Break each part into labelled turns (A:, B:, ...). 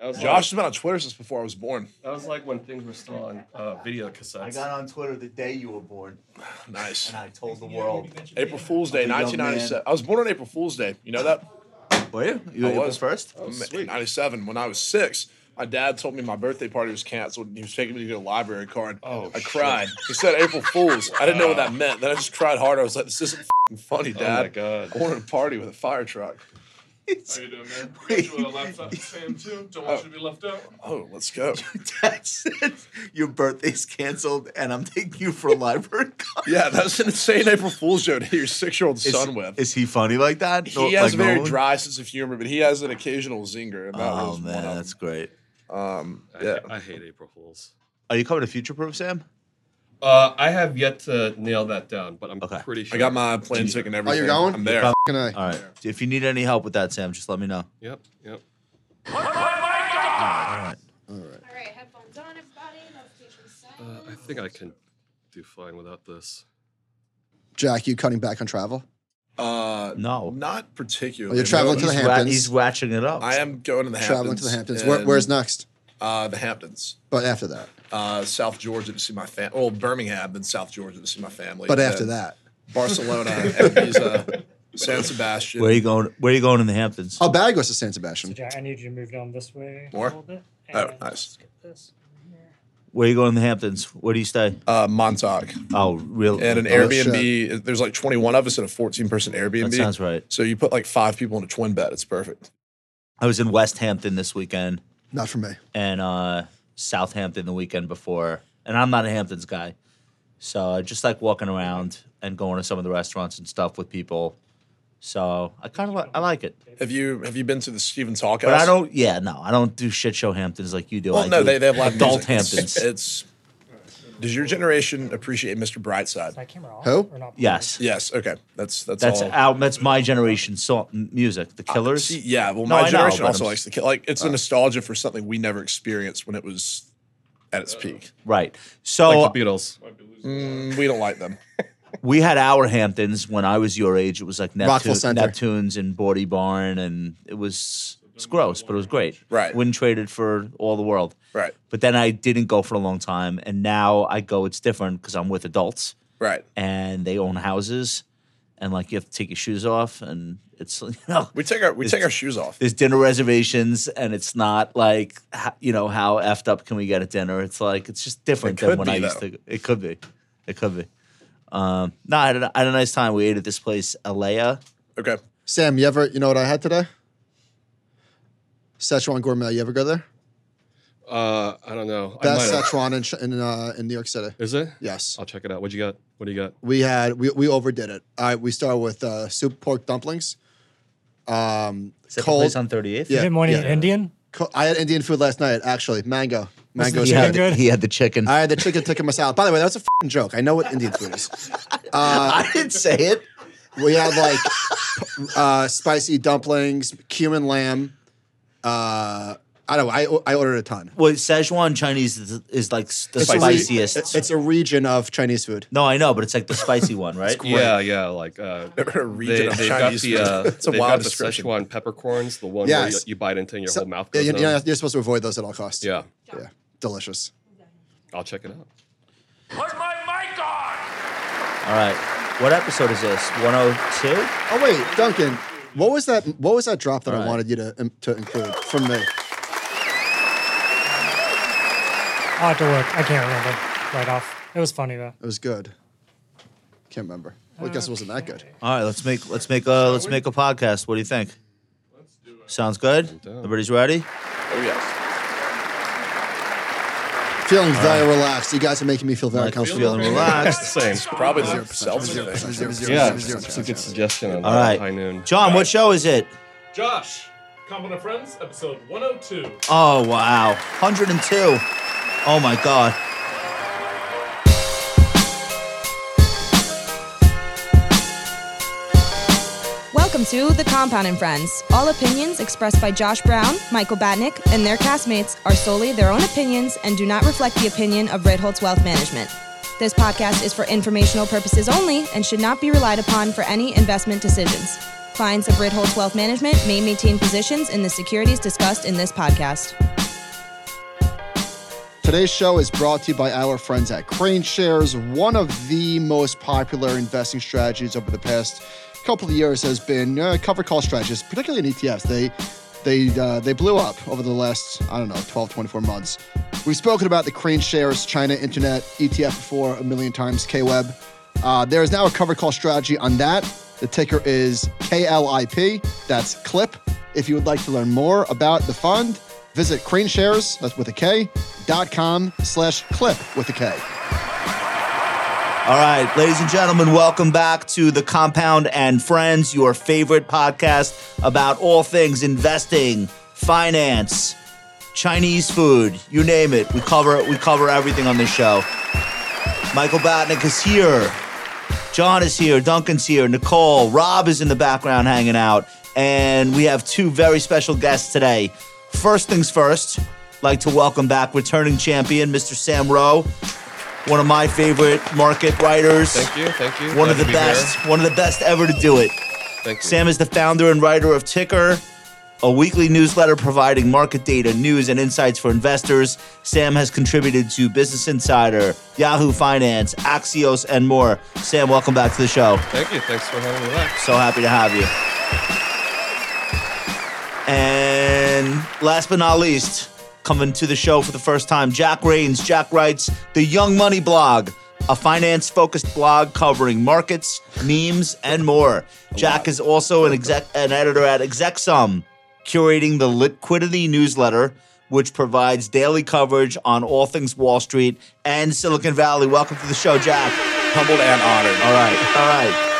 A: That was
B: Josh has been on Twitter since before I was born.
A: Like, that was like when things were still on uh, video cassettes.
C: I got on Twitter the day you were born,
B: Nice.
C: and I told the world.
B: April Fool's Day,
C: I'm a young
B: 1997. I was born on April Fool's Day. You know that?
C: Were you? You
B: I
C: April
B: was.
C: first?
B: Ma- 97. When I was six, my dad told me my birthday party was canceled and he was taking me to get a library card.
A: Oh,
B: I
A: shit.
B: cried. He said April Fool's. I didn't know what that meant. Then I just cried hard. I was like, this isn't f***ing funny,
C: Oh,
B: dad.
A: my God.
B: I wanted a party with a fire truck.
D: How you doing, man? Got you a laptop stand too. Don't want you to be left out.
B: Oh, let's go.
C: That's it. Your birthday's canceled, and I'm taking you for a library card.
B: Yeah, that's an insane April Fool's joke to hit your six year old
C: Is,
B: son with.
C: is he funny like that?
B: he
C: No-
B: has
C: like
B: a very
C: Nolan?
B: dry sense of humor, but he has an occasional zinger. And that
C: Oh
B: was one
C: man,
B: of
C: that's great.
B: them. Um,
A: I,
B: yeah.
A: I hate April Fools.
C: Are you coming to Future Proof, Sam?
A: Uh, I have yet to nail that down, but I'm
C: Okay.
A: pretty sure.
B: I got my plane ticket and
E: Oh,
B: everything.
E: you're going?
B: I'm there.
E: You're fucking A.
C: All right. If you need any help with that, Sam, just let me know.
A: Yep, yep.
C: All right.
F: All right, headphones on, everybody. Notifications
A: Uh, I
F: silent.
A: think I can do fine without this.
E: Jack, you cutting back on travel?
B: Uh,
C: No.
B: Not particularly.
E: Well, you're traveling
B: No,
E: to the
C: He's,
E: Hamptons.
C: wa- he's ratcheting it up.
B: I am going to the
E: Traveling
B: Hamptons.
E: to the Hamptons. Where,
B: and,
E: where's next?
B: uh, the Hamptons?
E: But after that.
B: Uh, South Georgia to see my family. Well, Birmingham, then South Georgia to see my family.
E: But after
B: then
E: that.
B: Barcelona, and Ibiza, San Sebastian.
C: Where are you going? Where are you going in the Hamptons?
E: Oh, Barry goes to San
G: So
E: Sebastian.
G: Jack, I need you to move down this way
B: More?
G: a little bit.
B: Oh,
G: and
B: nice.
G: let's get this.
C: Where are you going in the Hamptons? Where do you stay?
B: Uh, Montauk
C: Oh, real.
B: and an
E: Oh, shit.
B: Airbnb. There's like 21 of us in a 14 person Airbnb.
C: That sounds right.
B: So you put like five people in a twin bed. It's perfect.
C: I was in West Hampton this weekend
E: Not for me.
C: and uh, Southampton the weekend before, and I'm not a Hamptons guy, so I just like walking around and going to some of the restaurants and stuff with people. So I kind of like I like it,
B: Have you have you been to the Stevens Hawk
C: but
B: House?
C: I don't. Yeah, no, I don't do shit show Hamptons like you do.
B: Well,
C: I
B: no,
C: do
B: they, they have live
C: adult
B: music. It's-
C: Hamptons.
B: It's, does your generation appreciate Mr. Brightside?
G: My camera off
E: Who?
G: or not?
C: yes,
B: Yes. Okay. That's that's
C: that's
B: all. Ah,
C: out. That's my generation song music. The Killers.
B: See, yeah. Well,
C: No,
B: my
C: I know,
B: generation
C: but
B: also
C: I'm-
B: likes the kill. Like it's a nostalgia for something we never experienced when it was at its peak.
C: Right. So
B: Oh.
A: Like the Beatles.
D: Might be losing.
B: Mm, we don't like them.
C: we had our Hamptons when I was your age. It was like
E: Rockville
C: Neptune,
E: Center.
C: Neptunes and Bordy Barn, and it was it's gross, but it was great.
B: Right.
C: wouldn't trade it for all the world.
B: Right.
C: But then I didn't go for a long time, and now I go. It's different because I'm with adults,
B: Right.
C: and they own houses, and like you have to take your shoes off, and it's you know
B: We take our we take our shoes off.
C: there's dinner reservations, and it's not like h- you know how effed up can we get at dinner. It's like it's just different
B: It
C: than
B: could
C: when
B: be,
C: I used
B: though.
C: to. It could be, it could be. Um, no, I had, a, I had a nice time. We ate at this place, Alea.
B: Okay.
E: Sam, you ever, you know what I had today? Szechuan Gourmet. You ever go there?
A: Uh, I don't know. I
E: Best
A: might have. Uh,
E: Szechuan in, Ch- in, uh, in New York City.
A: Is it?
E: Yes.
A: I'll check it out. What you got? What do you got?
E: We had, we, we overdid it. All right. We started with uh, soup pork dumplings. Um,
C: Is that
E: cold.
C: the place on 38th?
E: Yeah,
G: You didn't want
E: yeah.
G: any Indian?
E: co- I had Indian food last night, actually. Mango. Mango.
C: he
G: chicken
C: had,
E: salad.
C: the,
G: good?
C: he had the chicken.
E: I
C: I,
E: had the chicken tikka masala. By the way, that's a fing joke. I know what Indian food is.
C: didn't say it.
E: We had like uh, spicy dumplings, cumin lamb. Uh, I don't. know. I I ordered a ton.
C: Well, Szechuan Chinese is, is like s- the
E: It's a re-
C: spiciest.
E: It's a region of Chinese food.
C: no, I know, but it's like the spicy one, right?
A: Yeah, yeah. Like uh,
B: A region
A: they,
B: of
A: they've got
B: Chinese
A: the
B: food.
A: uh,
B: it's a
A: they've
B: wild
A: got the
B: description.
A: Szechuan peppercorns, the one where you,
E: Yes.
A: you bite into and your
E: So-
A: whole mouth
E: yeah,
A: goes
E: you-
A: numb.
E: you're, you're supposed to avoid those at all costs.
A: yeah,
E: yeah, delicious.
A: I'll check it out.
D: Put my mic on.
C: All right. What episode is this? 102?
E: Oh wait, Duncan, what was that? What was that drop that I
C: Right.
E: wanted you to um, to include from me?
G: I'll have to look. I can't remember right off. It was funny though.
E: It was good. Can't remember. Well, I guess it wasn't that good.
C: All right, let's make let's make a let's make a podcast. What do you think? Sounds good.
A: down.
C: Everybody's ready.
B: Oh yes.
E: Feeling very relaxed. You guys are making me feel very
C: Michael's
E: comfortable.
C: feeling relaxed.
A: Same.
B: Probably the self
E: Zero, zero,
A: Yeah,
E: zero, zero,
A: it's a
E: zero,
A: good
E: zero.
A: suggestion on
C: All
A: uh, high
C: right,
A: noon.
C: John. What show is it?
D: Josh, Common of Friends, episode 102.
C: Oh wow, 102. Oh my God.
H: Welcome to The Compound and Friends. All opinions expressed by Josh Brown, Michael Batnick, and their castmates are solely their own opinions and do not reflect the opinion of Ritholtz Wealth Management. This podcast is for informational purposes only and should not be relied upon for any investment decisions. Clients of Ritholtz Wealth Management may maintain positions in the securities discussed in this podcast.
E: Today's show is brought to you by our friends at Crane Shares. One of the most popular investing strategies over the past couple of years has been uh, cover call strategies, particularly in ETFs. They they uh, they blew up over the last I don't know 12 24 months. We've spoken about the Crane Shares China Internet ETF before a million times. KWeb. Uh, there is now a cover call strategy on that. The ticker is KLIP. That's Clip. If you would like to learn more about the fund, visit craneshares, that's with a K, dot com slash clip with a K.
C: All right, ladies and gentlemen, welcome back to the Compound and Friends, your favorite podcast about all things investing, finance, Chinese food, you name it. We cover we cover everything on this show. Michael Batnick is here. John is here, Duncan's here, Nicole, Rob is in the background hanging out, and we have two very special guests today. First things first, like to welcome back returning champion Mr. Sam Rowe, one of my favorite market writers.
A: Thank you, thank you.
C: One
A: Glad
C: of
A: to be
C: the
A: here.
C: best, one of the best ever to do it.
A: Thank you.
C: Sam is the founder and writer of Ticker, a weekly newsletter providing market data, news, and insights for investors. Sam has contributed to Business Insider, Yahoo Finance, Axios, and more. Sam, welcome back to the show.
A: Thank you. Thanks for having me back.
C: So happy to have you. And last but not least, coming to the show for the first time, Jack Rains. Jack writes the Young Money blog, a finance focused blog covering markets, memes, and more. Jack is also an exec an editor at ExecSum, curating the liquidity newsletter, which provides daily coverage on all things Wall Street and Silicon Valley. Welcome to the show, Jack.
B: Humbled and honored.
C: All right, all right.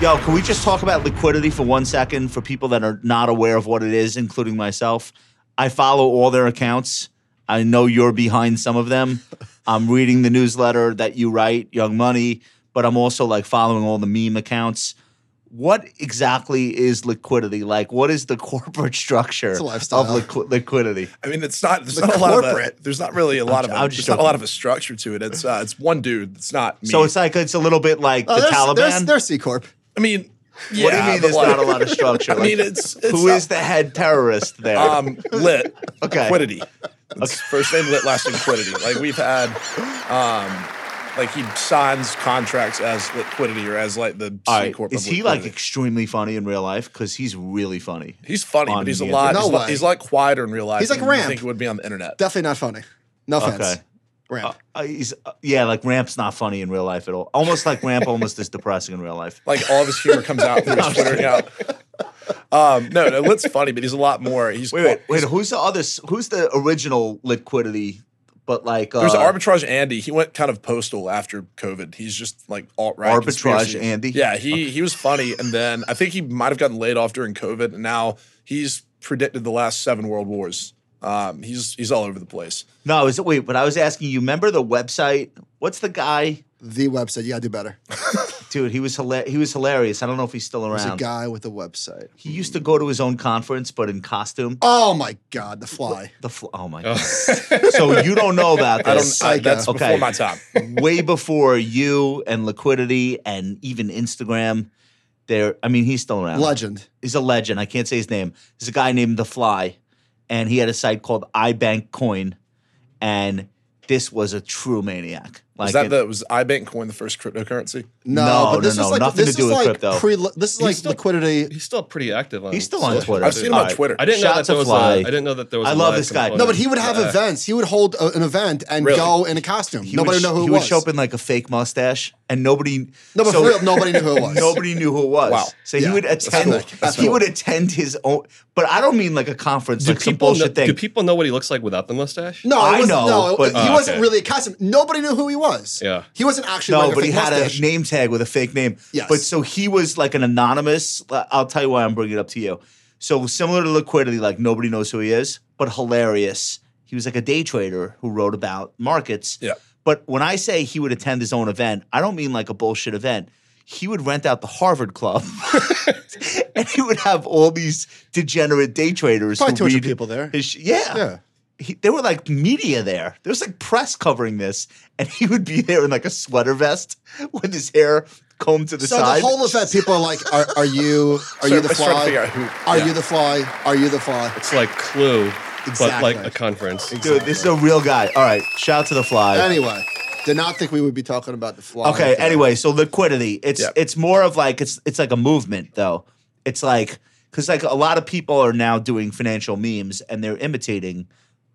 C: Yo, can we just talk about liquidity for one second for people that are not aware of what it is, including myself? I follow all their accounts. I know you're behind some of them. I'm reading the newsletter that you write, Young Money, but I'm also like following all the meme accounts. What exactly is liquidity? Like, what is the corporate structure
E: a lifestyle.
C: of liqui- liquidity?
B: I mean, it's not. There's not a lot of. A,
I: corporate.
B: there's not really a lot of.
C: I'm
B: A,
C: just
B: there's not a
C: joking.
B: lot of a structure to it. It's uh, it's one dude. It's not me.
C: So it's like it's a little bit like
E: Oh,
C: the
E: there's-
C: Taliban.
E: There's, there's C Corp.
B: I mean, yeah,
C: what do you mean?
B: but
C: There's
B: like-
C: not a lot of structure.
B: I mean,
C: Like,
B: it's, it's
C: who
B: not-
C: is the head terrorist there?
B: um lit
C: Okay.
B: liquidity. It's First name lit, last name liquidity. Like we've had, um, like he signs contracts as liquidity or as like the
C: All
B: C
C: right.
B: corp.
C: Is
B: of
C: he like
B: liquidity.
C: extremely funny in real life? Because he's really funny.
B: He's funny,
C: on
B: but he's a
C: the
B: lot.
E: internet?
B: he's,
E: No
B: like,
E: way.
B: he's a lot quieter in real life.
E: He's like
B: than you
E: Ramp.
B: Think it would be on the internet.
E: Definitely not funny. No offense.
C: Okay.
E: Ramp.
C: Uh, he's uh, yeah, like Ramp's not funny in real life at all. Almost like Ramp, almost is depressing in real life.
B: like all of his humor comes out through his Twitter account. Um, no, no, Lit's funny, but he's a lot more. He's
C: Wait, wait, wait. Who's the other? s- Who's the original liquidity? But like uh,
B: There's arbitrage Andy. He went kind of postal after COVID. He's just like alt right.
C: Arbitrage Andy?
B: Yeah, he he was funny, and then I think he might have gotten laid off during COVID, and now he's predicted the last seven world wars. Um, he's he's all over the place.
C: no. Is it wait? But I was asking you. Remember the website? What's the guy?
E: The website. You gotta do better.
C: Dude, he was hila- he was hilarious. I don't know if he's still
E: There's a
C: around.
E: guy with a website.
C: He used to go to his own conference, but in costume.
E: Oh my God, the fly.
C: The fl- oh my god! so you don't know about
B: I
C: this?
B: don't. I, that's
E: Psycho.
C: Okay.
B: before my time.
C: way before you and liquidity and even Instagram. There, I mean, he's still around.
E: Legend.
C: He's a legend. I can't say his name. There's a guy named The Fly, and he had a site called iBank Coin, and this was a true maniac. Like
B: Was that
C: it-
B: the was iBank coin the first cryptocurrency?
E: No,
C: No,
E: but this
C: no,
E: is
C: no,
E: like
C: nothing
E: this
C: to do with
E: is like
C: crypto.
E: pre. This is like
A: still-
E: liquidity.
A: He's still pretty active on.
C: He's still on
A: social
C: Twitter.
B: I've seen him
C: All
B: on
C: right.
B: Twitter.
A: I didn't know
C: Shout
A: that there
C: to
A: was
C: Fly.
A: a. I didn't know that there was.
C: I
A: a
C: love
A: live
C: this guy.
A: component.
E: No, but he would have
A: Yeah.
E: events. He would hold a- an event and
B: Really?
E: go in a costume.
C: He
E: nobody
C: would,
E: would know who
C: he
E: it
C: would
E: was.
C: show up in like a fake mustache, and nobody.
E: no, but
C: so-
E: for real, nobody knew who it was.
C: Nobody knew who it was.
B: Wow.
C: So
E: Yeah,
C: he would
E: that's
C: attend.
E: cool. That's
C: he
E: cool.
C: would attend his own. But I don't mean like a conference,
A: Do
C: like some
A: people
C: bullshit
A: know,
C: thing.
A: do people know what he looks like without the mustache?
E: No,
C: I
E: it wasn't,
C: know,
E: no, it-
C: but- uh,
E: he
A: Oh,
E: wasn't
A: okay.
E: really a costume. Nobody knew who he was.
A: Yeah.
E: he wasn't actually.
C: No,
E: wearing
C: but he
E: fake
C: had
E: mustache.
C: a name tag with a fake name.
E: Yes.
C: But so he was like an anonymous. I'll tell you why I'm bringing it up to you. So similar to liquidity, like nobody knows who he is, but hilarious. He was like a day trader who wrote about markets.
B: Yeah.
C: But when I say he would attend his own event, I don't mean like a bullshit event. He would rent out the Harvard Club, and he would have all these degenerate day traders.
E: Probably
C: who
E: 200
C: read
E: people there.
C: His, sh- yeah.
E: Yeah.
C: he, there were like media there. There was like press covering this, and he would be there in like a sweater vest with his hair combed to the
J: so
C: side.
J: the whole event, people are like, "Are, are you? Are
B: So
J: you the
B: it's trying to figure out
J: fly?
B: who-
J: Are
B: yeah.
J: you the fly? Are you the fly?"
A: It's like Clue, but
J: Exactly.
A: like a conference.
C: Dude, this is a real guy. All right, shout out to the fly.
J: Anyway, did not think we would be talking about the fly.
C: Okay. Anyway, so liquidity. It's
B: Yeah.
C: it's more of like it's it's like a movement though. It's like because like a lot of people are now doing financial memes and they're imitating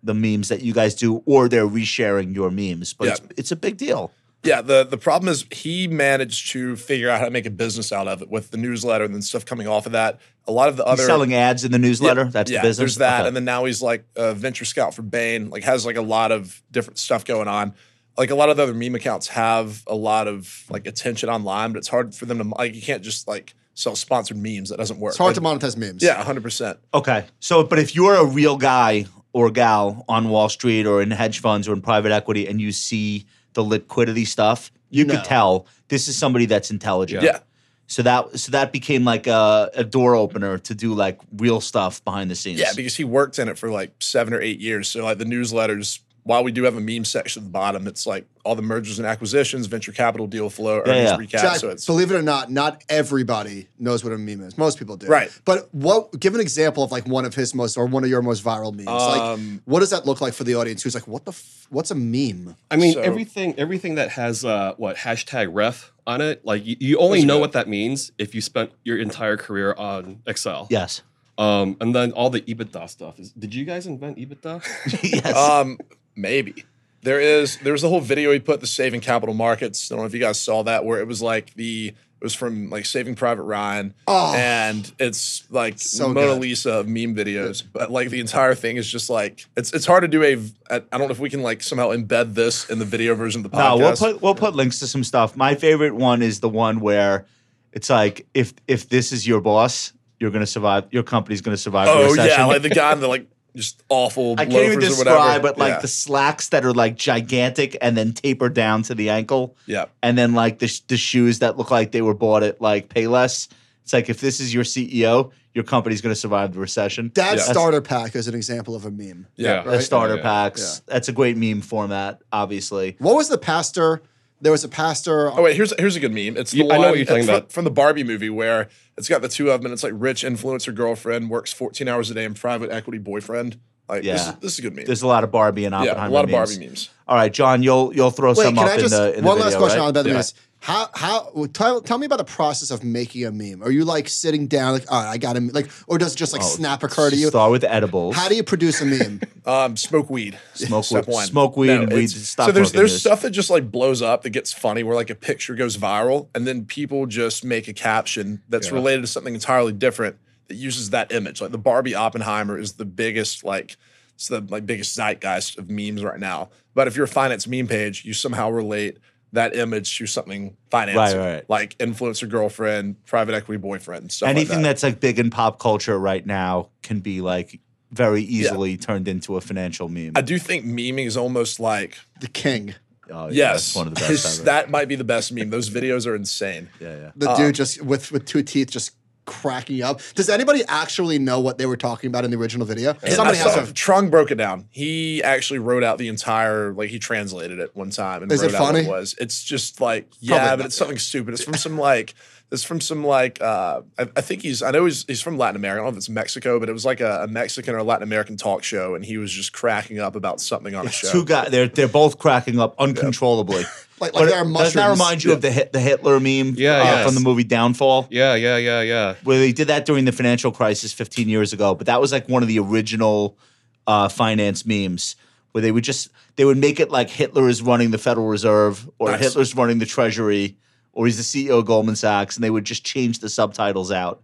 C: the memes that you guys do or they're resharing your memes. But it's, it's a big deal.
B: Yeah, the, the problem is he managed to figure out how to make a business out of it with the newsletter and then stuff coming off of that. A lot of the
C: He's
B: other
C: selling ads in the newsletter. That's
B: yeah,
C: the business.
B: there's that,
C: Okay.
B: and then now he's like a venture scout for Bain. Like has like a lot of different stuff going on. Like a lot of the other meme accounts have a lot of like attention online, but it's hard for them to like. You can't just like sell sponsored memes. That doesn't work.
J: it's hard to
B: Like,
J: monetize memes.
B: Yeah, hundred percent.
C: Okay. So, but if you're a real guy or gal on Wall Street or in hedge funds or in private equity and you see the liquidity stuff, you
J: No.
C: could tell this is somebody that's intelligent.
B: Yeah.
C: So that so that became like a, a door opener to do like real stuff behind the scenes.
B: Yeah, because he worked in it for like seven or eight years. So like the newsletters, while we do have a meme section at the bottom, it's like all the mergers and acquisitions, venture capital deal flow,
C: Yeah,
B: earnings
C: yeah.
B: recap.
J: Jack,
B: So it's
J: believe it or not, not everybody knows what a meme is. Most people do.
B: Right.
J: But what? Give an example of like one of his most or one of your most viral memes. like,
B: Um,
J: what does that look like for the audience? Who's like, what the? F- what's a meme?
A: I mean,
B: So-
A: everything everything that has uh, what hashtag ref on it, like you, you only know what that means if you spent your entire career on Excel.
C: Yes.
A: Um, and then all the EBITDA stuff is. Did you guys invent EBITDA?
C: yes.
B: um maybe. There is there was the whole video he put the saving capital markets. I don't know if you guys saw that where it was like the it was from like Saving Private Ryan,
J: Oh.
B: and it's like
J: So
B: Mona
J: good.
B: Lisa of meme videos. But like the entire thing is just like it's it's hard to do a. v- I I don't know if we can like somehow embed this in the video version of the
C: no,
B: podcast.
C: we'll put we'll put links to some stuff. My favorite one is the one where it's like if if this is your boss, you're gonna survive. Your company's gonna survive. a
B: Oh
C: recession.
B: yeah, like the guy in the like just awful.
C: I can't even
B: loafers or
C: describe,
B: whatever.
C: but like
B: yeah.
C: the slacks that are like gigantic and then taper down to the ankle,
B: yeah.
C: and then like the sh- the shoes that look like they were bought at like Payless. It's like if this is your CEO, your company's going to survive the recession.
J: That
B: Yeah.
J: starter pack is an example of a meme.
B: Oh, Yeah.
C: the starter
A: Yeah, yeah.
C: packs. That's a great meme format, obviously.
J: What was the pastor? There was a pastor.
B: Oh wait, here's here's a good meme. It's the
A: You- I
B: one
A: know what you're talking
B: from,
A: about.
B: from the Barbie movie where it's got the two of them, and it's like rich influencer girlfriend works 14 hours a day and private equity boyfriend. Like this,
C: Yeah.
B: is, this is a good meme.
C: There's a lot of Barbie and Oppenheimer.
B: yeah, a lot of
C: memes.
B: Barbie memes.
C: All right, John, you'll you'll throw
J: Wait,
C: some
J: can
C: up
J: I
C: in
J: just
C: the in the
J: one
C: video,
J: last question
C: right?
J: on that
B: Yeah.
J: memes? How how well, tell, tell me about the process of making a meme? Are you like sitting down like all right, I got a meme," like or does it just like
C: Oh,
J: snap occur to you?
C: Start with edibles.
J: How do you produce a meme?
B: Um, smoke weed.
C: Smoke
B: Step
C: weed-
B: one.
C: smoke weed and
B: it's-
C: weed- stop
B: So there's
C: smoking
B: there's
C: this.
B: stuff that just like blows up that gets funny where like a picture goes viral and then people just make a caption that's related to something entirely different that uses that image. Like the Barbie Oppenheimer is the biggest like it's the like biggest zeitgeist of memes right now. But if you're a finance meme page, you somehow relate that image to something financial,
C: Right, right.
B: like influencer girlfriend, private equity boyfriend, stuff
C: Anything
B: like that.
C: that's like big in pop culture right now can be like very easily turned into a financial meme.
B: I do think memeing is almost like
J: the king.
C: Oh, yeah,
B: Yes,
C: that's one of the
B: It's-
C: best. ever.
B: That might be the best meme. Those videos are insane.
C: yeah, yeah.
J: The dude just with with two teeth just cracking up. Does anybody actually know what they were talking about in the original video? Somebody
B: Somebody
J: has
B: else.
J: to.
B: Trung broke it down. He actually wrote out the entire, like he translated it one time and
J: Is it
B: wrote out what
J: funny?
B: it was. It's just like, yeah,
J: Probably
B: but
J: not.
B: it's something stupid. It's from some like, it's from some like, uh, I, I think he's, I know he's, he's from Latin America. I don't know if it's Mexico, but it was like a, a Mexican or Latin American talk show, and he was just cracking up about something on a show.
C: Two guys, they're they're both cracking up uncontrollably.
J: Like- like
C: But
J: they are
C: Does that
J: mushrooms.
C: remind you of the hit, the Hitler meme?
A: Yeah,
C: uh,
A: yes.
C: from the movie Downfall,
A: yeah, yeah, yeah, yeah.
C: where they did that during the financial crisis 15 years ago. But that was like one of the original uh, finance memes, where they would just they would make it like Hitler is running the Federal Reserve, or
B: Nice.
C: Hitler's running the Treasury, or he's the CEO of Goldman Sachs, and they would just change the subtitles out,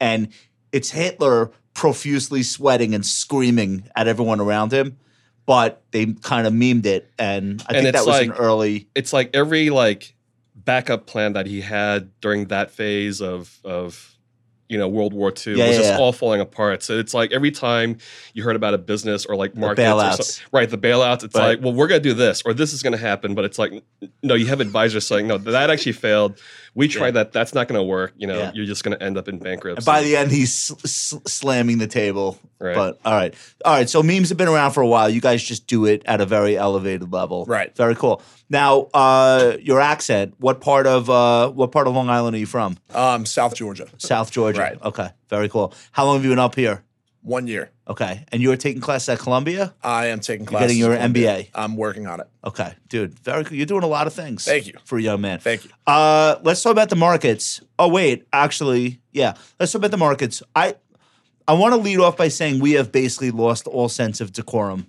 C: and it's Hitler profusely sweating and screaming at everyone around him. But they kind of memed it, and I
A: And
C: think that
A: it's
C: was an
A: like-
C: early.
A: It's like every like backup plan that he had during that phase of of you know World War II
C: Yeah,
A: was
C: yeah,
A: just
C: yeah.
A: all falling apart. So it's like every time you heard about a business or like markets, or
C: bailouts.
A: some- right? The bailouts. It's
C: Right.
A: like, well, we're gonna do this or this is gonna happen, but it's like, n- no, you have advisors saying, no, that actually failed. We tried
C: Yeah.
A: that. That's not gonna work. You know,
C: Yeah.
A: you're just gonna end up in bankruptcy.
C: And by the end, he's sl- sl- slamming the table.
A: Right.
C: But all right, all right. So memes have been around for a while. You guys just do it at a very elevated level.
B: Right.
C: Very cool. Now, uh, your accent. What part of uh, what part of Long Island are you from?
B: Um, South Georgia,
C: South Georgia.
B: Right.
C: Okay. Very cool. How long have you been up here?
B: one year.
C: Okay. And you were taking classes at Columbia.
B: I am taking
C: You're
B: classes.
C: getting your
B: at Columbia.
C: MBA.
B: I'm working on it.
C: Okay, dude. Very cool. You're doing a lot of things.
B: Thank you.
C: for a young man.
B: Thank you.
C: Uh, let's talk about the markets. Oh wait, actually, yeah. Let's talk about the markets. I I want to lead off by saying we have basically lost all sense of decorum.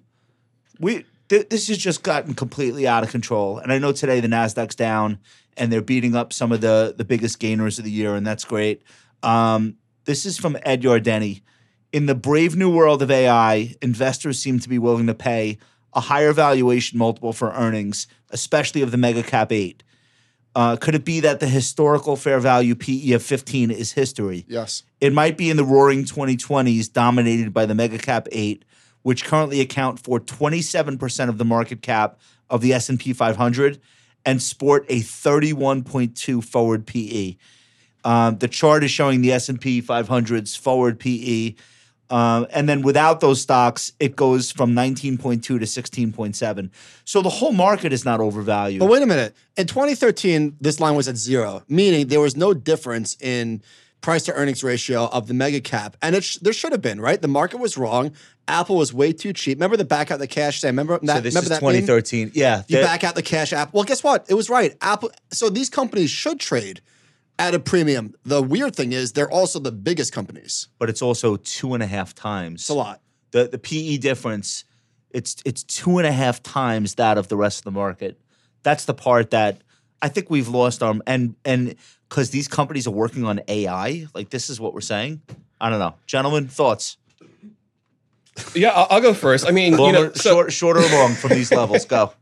C: We th- this has just gotten completely out of control. And I know today the Nasdaq's down and they're beating up some of the the biggest gainers of the year, and that's great. Um, this is from Ed Yardeni. In the brave new world of AI, investors seem to be willing to pay a higher valuation multiple for earnings, especially of the mega cap eight. Uh, could it be that the historical fair value PE of 15 is history?
J: Yes.
C: It might be in the roaring 2020s, dominated by the mega cap eight, which currently account for 27% of the market cap of the S&P 500 and sport a 31.2 forward PE. Um, the chart is showing the S&P 500's forward PE. Um, and then without those stocks, it goes from 19.2 to 16.7. So the whole market is not overvalued.
E: But wait a minute. In 2013, this line was at zero, meaning there was no difference in price to earnings ratio of the mega cap. And it sh- there should have been, right? The market was wrong. Apple was way too cheap. Remember the back out the cash thing? Remember that?
C: so this
E: remember
C: is
E: that meme?
C: 2013. Yeah.
E: You
C: that-
E: back out the cash app. Well, guess what? It was right. Apple. So these companies should trade at a premium. The weird thing is they're also the biggest companies.
C: but it's also two and a half times.
E: It's a lot.
C: The the PE difference, it's it's two and a half times that of the rest of the market. That's the part that I think we've lost our and and because these companies are working on AI, like this is what we're saying. I don't know, gentlemen, thoughts.
A: yeah, I'll, I'll go first. I mean, you
C: Longer,
A: know, so
C: short, short or long from these levels. Go.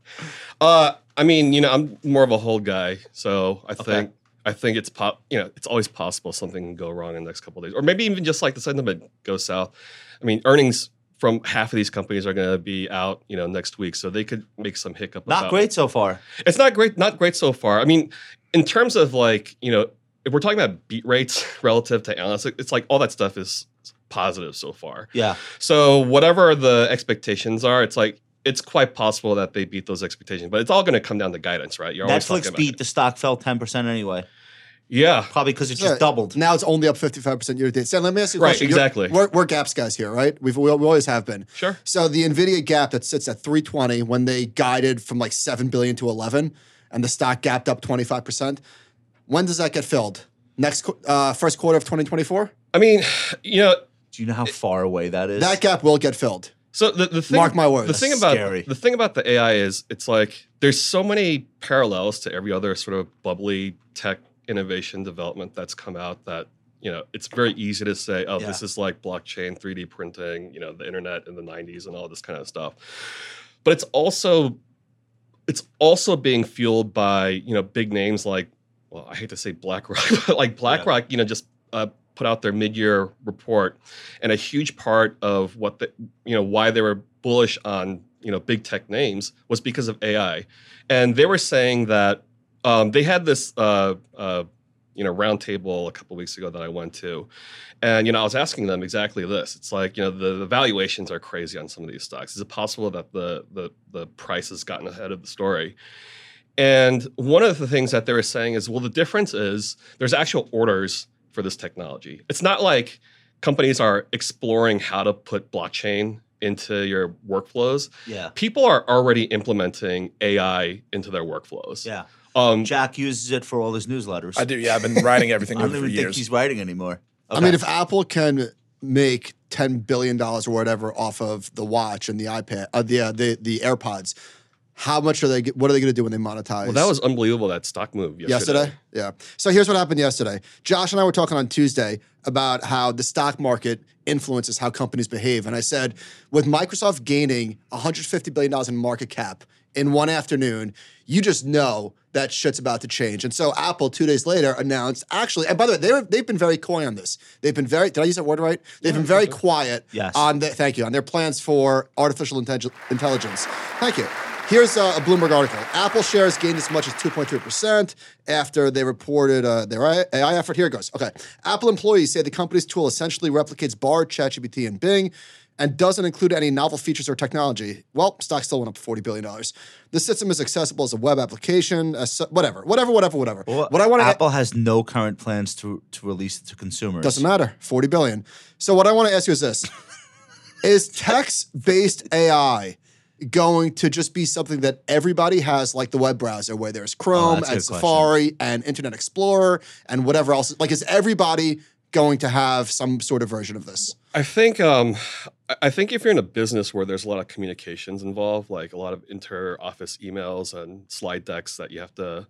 A: Uh, I mean, you know, I'm more of a hold guy, so I think I think it's pop. You know, it's always possible something can go wrong in the next couple of days, or maybe even just like the sentiment goes south. I mean, earnings from half of these companies are going to be out, you know, next week, so they could make some hiccup.
C: Not
A: about-
C: great so far.
A: It's not great. Not great so far. I mean, in terms of like, you know, if we're talking about beat rates relative to analysts, it- it's like all that stuff is positive so far.
C: Yeah.
A: So whatever the expectations are, it's like it's quite possible that they beat those expectations, but it's all going to come down to guidance, right? You're always talking
C: Netflix
A: about
C: beat.
A: it.
C: The stock fell ten percent anyway,
A: Yeah,
C: probably because it
E: Yeah.
C: just doubled.
E: Now it's only up 55% year to date. Stan, let me ask you a
A: Right,
E: question. You're-
A: exactly.
E: We're, we're gaps guys here, right? We've, we, we always have been.
A: sure.
E: So the Nvidia gap that sits at 320 when they guided from like 7 billion to 11 and the stock gapped up 25%. When does that get filled? Next qu- uh, first quarter of 2024?
A: I mean, you know,
C: Do you know how far away that is?
E: That gap will get filled.
A: so the, the thing,
E: Mark my words.
A: the thing
C: That's
A: about
C: scary.
A: the thing about the AI is it's like there's so many parallels to every other sort of bubbly tech innovation development that's come out that you know it's very easy to say oh
C: Yeah.
A: this is like blockchain 3d printing you know the internet in the 90s and all this kind of stuff but it's also it's also being fueled by you know big names like well I hate to say BlackRock but like BlackRock you know just uh, put out their mid-year report and a huge part of what the you know why they were bullish on you know big tech names was because of AI and they were saying that um, they had this uh, uh, you know roundtable a couple weeks ago that I went to and you know, I was asking them exactly this. It's like you know, the, the valuations are crazy on some of these stocks. Is it possible that the the the price has gotten ahead of the story? And one of the things that they were saying is, well, the difference is there's actual orders for this technology. It's not like companies are exploring how to put blockchain into your workflows.
C: yeah.
A: People are already implementing AI into their workflows.
C: Yeah.
A: Um,
C: Jack uses it for all his newsletters.
B: I do. Yeah, I've been writing
C: I
B: everything
C: don't
B: over for
C: even think
B: years.
C: he's writing anymore.
E: I mean,
C: Okay.
E: if Apple can make ten billion dollars or whatever off of the watch and the iPad, uh, the, uh, the the AirPods, how much are they? What are they going to do when they monetize?
A: well, that was unbelievable that stock move yesterday.
E: yesterday. Yeah. So here's what happened yesterday. Josh and I were talking on Tuesday about how the stock market influences how companies behave. And I said, with Microsoft gaining $150 billion in market cap in one afternoon, you just know that shit's about to change. And so Apple, two days later, announced actually, and by the way, they were, they've been very coy on this. They've been very, did I use that word right? They've been very quiet
C: Yes.
E: on the, thank you, on their plans for artificial intellig- intelligence. Thank you. Here's uh, a Bloomberg article. Apple shares gained as much as 2.3% after they reported uh, their AI AI effort. Here it goes. Okay. Apple employees say the company's tool essentially replicates Bard, ChatGPT, and Bing and doesn't include any novel features or technology. Well, stock still went up $40 billion. The system is accessible as a web application, as so- whatever, whatever, whatever, whatever. what I want to
C: Apple has no current plans to to release it to consumers.
E: doesn't matter. 40 billion. So what I want to ask you is this. is text-based AI going to just be something that everybody has like the web browser where there's
C: Oh,
E: Chrome
C: that's a
E: and
C: good question.
E: Safari and Internet Explorer and whatever else like is everybody going to have some sort of version of this?
A: I think um, I- I think if you're in a business where there's a lot of communications involved, like a lot of inter-office emails and slide decks that you have to,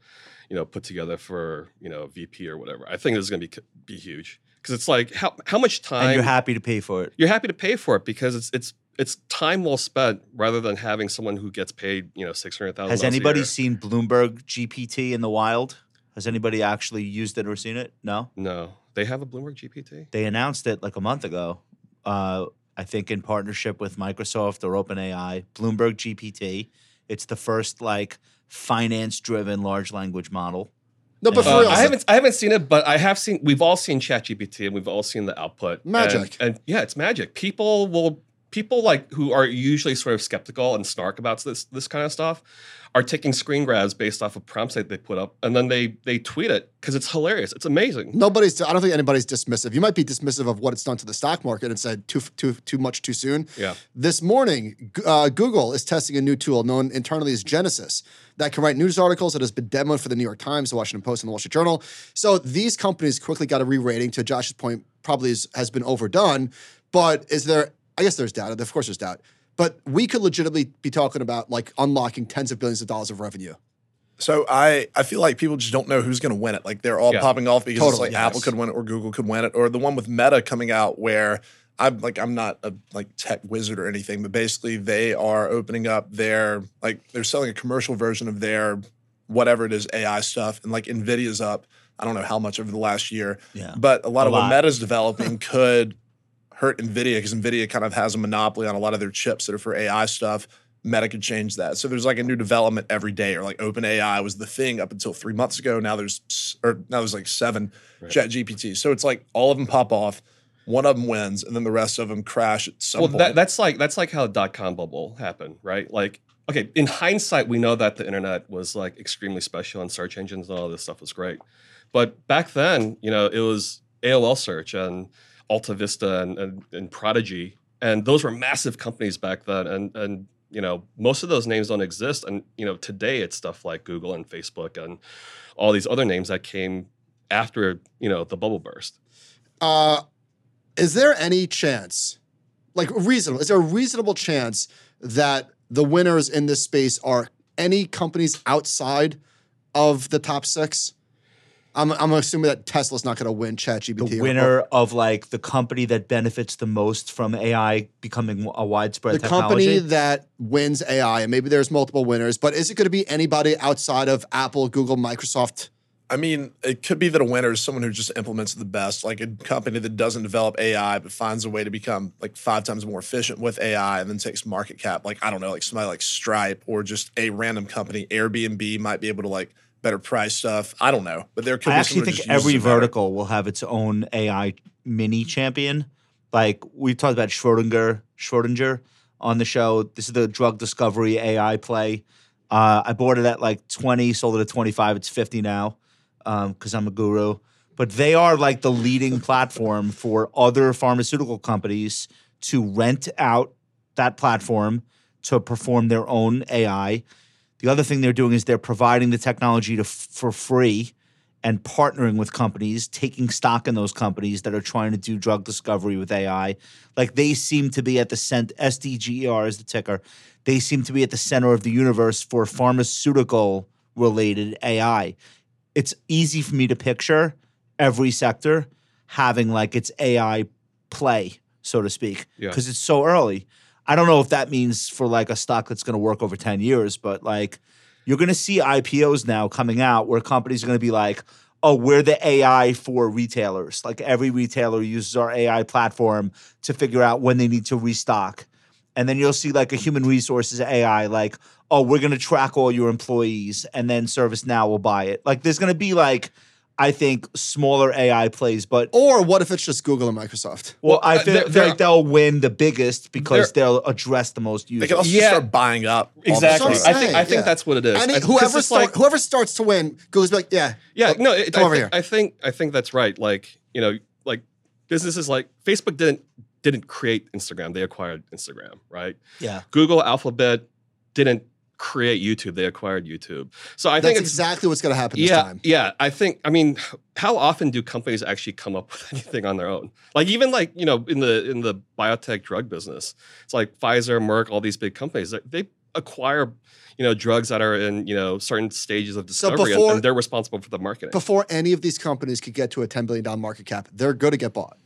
A: you know, put together for you know VP or whatever, I think this is going to be c- be huge because it's like how how much time
C: and you're happy to pay for it.
A: you're happy to pay for it because it's it's it's time well spent rather than having someone who gets paid you know six hundred thousand.
C: Has anybody seen Bloomberg GPT in the wild? Has anybody actually used it or seen it? No.
A: No, they have a Bloomberg GPT.
C: They announced it like a month ago. Uh, I think in partnership with Microsoft or OpenAI, Bloomberg GPT. It's the first like finance-driven large language model.
E: No, but for
A: Uh,
E: real.
A: I haven't I haven't seen it, but I have seen we've all seen ChatGPT and we've all seen the output. And-
E: Magic.
A: And, yeah, it's magic. People will people like who are usually sort of skeptical and snark about this this kind of stuff are taking screen grabs based off of prompts that they put up and then they they tweet it because it's hilarious. It's amazing.
E: Nobody's. I don't think anybody's dismissive. You might be dismissive of what it's done to the stock market and said too too too much too soon.
A: Yeah.
E: This morning, G- uh, Google is testing a new tool known internally as Genesis that can write news articles that has been demoed for the New York Times, the Washington Post, and the Wall Street Journal. So these companies quickly got a re-rating. To Josh's point, probably is, has been overdone. But is there? I guess there's doubt. Of course, there's doubt. But we could legitimately be talking about like unlocking tens of billions of dollars of revenue.
B: So I, I feel like people just don't know who's going to win it. Like they're all
A: Yeah.
B: popping off because it's
E: Totally,
B: like
E: yes.
B: Apple could win it or Google could win it or the one with Meta coming out where I'm like I'm not a like tech wizard or anything, but basically they are opening up their like they're selling a commercial version of their whatever it is AI stuff and like Nvidia's up. I don't know how much over the last year,
C: Yeah.
B: but a lot
C: A
B: of what
C: lot.
B: Meta's developing could hurt Nvidia because Nvidia kind of has a monopoly on a lot of their chips that are for AI stuff. Meta could change that. So there's like a new development every day, or like OpenAI was the thing up until three months ago. Now there's s- or now there's like seven
A: Right.
B: Chat GPT. So it's like all of them pop off, one of them wins, and then the rest of them crash at some
A: Well,
B: point.
A: that, that's like that's like how the dot com bubble happened, right? Like, okay, in hindsight, we know that the internet was like extremely special and search engines and all this stuff was great, but back then, you know, it was AOL search and Alta Vista and, and, and Prodigy, and those were massive companies back then, and and you know, most of those names don't exist, and you know, today it's stuff like Google and Facebook and all these other names that came after you know the bubble burst.
E: uh, is there any chance, like reasonable, is there a reasonable chance that the winners in this space are any companies outside of the top six? I'm, I'm assuming that Tesla's not going to win ChatGPT.
C: the
E: or- oh.
C: winner of like the company that benefits the most from AI becoming a widespread
E: the
C: technology.
E: company that wins AI, and maybe there's multiple winners, but is it going to be anybody outside of Apple, Google, Microsoft?
B: I mean, it could be that a winner is someone who just implements the best, like a company that doesn't develop AI but finds a way to become like five times more efficient with AI and then takes market cap. Like, I don't know, like somebody like Stripe or just a random company. Airbnb might be able to like better price stuff. I don't know. But there could
C: I
B: be
C: actually
B: someone who
C: think
B: just uses
C: every
B: it better.
C: vertical will have its own AI mini champion. Like we talked about Schrodinger, Schrodinger on the show. This is the drug discovery AI play. Uh, I bought it at like 20, sold it at 25. It's 50 now because I'm a guru. But they are like the leading platform for other pharmaceutical companies to rent out that platform to perform their own AI. The other thing they're doing is they're providing the technology to, for free and partnering with companies, taking stock in those companies that are trying to do drug discovery with AI. Like they seem to be at the center, SDGER E is the ticker. They seem to be at the center of the universe for pharmaceutical related AI. It's easy for me to picture every sector. having like its AI play, so to speak,
A: Yeah.
C: because it's so early. I don't know if that means for like a stock that's going to work over 10 years, but like you're going to see IPOs now coming out where companies are going to be like, oh, we're the AI for retailers. Like every retailer uses our AI platform to figure out when they need to restock. And then you'll see like a human resources AI, like, oh, we're going to track all your employees and then ServiceNow will buy it. Like there's going to be like, I think smaller AI plays, but
E: Or what if it's just Google and Microsoft?
C: well, I
A: uh,
C: feel,
A: there-
C: feel
A: there-
C: like they'll win the biggest because they'll address the most
B: They
C: users.
B: can also just
A: Yeah.
B: start buying up. all the
A: Exactly.
B: startups.
A: I think I
E: saying,
A: think
E: yeah.
A: that's what it is.
E: And
A: I-
E: it,
A: 'cause
E: whoever
A: it's
E: start, whoever starts to win, Google's be like, yeah,
A: Yeah, no, it,
E: come
A: I,
E: over
A: thi-
E: here.
A: I think I think that's right. Like you know, like businesses like Facebook didn't didn't create Instagram; they acquired Instagram, right?
C: Yeah.
A: Google, Alphabet didn't create YouTube; they acquired YouTube. So I think
E: that's
A: it's
E: exactly what's going to happen
A: yeah,
E: this time.
A: yeah. I think I mean, how often do companies actually come up with anything on their own? Like even like you know in the in the biotech drug business, it's like Pfizer, Merck, all these big companies. They, they acquire you know drugs that are in you know certain stages of
E: So
A: discovery, and-
E: before-
A: and, they're responsible for the marketing.
E: Before any of these companies could get to a $10 billion market cap, they're going to get bought.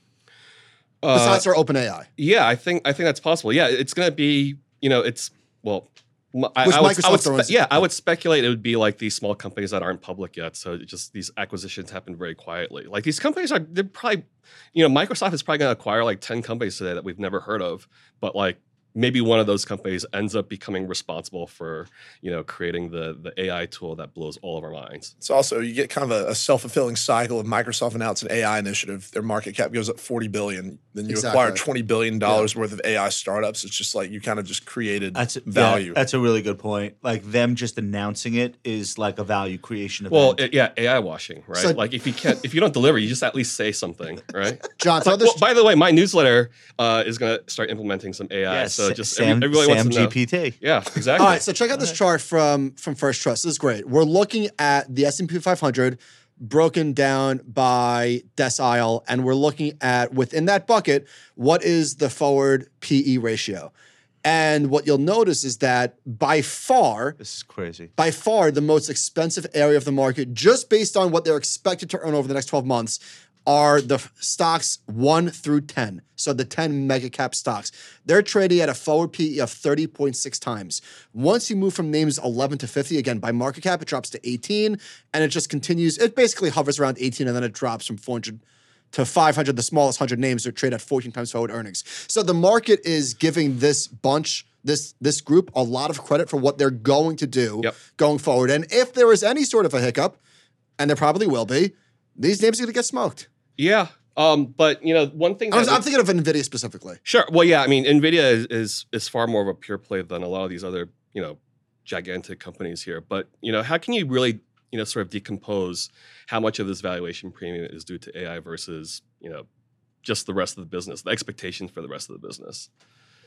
A: Uh,
E: Besides our open AI.
A: Yeah, I think I think that's possible. Yeah, it's going to be you know it's well. m- I,
E: Which
A: I would, I would
E: Microsoft owns.
A: yeah, I would speculate it would be like these small companies that aren't public yet. So it just these acquisitions happen very quietly. Like these companies are they're probably you know Microsoft is probably going to acquire like ten companies today that we've never heard of, but like maybe one of those companies ends up becoming responsible for you know creating the the AI tool that blows all of our minds.
B: It's also you get kind of a, a self-fulfilling cycle of Microsoft announced an AI initiative. Their market cap goes up 40 billion. Then you acquire 20
E: Exactly.
B: billion dollars worth of AI startups. It's just like you kind of just created
C: That's a,
B: value.
C: yeah, that's a really good point. Like them just announcing it is like a value creation event.
A: Well, it, yeah, AI washing, right?
E: So-
A: like if you can't if you don't deliver, you just at least say something, right?
E: John, so
A: Well,
E: others-
A: by the way, my newsletter uh, is going to start implementing some AI.
C: yeah,
A: so
C: Sa-
A: just
C: Sam,
A: every, everybody
C: Sam
A: wants to know.
C: GPT.
A: Yeah, exactly.
E: All right, so check out this chart from from First Trust. This is great. We're looking at the S&P 500 broken down by decile and we're looking at within that bucket what is the forward PE ratio. And what you'll notice is that by far
C: This is crazy.
E: by far the most expensive area of the market just based on what they're expected to earn over the next 12 months are the f- stocks 1 through 10 so the 10 mega cap stocks they're trading at a forward pe of 30.6 times once you move from names 11 to 50 again by market cap it drops to 18 and it just continues it basically hovers around 18 and then it drops from 400 to 500 the smallest 100 names are trade at 14 times forward earnings so the market is giving this bunch this this group a lot of credit for what they're going to do
A: Yep.
E: going forward and if there is any sort of a hiccup and there probably will be these names are going to get smoked
A: yeah. Um, but you know, one thing.
E: I'm,
A: that
E: I'm
A: we-
E: thinking of nvidia specifically
A: sure. Well, yeah. I mean, Nvidia is, is is far more of a pure play than a lot of these other you know gigantic companies here. But you know, how can you really you know sort of decompose how much of this valuation premium is due to AI versus you know just the rest of the business, the expectations for the rest of the business?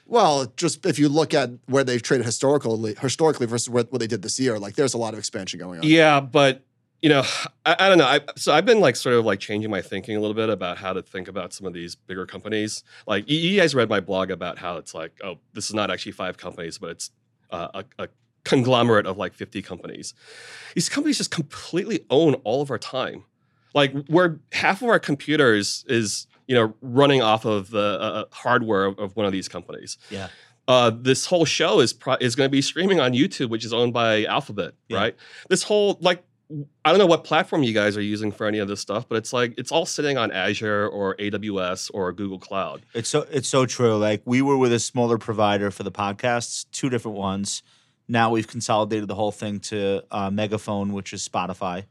E: well just if you look at where they've traded historically historically versus what, what they did this year like there's a lot of expansion going on
A: Yeah, but you know, I, I don't know. I, so I've been like sort of like changing my thinking a little bit about how to think about some of these bigger companies. Like you, you guys read my blog about how it's like, oh, this is not actually five companies, but it's uh, a, a conglomerate of like fifty companies. These companies just completely own all of our time. Like where half of our computers is you know running off of the uh, hardware of, of one of these companies.
C: Yeah.
A: Uh, this whole show is pro- is going to be streaming on YouTube, which is owned by Alphabet,
C: Yeah.
A: right? this whole like I don't know what platform you guys are using for any of this stuff, but it's like it's all sitting on Azure or AWS or Google Cloud.
C: It's so it's so true. Like we were with a smaller provider for the podcasts, two different ones. Now we've consolidated the whole thing to uh, Megaphone, which is Spotify.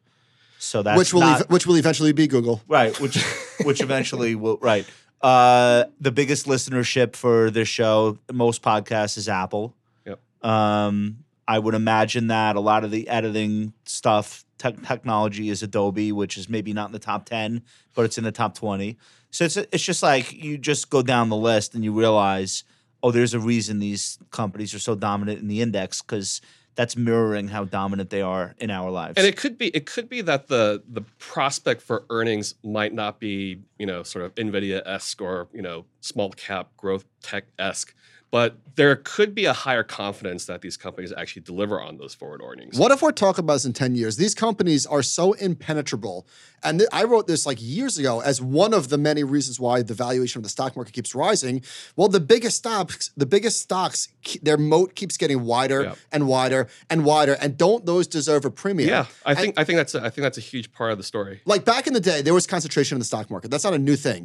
C: So that's
E: which will
C: not,
E: ev- which will eventually be google
C: right which which eventually will right uh the biggest listenership for this show most podcasts is apple
A: Yep.
C: um i would imagine that a lot of the editing stuff tech technology is adobe which is maybe not in the top 10 but it's in the top 20 so it's it's just like you just go down the list and you realize oh there's a reason these companies are so dominant in the index because that's mirroring how dominant they are in our lives
A: And it could be it could be that the the prospect for earnings might not be, you know, sort of Nvidia esque or, you know, small cap growth tech esque, But there could be a higher confidence that these companies actually deliver on those forward earnings.
E: What if we're talking about this in 10 years? These companies are so impenetrable. And th- I wrote this like years ago as one of the many reasons why the valuation of the stock market keeps rising. Well, the biggest stocks, the biggest stocks, ke- their moat keeps getting wider
A: Yeah.
E: and wider and wider. And don't those deserve a premium?
A: Yeah, I think I think that's a, I think that's a huge part of the story.
E: like back in the day there was concentration in the stock market that's not a new thing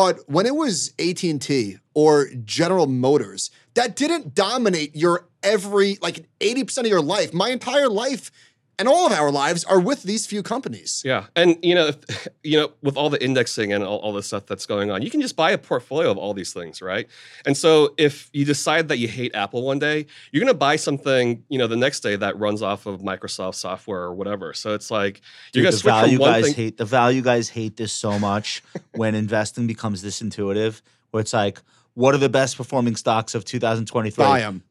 E: but when it was AT&T or General Motors that didn't dominate your every like 80% of your life my entire life and all of our lives are with these few companies
A: Yeah, and you know, if, you know, with all the indexing and all, all the stuff that's going on, you can just buy a portfolio of all these things, right? And so, if you decide that you hate Apple one day, you're going to buy something, you know, the next day that runs off of Microsoft software or whatever. So it's like you're
C: Dude,
A: going
C: the
A: to switch
C: value
A: from one
C: guys
A: thing.
C: hate the value guys hate this so much when investing becomes this intuitive, where it's like, what are the best performing stocks of 2023?
E: buy them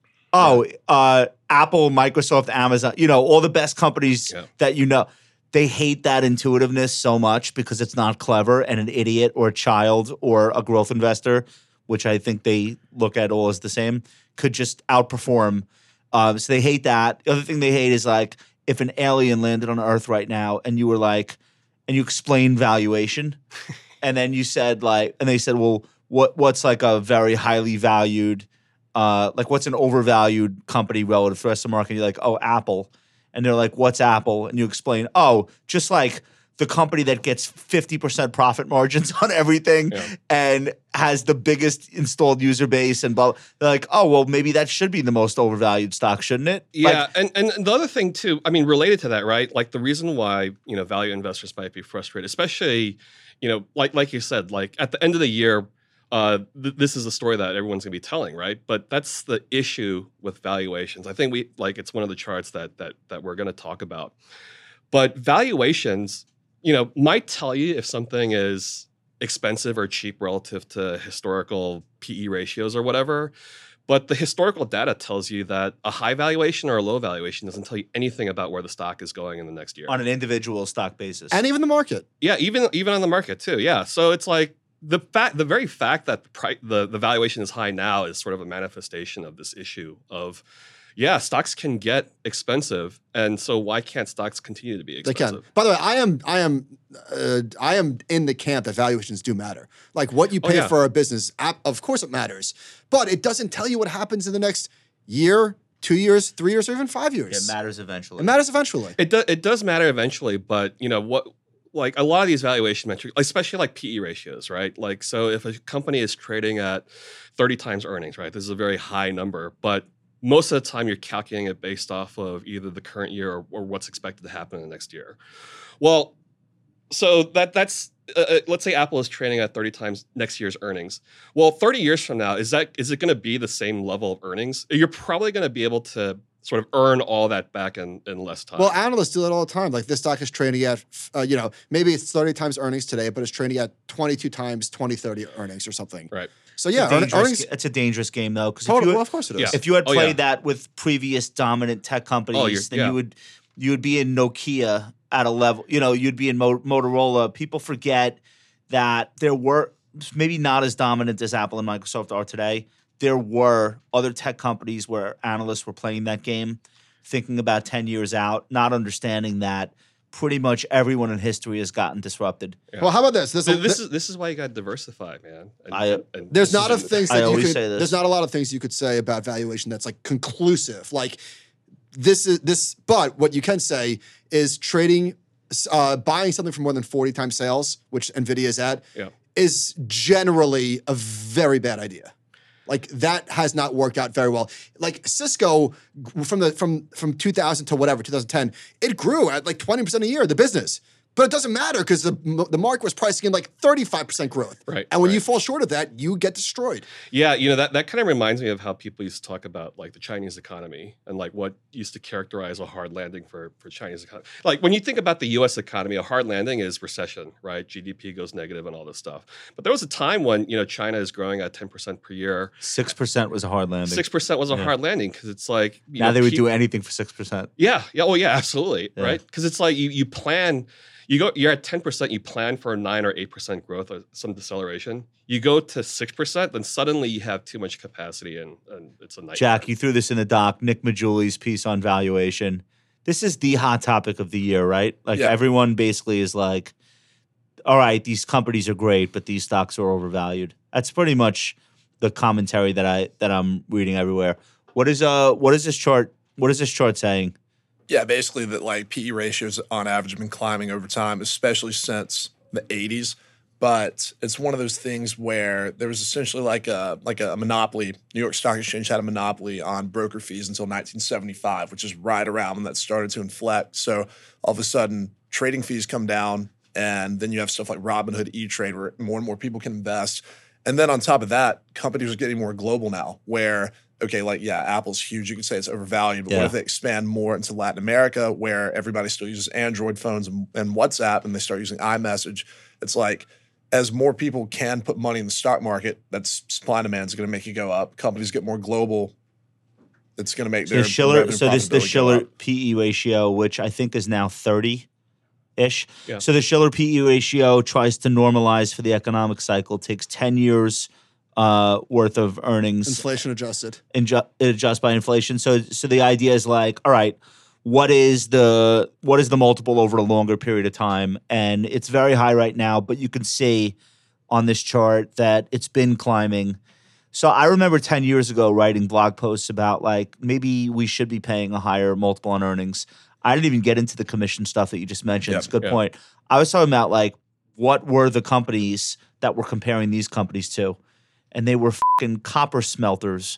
C: Oh, uh, Apple, Microsoft, Amazon, you know, all the best companies
A: Yeah.
C: that you know. They hate that intuitiveness so much because it's not clever and an idiot or a child or a growth investor, which I think they look at all as the same, could just outperform. Um, so they hate that. The other thing they hate is like if an alien landed on Earth right now and you were like, and you explained valuation, and then you said like, and they said, well, what what's like a very highly valued uh, like what's an overvalued company relative to the rest of the market? You're like, oh, Apple. And they're like, what's Apple? And you explain, oh, just like the company that gets 50% profit margins on everything
A: Yeah.
C: and has the biggest installed user base and blah. They're like, oh, well, maybe that should be the most overvalued stock, shouldn't it? Like,
A: Yeah, and and the other thing too, I mean, related to that, right? Like the reason why you know value investors might be frustrated, especially you know, like like you said, like at the end of the year, uh, th- this is a story that everyone's gonna be telling, right? But that's the issue with valuations. I think we like it's one of the charts that that that we're gonna talk about. But valuations, you know, might tell you if something is expensive or cheap relative to historical PE ratios or whatever. But the historical data tells you that a high valuation or a low valuation doesn't tell you anything about where the stock is going in the next year.
C: on an individual stock basis.
E: and even the market
A: yeah, even even on the market too. Yeah, so it's like the fact, the very fact that the, pri- the the valuation is high now is sort of a manifestation of this issue of, yeah, stocks can get expensive, and so why can't stocks continue to be
E: they
A: expensive?
E: can by the way I am I am uh, I am in the camp that valuations do matter like what you
A: Oh,
E: pay
A: yeah.
E: for a business app of course it matters but it doesn't tell you what happens in the next year two years three years or even five years
C: it matters eventually.
E: it matters eventually
A: It does. It does matter eventually, but you know what? Like a lot of these valuation metrics, especially like PE ratios, right? Like so, if a company is trading at thirty times earnings, right? This is a very high number, but most of the time you're calculating it based off of either the current year or, or what's expected to happen in the next year. Well, so that that's uh, uh, let's say Apple is trading at thirty times next year's earnings. Well, thirty years from now, is that is it going to be the same level of earnings? You're probably going to be able to sort of earn all that back in, in less time.
E: Well, analysts do that all the time. Like this stock is trading at, uh, you know, maybe it's 30 times earnings today, but it's trading at 22 times 2030 earnings or something.
A: Right.
E: So
C: It's a
E: yeah, earn-
C: dangerous
E: earnings.
C: ga- it's a dangerous game though, because
E: Totally, well, of course it is.
A: Yeah.
C: If you had
A: Oh,
C: played
A: yeah. Oh,
C: that with previous dominant tech companies,
A: you're-
C: then
A: yeah.
C: you would you would be in Nokia at a level. You know, you'd be in Mo- Motorola. People forget that there were maybe not as dominant as Apple and Microsoft are today. There were other tech companies where analysts were playing that game, thinking about ten years out, not understanding that pretty much everyone in history has gotten disrupted.
A: Yeah.
E: Well, how about this? This,
A: Th- this is this is why you got to diversify, man. And-
C: I-
A: and- and
E: there's
A: this
E: not a
A: is-
E: things
C: I
E: that you
C: always
E: could,
C: say this.
E: there's not a lot of things you could say about valuation that's like conclusive. Like this is this, but what you can say is trading, uh, buying something for more than 40 times sales, which Nvidia is at,
A: Yeah.
E: is generally a very bad idea. Like that has not worked out very well. Like Cisco g- from the from from 2000 to whatever 2010, it grew at like 20% a year the business. But it doesn't matter because the m- the market was pricing in like 35% growth.
A: Right,
E: And when
A: right.
E: you fall short of that, you get destroyed.
A: Yeah, you know that that kind of reminds me of how people used to talk about like the Chinese economy and like what used to characterize a hard landing for for Chinese economy. Like when you think about the U.S. economy, a hard landing is recession, right? GDP goes negative and all this stuff. But there was a time when you know China is growing at ten percent per year.
C: Six percent was a hard landing.
A: Six percent was a
C: Yeah.
A: hard landing because it's like you
C: now
A: know,
C: they would
A: peop-
C: do anything for six percent.
A: Yeah, yeah, oh yeah, absolutely,
C: Yeah.
A: right? Because it's like you you plan, You go, you're at 10%, you plan for a 9 or 8% growth or some deceleration. You go to 6%, then suddenly you have too much capacity and, and it's a nightmare.
C: Jack, you threw this in the doc. Nick Majuli's piece on valuation. This is the hot topic of the year, right? Like
B: Yeah.
C: everyone basically is like, all right, these companies are great, but these stocks are overvalued. That's pretty much the commentary that I that I'm reading everywhere. What is uh what is this chart what is this chart saying?
B: Yeah, basically that like PE ratios on average have been climbing over time, especially since the 80s. But it's one of those things where there was essentially like a like a monopoly. New York Stock Exchange had a monopoly on broker fees until 1975, which is right around when that started to inflect. So all of a sudden, trading fees come down, and then you have stuff like Robinhood, E Trade, where more and more people can invest. And then on top of that, companies are getting more global now, where okay, like yeah, Apple's huge. You could say it's overvalued, but
C: Yeah.
B: what if they expand more into Latin America, where everybody still uses Android phones and, and WhatsApp, and they start using iMessage? It's like as more people can put money in the stock market, that's supply and demand is going to make it go up. Companies get more global. It's going to make
C: So
B: their
C: the Schiller,
B: revenue
C: so this the
B: profitability go
C: Schiller
B: up.
C: PE ratio, which I think is now thirty ish.
A: Yeah.
C: So the Schiller PE ratio tries to normalize for the economic cycle. Takes ten years uh, worth of earnings
E: Inflation adjusted.
C: and ju- adjust by inflation. So so the idea is like, all right, what is the what is the multiple over a longer period of time? And it's very high right now, but you can see on this chart that it's been climbing. So I remember 10 years ago writing blog posts about like maybe we should be paying a higher multiple on earnings. I didn't even get into the commission stuff that you just mentioned.
B: Yep,
C: It's a good
A: yeah.
C: point. I was talking about like what were the companies that were comparing these companies to? And they were fucking copper smelters.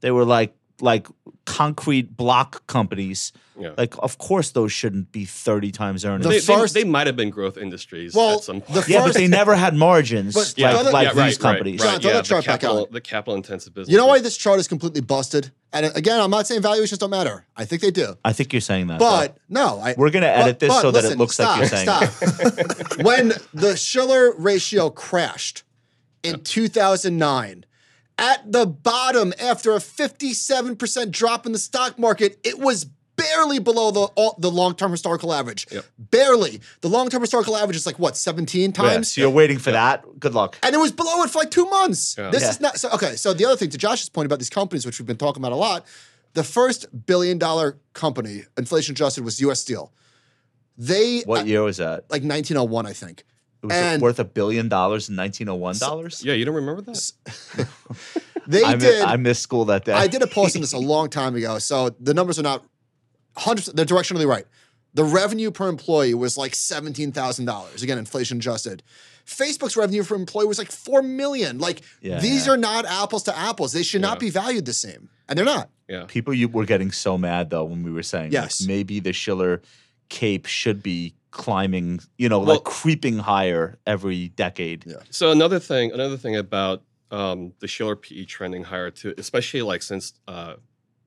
C: They were like like concrete block companies.
A: Yeah.
C: Like of course those shouldn't be 30 times earnings.
A: they,
E: The first-
A: they, they might have been growth industries
E: Well,
A: at some point.
E: the
C: yeah,
E: first-
C: but they never had margins
E: But-
C: like,
E: Yeah,
C: like
A: Yeah,
C: these
A: right, right,
C: companies.
A: Right,
E: John, throw
A: yeah,
E: that chart
A: the
E: back
A: capital,
E: on.
A: the capital intensive business.
E: You know why this chart is completely busted? And again, I'm not saying valuations don't matter. I think they do.
C: I think you're saying that. though.
E: But no, I,
C: We're gonna edit this so that it looks like
E: stop,
C: you're saying
E: Stop. when the Schiller ratio crashed in 2009, at the bottom after a 57% drop in the stock market, it was barely below the all, the long-term historical average.
A: Yep.
E: Barely. The long-term historical average is like what, 17
C: Yeah,
E: times?
C: so you're waiting for that. Good luck.
E: and it was below it for like two months.
A: Yeah.
E: This
C: Yeah.
E: is not so okay. So the other thing to Josh's point about these companies, which we've been talking about a lot, the first billion dollar company, inflation adjusted, was U.S. Steel. They
C: What
E: uh,
C: year was that?
E: like 1901, I think.
C: Was it
E: and-
C: worth a billion dollars in 1901 dollars?
A: Yeah, you don't remember that?
E: They
C: I, mi-
E: did.
C: I missed school that day.
E: I did a post on this a long time ago, so the numbers are not hundred. They're directionally right. The revenue per employee was like seventeen thousand dollars. Again, inflation adjusted. Facebook's revenue per employee was like four million. Like
C: Yeah.
E: these are not apples to apples. They should not
A: Yeah.
E: be valued the same, and they're not.
A: Yeah.
C: People you were getting so mad though when we were saying like,
E: Yes.
C: maybe the Schiller cape should be climbing, you know,
A: Well-
C: like creeping higher every decade.
E: Yeah.
A: So another thing, another thing about um, the Schiller PE trending higher too, especially like since uh,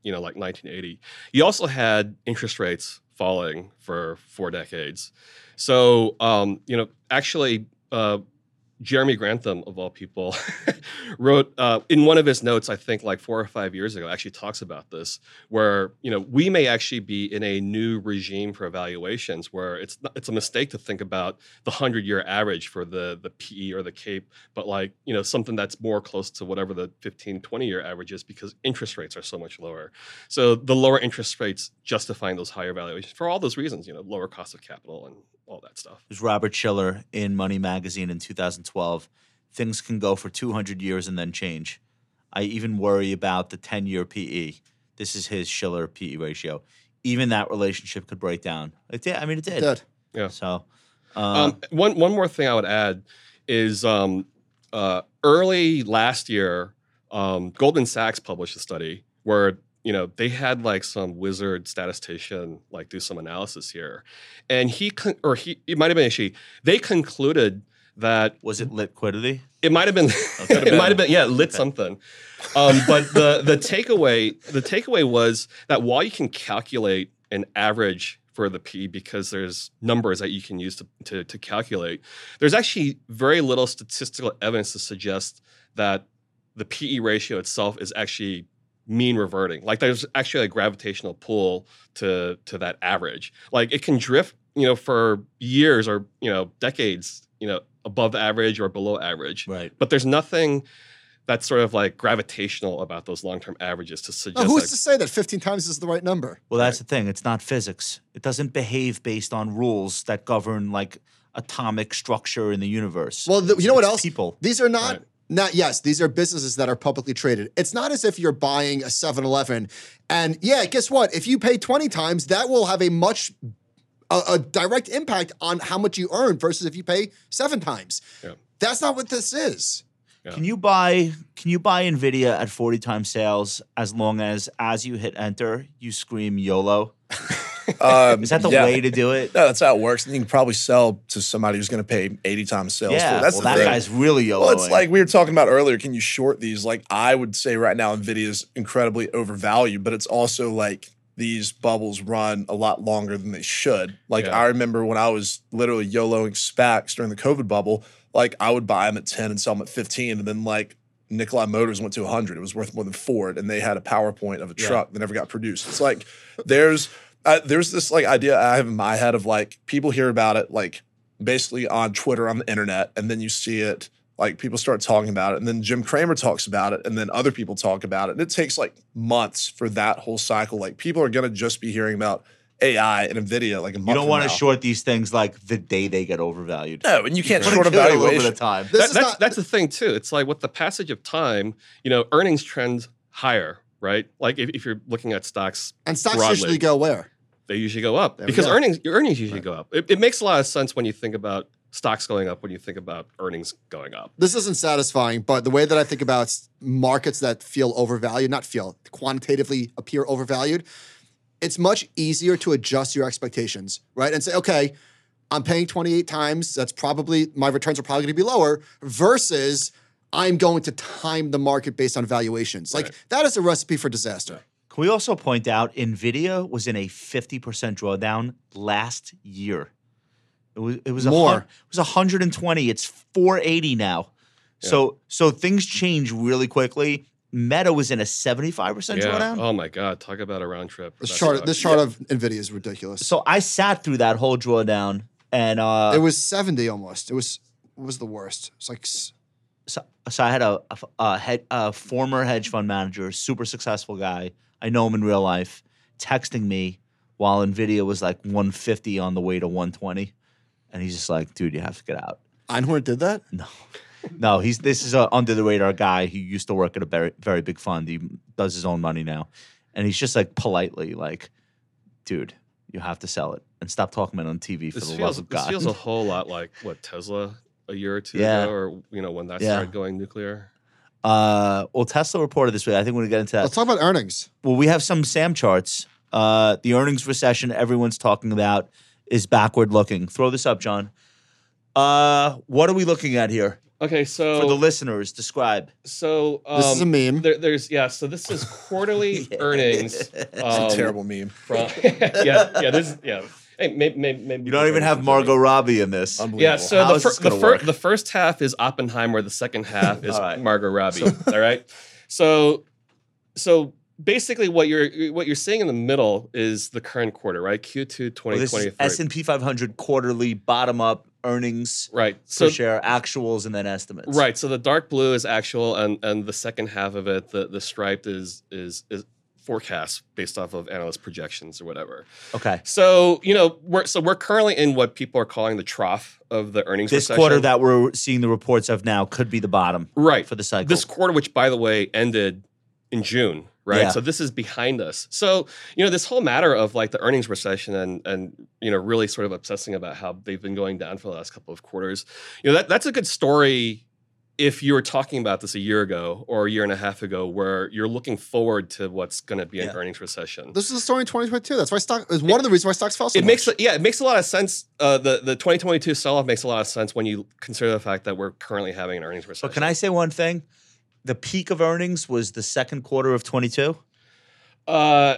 A: you know like 1980, you also had interest rates falling for four decades. So um, you know, actually, uh, Jeremy Grantham of all people wrote uh, in one of his notes, I think like four or five years ago, actually talks about this, where you know we may actually be in a new regime for evaluations where it's not, it's a mistake to think about the hundred year average for the the PE or the CAPE, but like you know something that's more close to whatever the 15, 20 year average is because interest rates are so much lower. So the lower interest rates justifying those higher valuations for all those reasons, you know, lower cost of capital and all that stuff.
C: It was Robert Schiller in Money Magazine in 2012. Things can go for 200 years and then change. I even worry about the 10 year PE. This is his Schiller PE ratio. Even that relationship could break down. It did. I mean, it did.
E: Dead.
A: Yeah.
C: So, uh,
A: Um, one one more thing I would add is um, uh, early last year, um, Goldman Sachs published a study where you know they had like some wizard statistician like do some analysis here, and he con- or he it might have been actually they concluded that
C: was it liquidity?
A: it might have been Oh, it might have been yeah lit something um, but the the takeaway the takeaway was that while you can calculate an average for the p because there's numbers that you can use to, to, to calculate there's actually very little statistical evidence to suggest that the pe ratio itself is actually mean reverting like there's actually a gravitational pull to to that average like it can drift you know, for years or you know, decades, you know, above average or below average.
C: Right.
A: But there's nothing that's sort of like gravitational about those long-term averages to
E: Now,
A: suggest
E: Oh, who's
A: that-
E: to say that 15 times is the right number?
C: Well, that's the thing. It's not physics. It doesn't behave based on rules that govern like atomic structure in the universe.
E: Well, the- you know what
C: It's
E: else?
C: People.
E: These are not.
A: Right.
E: Not yes, these are businesses that are publicly traded. It's not as if you're buying a 7-Eleven and yeah, guess what? If you pay 20 times, that will have a much a, a direct impact on how much you earn versus if you pay 7 times.
A: Yeah.
E: That's not what this is.
A: Yeah.
C: Can you buy can you buy Nvidia at 40 times sales as long as as you hit enter, you scream YOLO?
B: Um,
C: Is that the
B: yeah.
C: way to do it?
B: No, that's how it works. And you can probably sell to somebody who's going to pay 80 times sales. for
C: yeah,
B: it. that's
C: well,
B: the
C: that
B: thing.
C: guy's really YOLO.
B: Well, it's like we were talking about earlier. Can you short these? Like, I would say right now, NVIDIA is incredibly overvalued, but it's also like these bubbles run a lot longer than they should. Like,
A: Yeah.
B: I remember when I was literally YOLOing SPACs during the COVID bubble, like, I would buy them at 10 and sell them at 15. And then, like, Nikolai Motors went to 100. It was worth more than Ford, and they had a PowerPoint of a
C: Yeah.
B: truck that never got produced. It's like, there's. Uh, there's this like idea I have in my head of like people hear about it like basically on Twitter on the internet, and then you see it like people start talking about it, and then Jim Cramer talks about it, and then other people talk about it, and it takes like months for that whole cycle. Like people are gonna just be hearing about AI and Nvidia like a month.
C: you don't
B: from
C: want to
B: now.
C: short these things like the day they get overvalued.
B: No, and you can't
C: Wanna
B: short a
C: give it a little bit
B: valuation.
C: of time.
E: This
A: That-
E: is
A: that's,
E: not
A: that's the thing too. It's like with the passage of time, you know, earnings trend higher, right? Like if, if you're looking at stocks,
E: and stocks
A: broadly.
E: usually go where?
A: they usually go up
E: There we
A: because
E: go.
A: earnings your earnings usually go up. It, it makes a lot of sense when you think about stocks going up when you think about earnings going up.
E: this isn't satisfying, but the way that I think about s- markets that feel overvalued, not feel, quantitatively appear overvalued, it's much easier to adjust your expectations, right? And say, okay, I'm paying 28 times. That's probably, my returns are probably going to be lower versus I'm going to time the market based on valuations. Like
A: Right.
E: that is a recipe for disaster.
C: Can we also point out NVIDIA was in a 50% drawdown last year? It was it was a hun-
E: More.
C: it was 120. It's 480 now. So so things change really quickly. Meta was in a 75% drawdown.
A: Oh my god, talk about a round trip.
E: This
A: That's
E: chart,
A: sucks.
E: this chart of NVIDIA is ridiculous.
C: So I sat through that whole drawdown and uh
E: it was 70 almost. It was, it was the worst. It's like, s-
C: so, so I had a, a, a, head, a former hedge fund manager, super successful guy. I know him in real life, texting me while Nvidia was like 150 on the way to 120, and he's just like, "Dude, you have to get out."
E: Einhorn did that?
C: No, he's this is a under the radar guy who used to work at a very very big fund. He does his own money now, and he's just like politely like, "Dude, you have to sell it and stop talking about it on TV for
A: This
C: the
A: feels,
C: love of
A: this
C: God."
A: feels a whole lot like what Tesla a year or two
C: Yeah.
A: ago, or you know when that
C: Yeah.
A: started going nuclear.
C: uh, well, Tesla reported this way. I think we're gonna get into that.
E: Let's talk about earnings.
C: Well, we have some SAM charts. Uh, the earnings recession everyone's talking about is backward looking. Throw this up, John. Uh, what are we looking at here
A: Okay,
C: for the
A: so
C: listeners? Describe.
A: so um,
E: This is a meme.
A: There, there's yeah. So this is quarterly earnings. Um,
B: It's a terrible meme.
A: From, yeah, yeah. This is- yeah. Hey, maybe, maybe, maybe
C: You don't even have Margot Robbie in this.
B: Unbelievable.
A: Yeah, so
C: How
A: the,
C: is
A: fir-
C: this
A: the,
C: gonna
A: fir-
C: work?
A: the first half is Oppenheimer, the second half is
C: All right.
A: Margot Robbie. all right, so so basically, what you're what you're seeing in the middle is the current quarter, right? Q2
C: Well, this is
A: 2023.
C: S and P 500 quarterly bottom up earnings
A: right.
C: per
A: So
C: share actuals and then estimates.
A: right. So the dark blue is actual, and and the second half of it, the the striped is is is forecast based off of analyst projections or whatever.
C: Okay.
A: So you know, we're so we're currently in what people are calling the trough of the earnings.
C: This
A: recession.
C: quarter that we're seeing the reports of now could be the bottom
A: right
C: for the cycle.
A: this quarter, which by the way ended in June, right?
C: Yeah.
A: So this is behind us. So you know this whole matter of like the earnings recession and and you know really sort of obsessing about how they've been going down for the last couple of quarters. You know that that's a good story if you were talking about this a year ago or a year and a half ago, where you're looking forward to what's going to be an
C: Yeah.
A: earnings recession.
E: This is a story in 2022. That's why stock is one of the reasons why stocks fell so
A: It
E: much.
A: makes yeah, it makes a lot of sense. Uh, the the 2022 sell off makes a lot of sense when you consider the fact that we're currently having an earnings recession.
C: but can I say one thing? The peak of earnings was the second quarter of 22.
A: Uh,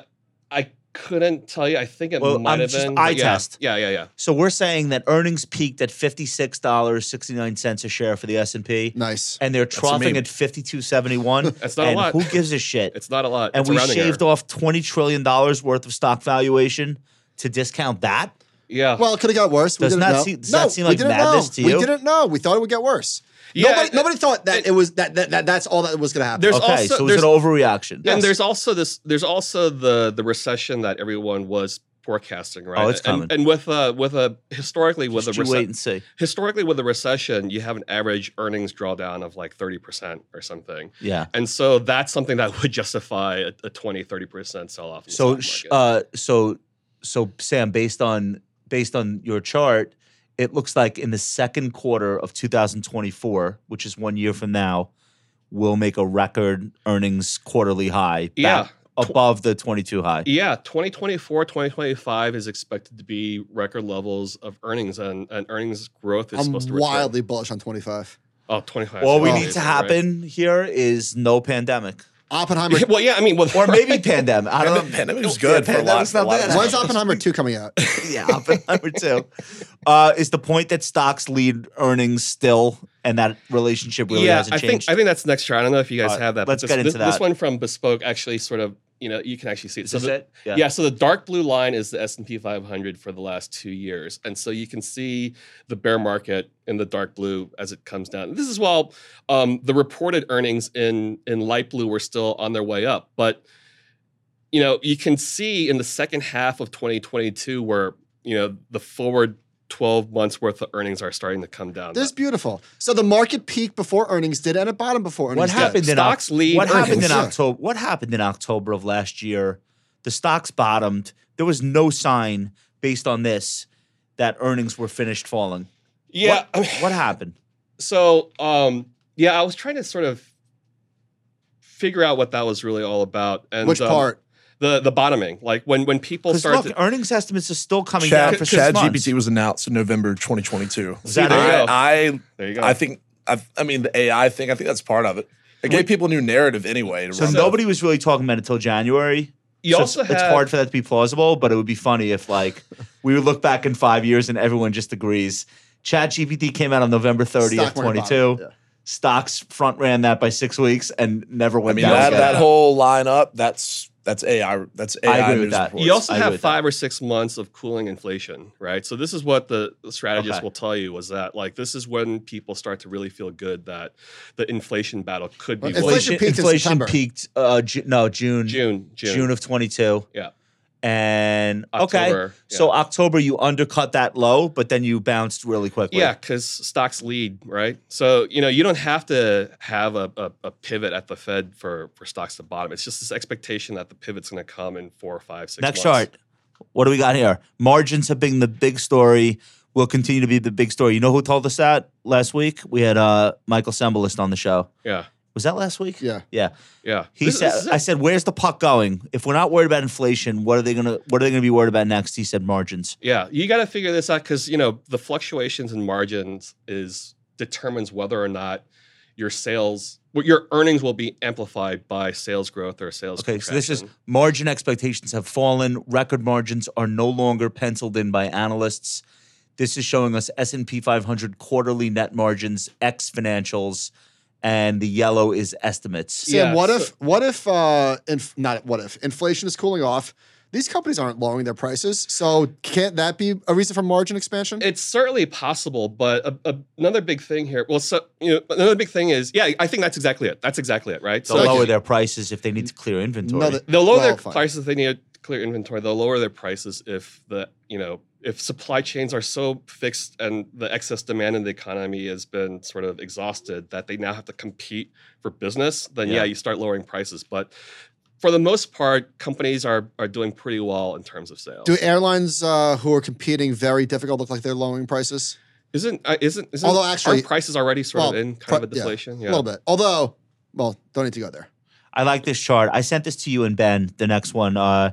A: I couldn't tell you. I think it
C: Well,
A: might
C: I'm
A: have
C: just
A: been
C: eye
A: but yeah.
C: test.
A: Yeah, yeah, yeah.
C: So we're saying that earnings peaked at fifty-six dollars sixty-nine cents a share for the S and P,
E: nice.
C: and they're
B: a
C: troughing
B: meme.
C: at fifty-two seventy-one.
A: That's not a
C: and
A: lot.
C: Who gives a shit?
A: It's not a lot.
C: and
A: It's a
C: we
A: rounding
C: shaved
A: error.
C: off twenty trillion dollars worth of stock valuation to discount that.
A: Yeah.
E: Well, it could have got worse.
C: Does
E: we didn't
C: not
E: know.
C: see- does
E: no,
C: that seem
E: we
C: like
E: didn't
C: madness
E: know.
C: to
E: We
C: you?
E: didn't know. We thought it would get worse.
A: Yeah,
E: nobody,
A: it-
E: nobody thought that it, was that, that that that's all that was going to happen.
J: Oh,
A: There's
C: okay,
A: also-
C: so it was an
A: there's-
C: overreaction.
A: And there's also this. There's also the the recession that everyone was forecasting, right?
C: Oh, it's
A: and,
C: coming.
A: and with a with a historically with
C: Just
A: a
C: you
A: rece-
C: wait and see.
A: historically with a recession, you have an average earnings drawdown of like thirty percent or something.
C: Yeah.
A: And so that's something that would justify a, a 20, 30% sell off.
C: So, sh- uh, so, so Sam, based on based on your chart, it looks like in the second quarter of 2024, which is one year from now, we'll make a record earnings quarterly high.
A: Yeah.
C: back above the 22 high.
A: yeah, 2024, 2025 is expected to be record levels of earnings and, and earnings growth is
J: I'm
A: supposed to return.
J: wildly bullish on 25.
A: Oh, 25.
C: All we
A: Oh.
C: need to
A: Right.
C: happen here is no pandemic,
J: Oppenheimer.
A: well, yeah, I mean, well,
C: or maybe pandemic. I don't know.
B: Pandemic was good for a lot.
C: Pandemic's
B: For a
C: not
B: lot
C: bad.
B: of
J: When's
B: companies.
J: Oppenheimer 2 coming out?
C: yeah, Oppenheimer too. Uh, is the point that stocks lead earnings still, and that relationship really
A: yeah,
C: hasn't
A: I think
C: changed?
A: I think that's next year. I don't know if you guys
C: All right,
A: have that.
C: let's
A: but this,
C: get into
A: this, this
C: that.
A: one from Bespoke actually sort of, you know, you can actually see it.
C: is
A: So
C: this
A: the-
C: it?
A: Yeah. so the dark blue line is the S&P 500 for the last 2 years. And so you can see the bear market in the dark blue as it comes down. This is while um, the reported earnings in in light blue were still on their way up, but you know, you can see in the second half of 2022 where, you know, the forward 12 months worth of earnings are starting to come down.
J: This is beautiful. So the market peaked before earnings did and it bottomed before earnings
C: What
J: did.
C: happened in
A: Stocks
C: Oc-
A: lead
C: What happened
J: earnings.
C: in
J: Yeah.
C: October? What happened in October of last year? The stocks bottomed. There was no sign based on this that earnings were finished falling.
A: yeah, I
C: What,
A: mean-
C: what happened?
A: So, um, yeah, I was trying to sort of figure out what that was really all about. And
J: Which
A: um,
J: part?
A: The the bottoming, like when when people
C: Because
A: start.
C: look, earnings estimates are still coming down
B: Chad,
C: for
B: Chad
C: six months.
B: GPT was announced in November 2022.
C: Is that
A: There you
B: I,
A: go.
B: I,
A: there you go.
B: I think, I, I mean, the AI thing, I think that's part of it. It gave people a new narrative anyway. To
C: So
B: run with.
C: nobody was really talking about it until January.
A: you
C: So
A: also
C: it's, it's
A: had-
C: hard for that to be plausible, but it would be funny if like we would look back in five years and everyone just agrees. Chat GPT came out on November 30th,
J: Stock market
C: 22.
J: bottom,
C: Stocks front ran that by six weeks and never
B: I
C: went
B: mean,
C: down.
B: that,
C: again.
B: that whole lineup, that's that's AI. That's AI.
C: agree with
B: news
C: that.
B: reports.
A: You also
C: I agree
A: have
C: with that.
A: five or six months of cooling inflation, right? So this is what the strategist
C: Okay.
A: will tell you was that like this is when people start to really feel good that the inflation battle could be
J: Well,
A: won.
J: inflation- peaked in
C: inflation
J: September.
C: peaked, uh, Ju- no, June,
A: June, June,
C: June of 22.
A: Yeah.
C: And okay.
A: October, yeah.
C: So October, you undercut that low, but then you bounced really quickly.
A: Yeah, because stocks lead, right? So you know you don't have to have a, a, a pivot at the Fed for for stocks to bottom. It's just this expectation that the pivot's going to come in four or five, six.
C: Next
A: months.
C: chart. What do we got here? Margins have been the big story. Will continue to be the big story. You know who told us that last week? We had uh, Michael Sembalist on the show.
A: Yeah,
C: Was that last week?
J: Yeah.
C: Yeah.
A: yeah.
C: He
A: This-
C: said,
A: this is
C: "I
A: it.
C: said, where's the puck going? If we're not worried about inflation, what are they gonna What are they gonna be worried about next?" He said, "Margins."
A: yeah, you got to figure this out because you know the fluctuations in margins is determines whether or not your sales, what your earnings will be amplified by sales growth or sales.
C: Okay, so this is
A: contraction.
C: margin expectations have fallen. Record margins are no longer penciled in by analysts. This is showing us S&P 500 quarterly net margins ex financials and the yellow is estimates.
J: Sam,
A: Yeah,
J: what
A: so-
J: if what if uh inf- not what if inflation is cooling off? These companies aren't lowering their prices, so can't that be a reason for margin expansion?
A: It's certainly possible, but a, a- another big thing here. Well, so you know, another big thing is, yeah, I think that's exactly it. That's exactly it, right?
C: They'll
A: So
C: lower their prices if they need to clear inventory.
J: Another-
A: they'll lower
J: well,
A: their
J: fine.
A: prices if they need to clear inventory. They'll lower their prices if the you know if supply chains are so fixed and the excess demand in the economy has been sort of exhausted that they now have to compete for business. Then yeah,
C: Yeah.
A: you start lowering prices, but. For the most part, companies are, are doing pretty well in terms of sales.
J: Do airlines uh, who are competing very difficult look like they're lowering prices?
A: isn't uh, isn't isn't
J: Although
A: aren't
J: actually-
A: prices already sort of
J: well,
A: in kind of a
J: pri- yeah,
A: deflation?
J: A little bit. Although, well, don't need to go there.
C: I like this chart. I sent this to you and Ben, the next one. Uh,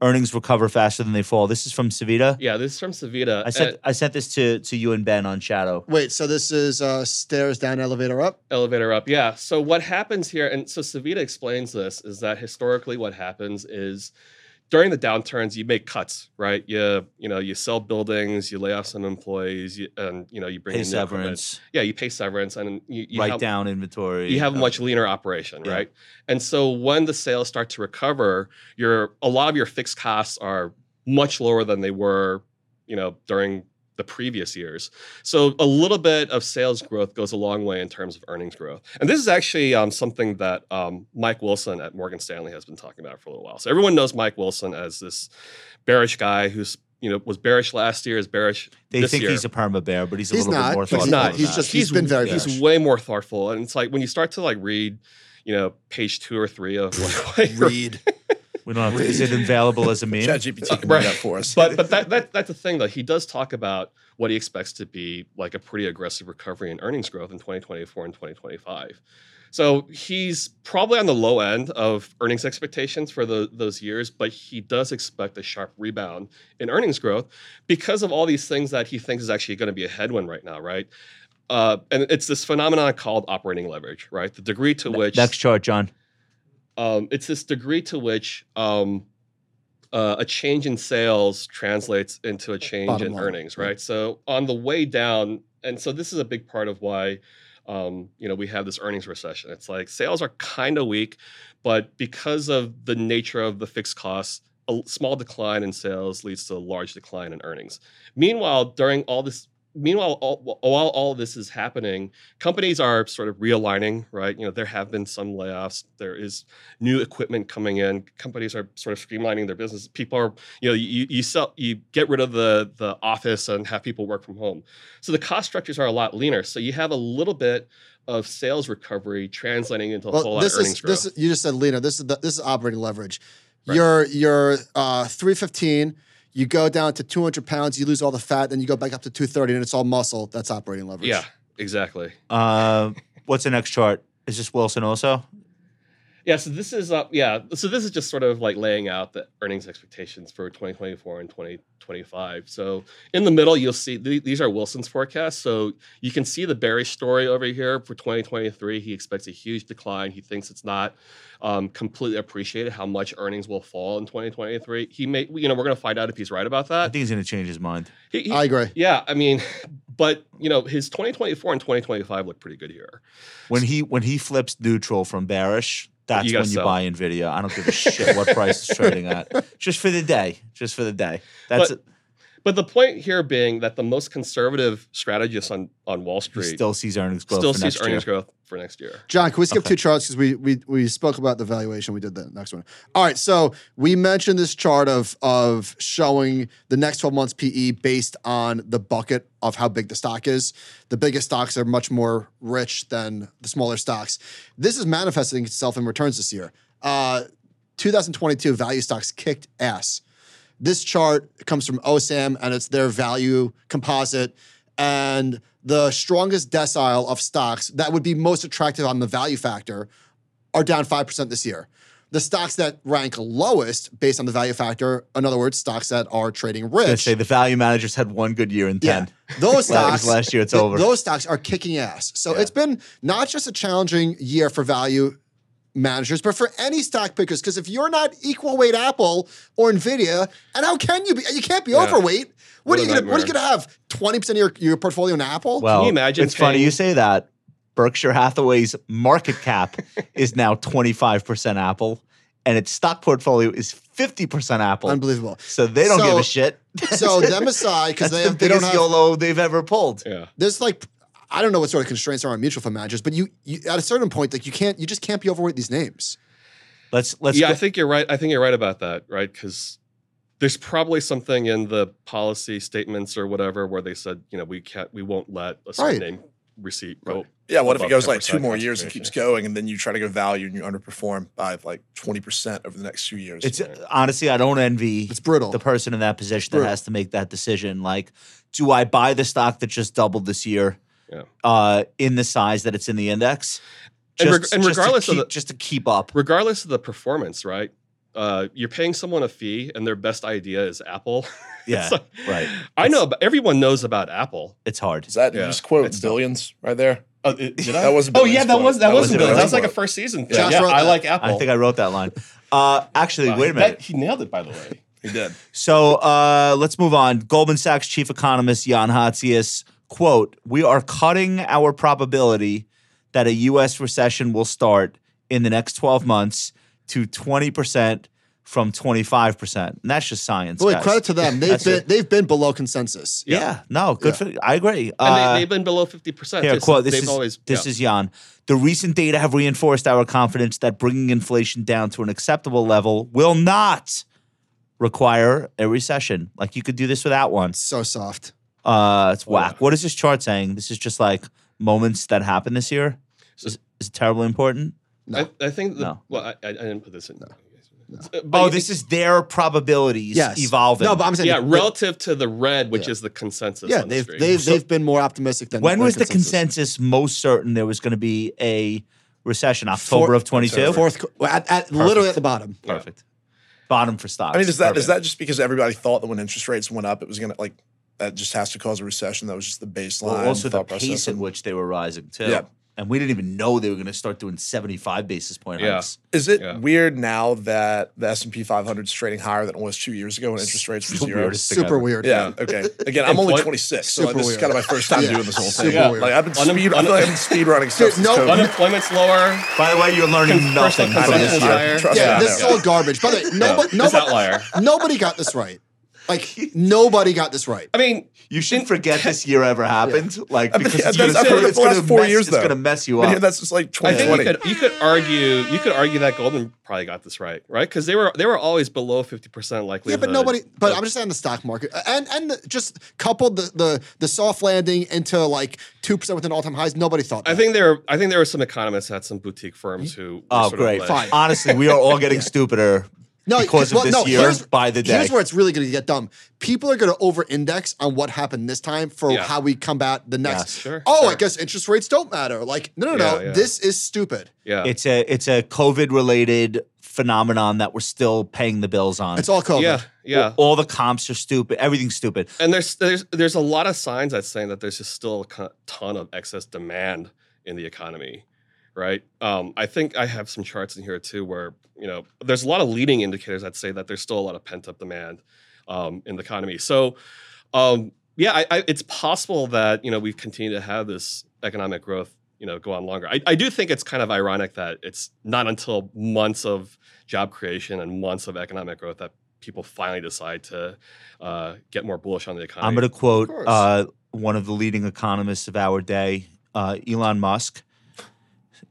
C: earnings recover faster than they fall. This is from Savita.
A: Yeah, this is from Savita. Uh,
C: I sent I sent this to to you and Ben on Shadow.
J: Wait, so this is uh, stairs down, elevator up.
A: elevator up. Yeah. So what happens here, and so Savita explains this, is that historically what happens is during the downturns you make cuts, right? You you know you sell buildings, you lay off some employees, you, and you know you bring
C: Pay
A: in new equipment.
C: severance,
A: Yeah, you pay severance, and you, you
C: write
A: help-
C: down inventory.
A: you have a
C: uh,
A: much leaner operation,
C: Yeah.
A: right? And so when the sales start to recover, your a lot of your fixed costs are much lower than they were you know, during the previous years. So a little bit of sales growth goes a long way in terms of earnings growth. And this is actually um, something that um, Mike Wilson at Morgan Stanley has been talking about for a little while. So everyone knows Mike Wilson as this bearish guy who's you know was bearish last year, is bearish.
C: They
A: this
C: think
A: year.
C: he's a perma bear, but he's a
E: He's
C: little
E: not,
C: bit more
E: but he's
C: thoughtful.
E: not.
C: than
E: He's
C: that.
E: just- he's been very
A: he's
E: bearish.
A: way more thoughtful, and it's like when you start to like read, you know, page two or three of what
K: Read.
C: we don't have to, is it available as a meme?
B: ChatGPT can
A: Right.
B: do that for us.
A: But but that, that that's the thing though. He does talk about what he expects to be like a pretty aggressive recovery in earnings growth in 2024 and 2025. So he's probably on the low end of earnings expectations for tho- those years, but he does expect a sharp rebound in earnings growth because of all these things that he thinks is actually going to be a headwind right now, right? Uh, and it's this phenomenon called operating leverage, right? The degree to which
C: Next chart, John.
A: um, it's this degree to which um, uh, a change in sales translates into a change
K: Bottom
A: in
K: line,
A: earnings,
K: right.
A: right? So on the way down, and so this is a big part of why um, you know we have this earnings recession. It's like sales are kind of weak, but because of the nature of the fixed costs. A l- small decline in sales leads to a large decline in earnings. Meanwhile, during all this, meanwhile, all, while all this is happening, companies are sort of realigning, right? You know, there have been some layoffs. There is new equipment coming in. Companies are sort of streamlining their business. People are, you know, you, you sell, you get rid of the the office and have people work from home. So the cost structures are a lot leaner. So you have a little bit of sales recovery translating into a whole
E: Well,
A: lot of
E: this
A: earnings
E: is
A: growth.
E: this. Is, you just said Lena. This is the, this is operating leverage.
A: Right.
E: You're you're uh, three fifteen. You go down to two hundred pounds. You lose all the fat. Then you go back up to two thirty, and it's all muscle. That's operating leverage.
A: yeah, exactly.
C: Uh, what's the next chart? Is this Wilson also?
A: Yeah, so this is uh, yeah, so this is just sort of like laying out the earnings expectations for 2024 and 2025. So in the middle, you'll see th- these are Wilson's forecasts. So you can see the bearish story over here for 2023. He expects a huge decline. He thinks it's not um, completely appreciated how much earnings will fall in 2023. He may, you know, we're going to find out if he's right about
C: I
A: that.
C: think he's going to change his mind.
A: He- he-
E: I agree.
A: yeah, I mean, but you know, his 2024 and 2025 look pretty good here.
C: When he when he flips neutral from bearish, that's
A: gotta
C: when you
A: sell.
C: buy Nvidia. I don't give a shit what price it's trading at. Just for the day. Just for the day. That's
A: But But the point here being that the most conservative strategists on, on Wall
C: he
A: Street
C: still sees earnings growth.
A: still
C: for
A: sees
C: next
A: earnings
C: year.
A: growth for next year.
E: John, can we skip
C: Okay.
E: two charts because we, we we spoke about the valuation. We did the next one. All right, so we mentioned this chart of of showing the next twelve months PE based on the bucket of how big the stock is. The biggest stocks are much more rich than the smaller stocks. This is manifesting itself in returns this year. Uh, 2022 value stocks kicked ass this chart comes from OSAM and it's their value composite. And the strongest decile of stocks that would be most attractive on the value factor are down 5% this year. The stocks that rank lowest based on the value factor, in other words, stocks that are trading
C: Gonna
E: rich,
C: say the value managers had one good year in ten.
E: those
C: Well, it was
E: stocks
C: last year, it's
E: th-
C: over.
E: Those stocks are kicking ass. So it's been not just a challenging year for value managers, but for any stock pickers. Because if you're not equal weight Apple or Nvidia, and how can you be? You can't be
A: Yeah.
E: overweight.
A: What
E: What, are
A: a
E: you gonna? What are you
A: nightmare.
E: gonna have? Twenty percent of your, your portfolio in Apple?
C: Well,
A: you imagine
C: It's funny
A: paying-
C: you say that. Berkshire Hathaway's market cap is now 25% Apple, and its stock portfolio is 50% Apple.
E: Unbelievable.
C: So they don't
E: So-
C: give a shit.
E: So them aside,
C: That's
E: because they,
C: the
E: have- they don't
C: biggest
E: have
C: YOLO they've ever pulled.
A: Yeah.
E: there's like I don't know what sort of constraints are on mutual fund managers, but you, you at a certain point like you can't you just can't be overweight these names.
C: Let's let's
A: yeah,
C: go-
A: I think you're right. I think you're right about that, right? Because there's probably something in the policy statements or whatever where they said, you know, we can't, we won't let a certain
E: Right.
A: name receipt
B: Right.
A: go.
B: yeah, what if it
A: above
B: goes like
A: 10%
B: two more years and keeps
A: concentration.
B: going, and then you try to go value and you underperform by like twenty percent over the next two years?
C: it's honestly I don't envy
E: It's brutal.
C: the person in that position that
E: Brutal.
C: has to make that decision. Like, do I buy the stock that just doubled this year
A: Yeah.
C: uh, in the size that it's in the index?
A: And reg- and
C: to
A: regardless of
C: keep-
A: the-
C: just to keep up.
A: Regardless of the performance, right? Uh, you're paying someone a fee, and their best idea is Apple.
C: Yeah,
A: So-
C: right.
A: I know, but everyone knows about Apple.
C: It's hard.
B: Is that you
A: Yeah.
B: just quote
A: It's-
B: billions right there?
C: Uh,
A: Oh, it- did
B: That was a
A: Oh
B: Billings
A: yeah, that
B: quote.
A: was that,
B: That
A: was
B: was
A: a
B: a
A: Billings. That
B: Billings
A: was like a
B: quote.
A: first season thing.
E: Josh
A: yeah,
E: wrote
A: I
E: that.
A: like Apple.
C: I think I wrote that line. Uh, actually,
A: Wow.
C: wait a
A: That-
C: minute.
A: he nailed it, by the way.
B: He did.
C: So uh, let's move on. Goldman Sachs chief economist Jan Hatzius quote: "We are cutting our probability that a U.S. recession will start in the next 12 months to 20 percent from 25%. And that's just science.
E: But wait,
C: guys.
E: credit to them. They've
C: That's
E: been
C: it.
E: they've been below consensus.
C: Yeah. no, good for I agree.
A: And
C: Uh,
A: they, they've been below 50%.
C: Here,
A: This-
C: quote. This
A: they've
C: is
A: always,
C: this
A: yeah.
C: is Jan. The recent data have reinforced our confidence that bringing inflation down to an acceptable level will not require a recession. Like you could do this without one.
E: So soft.
C: Uh, it's whack. What is this chart saying? This is just like moments that happen this year. Is, is it terribly important?
A: I, I think, the,
C: No.
A: well, I, I I didn't put this in. Uh, but
C: Oh,
A: you-
C: this is their probabilities evolving.
E: No, but I'm saying
A: yeah,
E: they-
A: relative to the red, which is the consensus.
E: yeah,
A: on the
E: they've
A: street.
E: they've,
A: So-
E: they've been more optimistic than
C: when
E: than
C: was the
E: consensus.
C: consensus most certain there was going to be a recession? October
E: Fourth-
C: of 22?
E: Fourth, qu- at, at literally at the bottom.
C: Perfect. Bottom for stocks.
B: I mean, is that is
C: Perfect.
B: that just because everybody thought that when interest rates went up, it was gonna like that just has to cause a recession? That was just the baseline.
C: Well, also the
B: thought process.
C: pace at which they were rising too.
B: Yeah.
C: And we didn't even know they were going to start doing 75 basis point
A: Yeah.
C: hikes.
B: Is it
A: Yeah.
B: weird now that the S and P 500 is trading higher than it was two years ago when interest rates were
C: It's the
B: zero?
C: weirdest thing
E: Super
C: ever.
E: weird.
B: Yeah. Okay. Again, I'm only
A: Employ-
B: 26, so like,
E: Super
B: this is
E: weird.
B: kind of my first time
E: Yeah.
B: doing this whole
E: Super
B: thing. Yeah.
E: weird.
B: Like I've been
A: Unem-
B: speed. I feel like I've been speed running stuff.
E: no-
B: since COVID.
A: Unemployment's lower.
C: By the way, you're learning nothing
A: Personal
C: from
A: consumption
C: this
A: is
B: Yeah.
C: year.
A: higher.
B: Trust
E: Yeah,
B: Yeah.
E: this is
B: Yeah.
E: all garbage. By the way, nobody,
A: It's
E: nobody,
A: outlier.
E: nobody got this right. Like nobody got this right.
A: I mean,
C: You should forget this year ever happened. Like,
B: mean,
C: because
B: yeah,
C: it's
B: that's-
C: going
B: I've heard
C: to
B: it's the last four
C: mess,
B: years,
C: it's
B: though.
C: gonna mess you
B: But yeah,
C: up.
B: that's just like
A: I think you
B: 2020.
A: could you could argue you could argue that Goldman probably got this right, right? Because they were they were always below fifty percent
E: Yeah,
A: likelihood.
E: but nobody. But
A: of-
E: I'm just saying the stock market and and the, just coupled the, the the soft landing into like two percent with an all time highs. Nobody thought. That.
A: I think there were I think there were some economists at some boutique firms who. were
C: Oh,
A: sort of
C: great.
A: like-
E: Fine.
C: Honestly, we are all getting stupider because of
E: well,
C: this
E: no,
C: year
E: here's-
C: by the day.
E: Here's where it's really going to get dumb. People are going to over-index on what happened this time for
A: Yeah.
E: how we combat the next.
C: Yes.
A: Sure,
E: oh, I
A: sure.
E: guess interest rates don't matter. Like, no, no, no.
A: Yeah, yeah.
E: This is stupid.
A: Yeah.
C: It's a it's a COVID related phenomenon that we're still paying the bills on.
E: It's all COVID.
A: yeah. Yeah.
C: all the comps are stupid. Everything's stupid.
A: And there's there's there's a lot of signs that's saying that there's just still a co- ton of excess demand in the economy, right? Um, I think I have some charts in here too where you know there's a lot of leading indicators that say that there's still a lot of pent up demand um, in the economy. So um, yeah, I, I, it's possible that you know we continue to have this economic growth you know go on longer. I, I do think it's kind of ironic that it's not until months of job creation and months of economic growth that people finally decide to uh, get more bullish on the economy.
C: I'm going to quote
E: course.
C: uh, one of the leading economists of our day, uh, Elon Musk.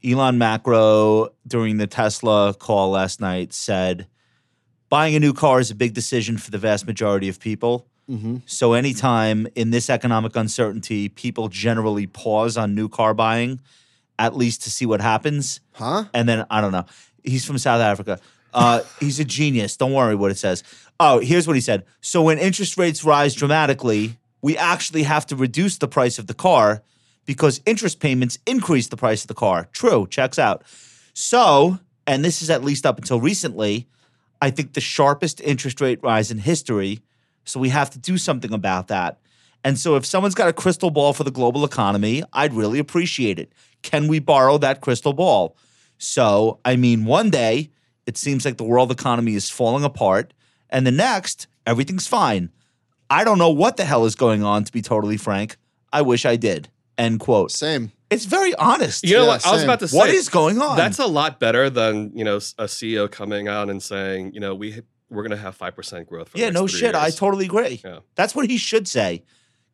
C: Elon Macro, during the Tesla call last night, said, Buying a new car is a big decision for the vast majority of people.
E: hmm
C: So, anytime in this economic uncertainty, people generally pause on new car buying, at least to see what happens.
E: Huh?
C: And then I don't know. He's from South Africa. Uh, he's a genius. Don't worry what it says. Oh, here's what he said. So when interest rates rise dramatically, we actually have to reduce the price of the car because interest payments increase the price of the car. True. Checks out. So, and this is at least up until recently, I think the sharpest interest rate rise in history. So we have to do something about that. And so if someone's got a crystal ball for the global economy, I'd really appreciate it. Can we borrow that crystal ball? So, I mean, one day it seems like the world economy is falling apart, and the next, everything's fine. I don't know what the hell is going on, to be totally frank. I wish I did. End quote.
E: Same.
C: It's very honest.
A: You know
E: Yeah,
A: what? I was
E: same.
A: about to say
C: what is going on?
A: that's a lot better than you know s- a CEO coming out and saying you know we we're gonna have five percent growth. For the
C: yeah,
A: next
C: no
A: three
C: shit. I
A: years."
C: totally agree.
A: Yeah.
C: That's what he should say.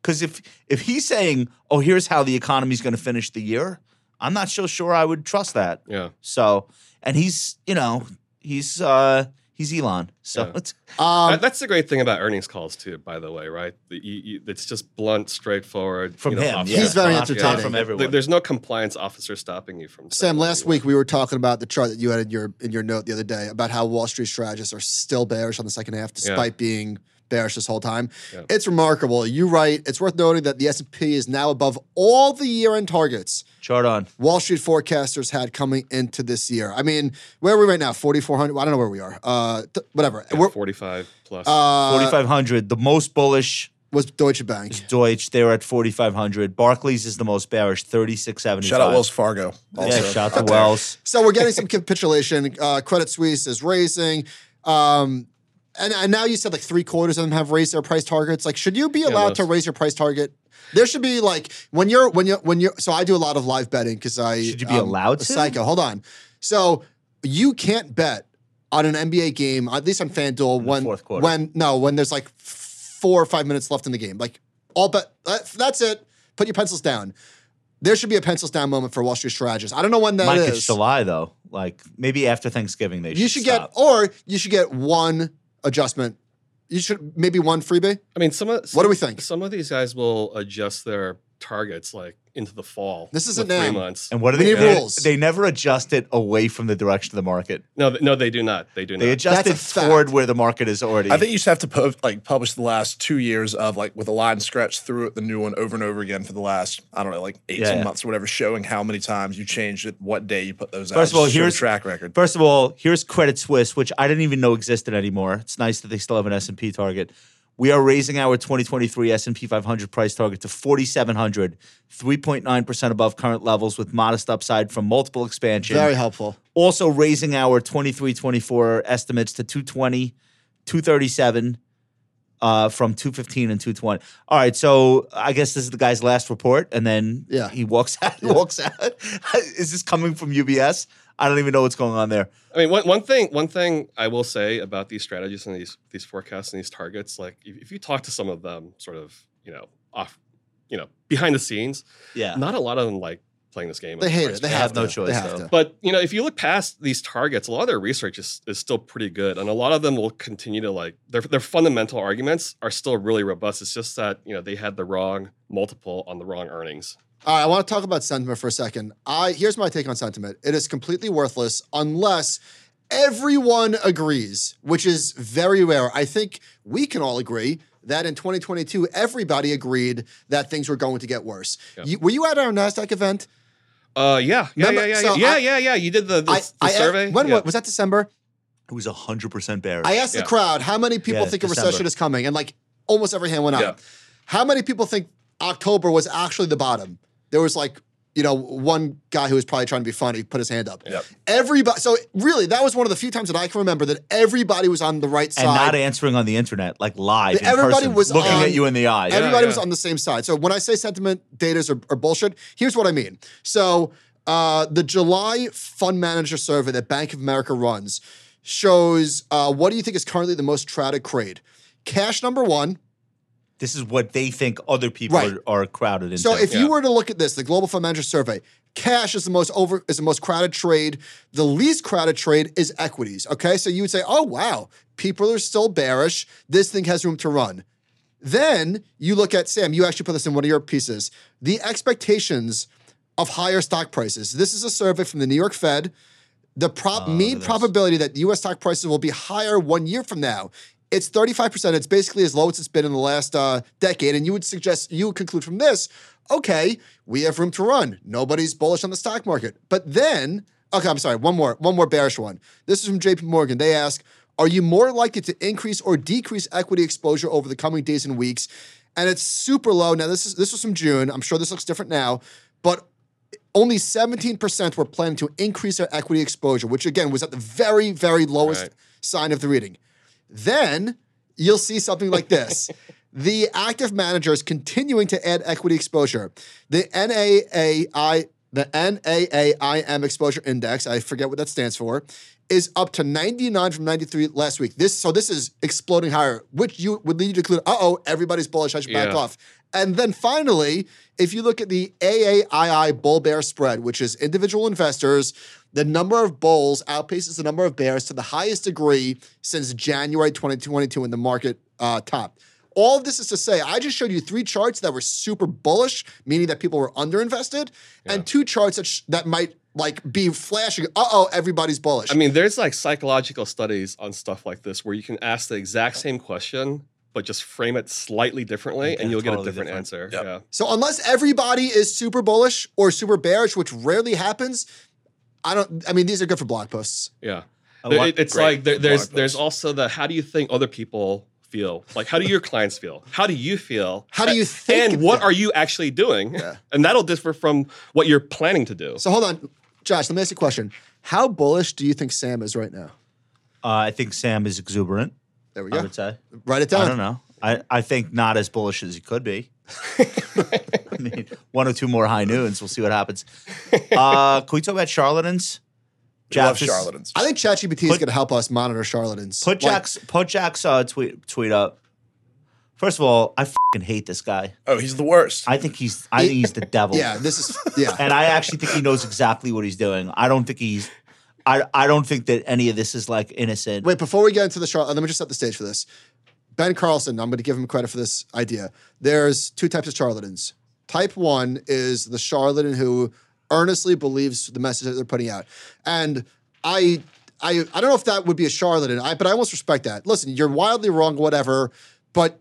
C: Because if if he's saying, "Oh, here's how the economy's going to finish the year," I'm not so sure I would trust that.
A: yeah.
C: So, and he's you know he's uh he's Elon. So
A: Yeah.
C: it's
A: That-
E: Um,
A: that's the great thing about earnings calls too, by the way, right? The- you- you- it's just blunt, straightforward.
C: from
A: you know,
C: him.
A: off-
C: yeah.
E: He's very
C: Not- not
E: entertaining.
C: from
A: There-
C: everyone.
A: There's no compliance officer stopping you from. saying
E: Sam,
A: what
E: last
A: you want.
E: week we were talking about the chart that you had in your in your note the other day about how Wall Street strategists are still bearish on the second half despite being bearish this whole time.
A: Yeah.
E: It's remarkable. You write. It's worth noting that the S and P is now above all the year end targets
C: Chart on.
E: Wall Street forecasters had coming into this year. I mean, where are we right now? Forty four hundred. I don't know where we are. Uh, th- whatever.
A: Yeah,
E: We're,
A: 45 plus.
E: uh,
C: 4500 the most bullish
E: was Deutsche Bank.
C: is deutsch they're at 4500 barclays is the most bearish 3675
B: Shout out Wells Fargo. Also.
C: yeah shout out to wells
E: So we're getting some capitulation. Uh, Credit Suisse is raising. Um, and, and now you said like three quarters of them have raised their price targets. Like, should you be allowed to
A: most.
E: raise your price target? There should be like when you're when you're when you're. So I do a lot of live betting because I um,
C: Should you be
E: I'm
C: allowed
E: a
C: to?
E: Psycho. Hold on. So you can't bet on an NBA game, at least on FanDuel, when
C: fourth quarter.
E: when no, when there's like four or five minutes left in the game, like all but that, that's it. Put your pencils down. There should be a pencils down moment for Wall Street strategists. I don't know when that is.
C: Mike, it's July though. Like maybe after Thanksgiving they should
E: You should
C: stop.
E: get, or you should get one adjustment. You should maybe one freebie.
A: I mean, some of
E: What do we
A: some-
E: think?
A: Some of these guys will adjust their targets like into the fall.
E: This isn't
A: with three
E: now.
A: months.
C: and what are
E: we
C: they?
E: need
C: they-
E: rules.
C: They never adjust it away from the direction of the market.
A: No, th- no, they do not. They do
C: They
A: not.
C: adjust it
E: That's a fact.
C: toward where the market is already.
B: I think you just have to pu- like publish the last two years of like with a line scratched through it, the new one over and over again for the last I don't know like eighteen
C: yeah.
B: months or whatever, showing how many times you changed it, what day you put those out.
C: First of all,
B: just to show the
C: here's-
B: track record.
C: First of all, here's Credit Suisse, which I didn't even know existed anymore. It's nice that they still have an S&P target. We are raising our 2023 S&P 500 price target to 4,700, 3.9% above current levels with modest upside from multiple expansion.
E: Very helpful.
C: also raising our 23 24 estimates to 220 237 uh, from 215 and 220 all right so i guess this is the guy's last report and then
E: Yeah.
C: he walks out walks out is this coming from ubs i don't even know what's going on there
A: I mean, one, one thing one thing I will say about these strategies and these these forecasts and these targets, like if, if you talk to some of them, sort of you know off, you know behind the scenes,
C: yeah
A: not a lot of them like playing this game.
E: They hate it. They have,
C: have no
E: to.
C: choice,
E: They have
C: though.
E: to.
A: But you know, if you look past these targets, a lot of their research is, is still pretty good, and a lot of them will continue to like their their fundamental arguments are still really robust. It's just that you know they had the wrong multiple on the wrong earnings.
E: All right, I want to talk about sentiment for a second. I here's my take on sentiment. It is completely worthless unless everyone agrees, which is very rare. I think we can all agree that in 2022, everybody agreed that things were going to get worse. You- were you at our Nasdaq event?
A: Uh, yeah, yeah, yeah,
E: Remember-
A: yeah,
E: so
A: yeah,
E: I-
A: yeah, yeah. You did the, the,
E: I-
A: the
E: I-
A: survey.
E: When
A: yeah.
E: was that? December.
C: it was 100% bearish
E: I asked
A: Yeah.
E: the crowd how many people
C: Yeah,
E: think a
C: December.
E: recession is coming, and like almost every hand went up.
B: Yeah.
E: How many people think October was actually the bottom? There was like, you know, one guy who was probably trying to be funny put his hand up.
B: Yep.
E: Everybody. So really, that was one of the few times that I can remember that everybody was on the right side.
C: and not answering on the internet like live in
E: Everybody
C: person,
E: was
C: looking
E: on-
C: at you in the eye
E: Everybody
A: yeah.
E: was on the same side. So when I say sentiment datas are, are bullshit, here's what I mean. So uh, the July fund manager survey that Bank of America runs shows uh, what do you think is currently the most traded trade? Cash number one.
C: this is what they think other people
E: Right.
C: are, are crowded into
E: So if
A: Yeah.
E: you were to look at this, the Global Fund Manager Survey, cash is the most over is the most crowded trade. The least crowded trade is equities. Okay, so you would say, oh wow, people are still bearish. This thing has room to run. Then you look at Sam. You actually put this in one of your pieces. The expectations of higher stock prices. This is a survey from the New York Fed. The prop mean probability that U.S. stock prices will be higher one year from now. It's 35%. It's basically as low as it's been in the last uh, decade. And you would suggest, you would conclude from this, okay, we have room to run. Nobody's bullish on the stock market. But then, okay, I'm sorry, one more, one more bearish one. This is from JP Morgan. They ask, are you more likely to increase or decrease equity exposure over the coming days and weeks? And it's super low. Now, this is this was from June. I'm sure this looks different now, but only 17% were planning to increase their equity exposure, which again was at the very, very lowest
A: Right.
E: sign of the reading. Then you'll see something like this. the active managers continuing to add equity exposure. The NAAI, the NAAIM exposure index, I forget what that stands for, is up to 99 from 93 last week. This so this is exploding higher, which you would lead you to conclude, uh-oh, everybody's bullish, I should back
A: Yeah.
E: off. And then finally, if you look at the AAII bull bear spread, which is individual investors, the number of bulls outpaces the number of bears to the highest degree since January 2022 in the market uh, top. All of this is to say, I just showed you three charts that were super bullish, meaning that people were underinvested, and two charts that sh- that might like be flashing. Uh oh, everybody's bullish.
A: I mean, there's like psychological studies on stuff like this where you can ask the exact same question, but just frame it slightly differently,
C: Okay,
A: and you'll
C: totally
A: get a different, answer.
B: Yep.
A: Yeah.
E: So unless everybody is super bullish or super bearish, which rarely happens, I don't. I mean, these are good for blog posts.
A: Yeah.
C: I
A: There-
C: want-
A: it- it's
B: Great.
A: like there, there's
B: Blog
A: there's
B: post.
A: also the how do you think other people feel? Like how do your clients feel? How do you feel?
E: How do you
A: A-
E: think
A: And what
E: that-
A: are you actually doing? And that'll differ from what you're planning to do.
E: So hold on, Josh. Let me ask you a question. How bullish do you think Sam is right now?
C: uh, i think sam is exuberant
E: There we
C: i
E: go.
C: would say
E: Write it down.
C: I don't know. I, I think not as bullish as he could be. I mean, one or two more high noons. We'll see what happens. Uh, can we talk about charlatans?
B: We love
C: Japs is-
B: charlatans.
E: I think ChatGPT is
C: Put-
E: going to help us monitor charlatans.
C: Put
E: Like,
C: Jack's put Jack's uh, tweet tweet up. First of all, I fucking hate this guy.
B: Oh, he's the worst.
C: I think he's I think he's the devil.
E: yeah, this is yeah.
C: And I actually think he knows exactly what he's doing. I don't think he's I I don't think that any of this is like innocent.
E: Wait, before we get into the charlatan, let me just set the stage for this. Ben Carlson, I'm going to give him credit for this idea. There's two types of charlatans. Type one is the charlatan who earnestly believes the message that they're putting out, and I, I, I don't know if that would be a charlatan, I, but I almost respect that. Listen, you're wildly wrong, whatever, but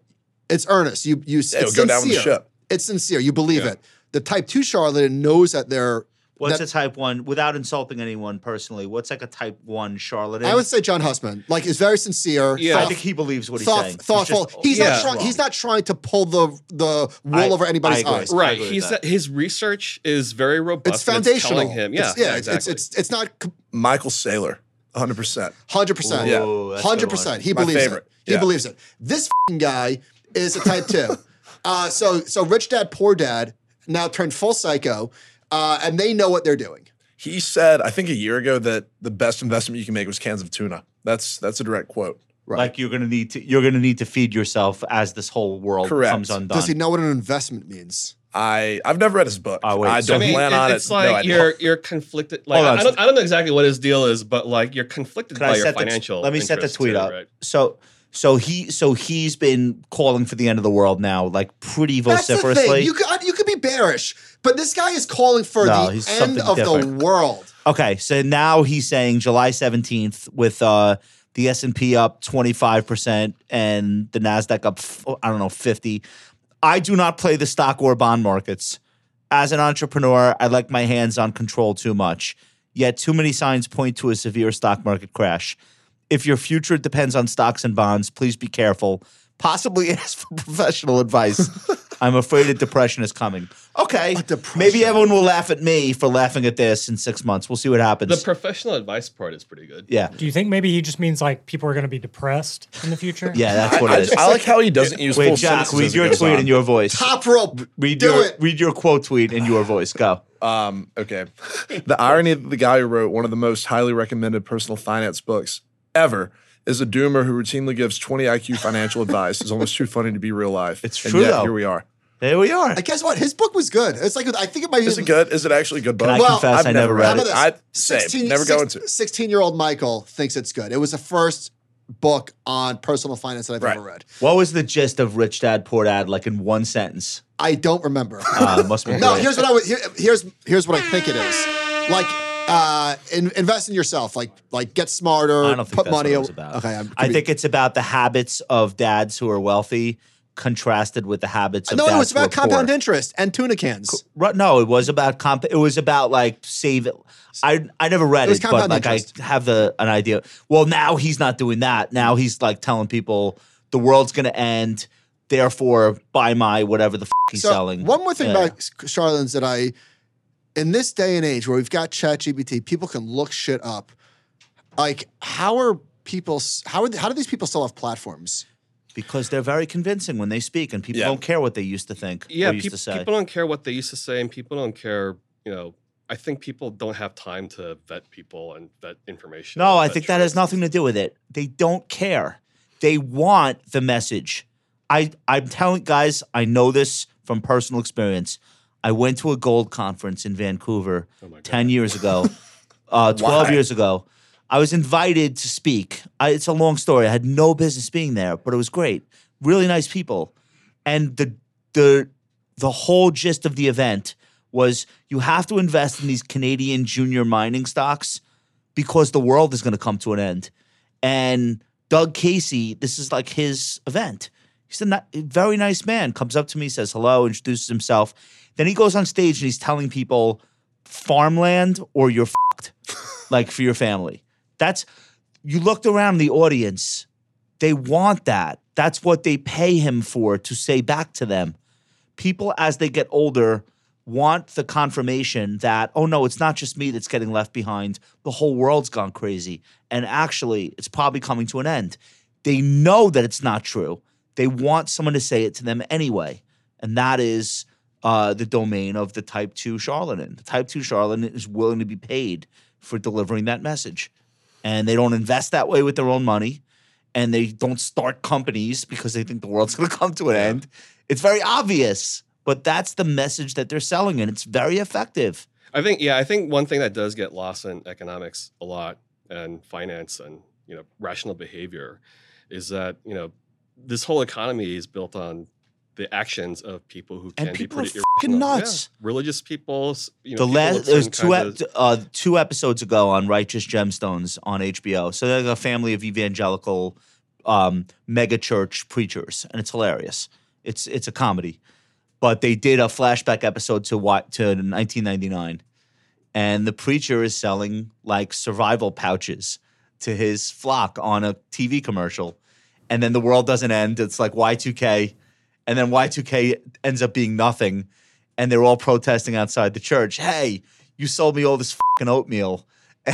E: it's earnest. You,
B: Yeah,
E: you, it's
B: it'll go down with the
E: sincere.
B: ship.
E: It's sincere. You believe it. The type two charlatan knows that they're.
C: What's
E: that-
C: a type one without insulting anyone personally? What's like a type one charlatan?
E: I would say John Hussman, like, is very sincere.
A: Yeah.
C: I
E: thought-
C: think he believes what he's
E: Thought-
C: saying. He's
E: thoughtful.
C: just-
E: he's
A: yeah.
E: not trying. He's not trying to pull the the wool
C: I-
E: over anybody's
C: I agree.
E: eyes.
A: Right.
C: agree with
A: He's
C: that.
A: his research is very robust.
E: It's
A: and
E: foundational.
A: telling him, yeah,
E: It's- yeah.
A: yeah,
E: it's-
A: exactly.
E: It's, it's it's not
B: Michael Saylor, 100%.
E: hundred percent.
B: Yeah.
C: Ooh, that's a good
E: hundred percent. He
B: My
E: believes
B: favorite.
E: it. He
B: Yeah.
E: believes it. This fing guy is a type two. uh, so so rich dad poor dad now turned full psycho, uh, and they know what they're doing.
B: He said, I think a year ago, that the best investment you can make was cans of tuna. That's that's a direct quote.
E: Right.
C: Like you're gonna need to you're gonna need to feed yourself as this whole world
B: Correct.
C: comes undone.
E: Does he know what an investment means?
B: I I've never read his book.
C: Oh, wait,
B: I
C: so
B: don't
A: I mean,
B: plan
A: it-
B: on it.
A: it's like
B: no, I don't.
A: you're you're conflicted. Like
C: Hold on
A: I, I don't I don't know exactly what his deal is, but like you're conflicted
C: Can I
A: by your
C: set the t-
A: financial.
C: let me set the
A: interests
C: tweet
A: too,
C: up.
A: Right?
C: So so he so he's been calling for the end of the world now, like pretty vociferously.
E: That's the thing. You could you could be bearish, but this guy is calling for
C: No,
E: the
C: he's
E: end
C: something
E: of
C: different.
E: the world.
C: okay, so now he's saying July seventeenth with uh, the S and P up twenty five percent and the Nasdaq up f- I don't know fifty. I do not play the stock or bond markets. As an entrepreneur, I like my hands on control too much. Yet too many signs point to a severe stock market crash. If your future depends on stocks and bonds, please be careful. Possibly ask for professional advice. I'm afraid a depression is coming. Okay. Maybe everyone will laugh at me for laughing at this in six months. We'll see what
A: The
C: happens.
A: professional advice part is pretty good.
C: yeah.
G: Do you think maybe he just means like people are going to be depressed in the future?
C: Yeah, that's what
B: I,
C: it is.
B: I like how he doesn't use full
C: Wait, Jack,
B: sentences
C: read
B: as it
C: your
B: goes
C: tweet
B: on.
C: in your voice.
E: Top rope.
C: Read
E: do
C: your
E: it.
C: read your quote tweet in your voice. Go.
B: Um, okay. the irony that the guy who wrote one of the most highly recommended personal finance books ever is a doomer who routinely gives 20 IQ financial advice is almost too funny to be real life.
C: It's
B: and
C: true,
B: yet,
C: though.
B: Here we are.
C: There we are.
E: And guess what? His book was good. It's like I think it might
B: Is
E: be
B: it good? Is it actually a good book?
C: I
E: Well,
C: confess I never
E: How
C: read
E: about
C: it.
E: this?
B: I same, never go into.
E: 16 year old Michael thinks it's good. It was the first book on personal finance that I've
B: Right.
E: ever read.
C: What was the gist of Rich Dad Poor Dad like in one sentence?
E: I don't remember.
B: Oh,
C: Uh, must be
E: no,
C: great.
E: here's what I would here, here's here's what I think it is. Like uh in, invest in yourself, like like get smarter,
C: I don't think
E: put
C: that's
E: money
C: what it was
E: o-
C: about.
E: Okay, I'm,
C: I think it's about the habits of dads who are wealthy contrasted with the habits of
E: No,
C: dads
E: it was
C: who
E: about
C: are
E: compound
C: poor.
E: interest and tuna cans.
C: Right, no, it was about comp. It was about like save it. I I never read
E: It was
C: it, but
E: compound
C: like
E: interest.
C: I have the an idea. Well, now he's not doing that. Now he's like telling people the world's gonna end. Therefore, buy my whatever the f- he's selling.
E: One more thing
C: Yeah.
E: about s- charlatans that I, in this day and age where we've got ChatGPT, people can look shit up. Like, how are people? s- How are th- how do these people still have platforms?
C: because they're very convincing when they speak, and people
B: Yeah.
C: don't care what they used to think.
A: Yeah,
C: or used
A: peop-
C: to say.
A: people don't care what they used to say, and people don't care. You know, I think people don't have time to vet people and vet information.
C: No,
A: and
C: I
A: vet
C: think that has
A: truth.
C: nothing to do with it. They don't care. They want the message. I I'm telling guys, I know this from personal experience. I went to a gold conference in Vancouver
A: Oh my God.
C: 10 years ago, uh, 12
B: Why?
C: years ago. I was invited to speak. I, it's a long story. I had no business being there, but it was great. Really nice people. And the the the whole gist of the event was you have to invest in these Canadian junior mining stocks because the world is going to come to an end. And Doug Casey, this is like his event. He's a ni- very nice man. Comes up to me, says hello, introduces himself. Then he goes on stage and he's telling people farmland or you're fucked, like for your family. That's you looked around the audience. They want that. That's what they pay him for to say back to them. People, as they get older, want the confirmation that, oh no, it's not just me that's getting left behind. The whole world's gone crazy. And actually, it's probably coming to an end. They know that it's not true. They want someone to say it to them anyway. And that is uh, the domain of the type 2 charlatan. The type 2 charlatan is willing to be paid for delivering that message. And they don't invest that way with their own money. And they don't start companies because they think the world's going to come to an end. It's very obvious, but that's the message that they're selling, and it's very effective.
A: I think yeah, I think one thing that does get lost in economics a lot and finance and you know rational behavior is that you know this whole economy is built on the actions of people who can
C: And people are
A: be pretty
C: fucking
A: irrational. Yeah.
C: nuts.
A: Religious people, s- you know,
C: the
A: people
C: last
A: of certain
C: there's two
A: kinds
C: ep- uh, two episodes ago on Righteous Gemstones on HBO. So they're like a family of evangelical um, mega church preachers, and it's hilarious. It's it's a comedy, but they did a flashback episode to what to 1999, and the preacher is selling like survival pouches to his flock on a TV commercial, and then the world doesn't end. It's like Y2K, and then Y2K ends up being nothing and they're all protesting outside the church. Hey, you sold me all this fucking oatmeal,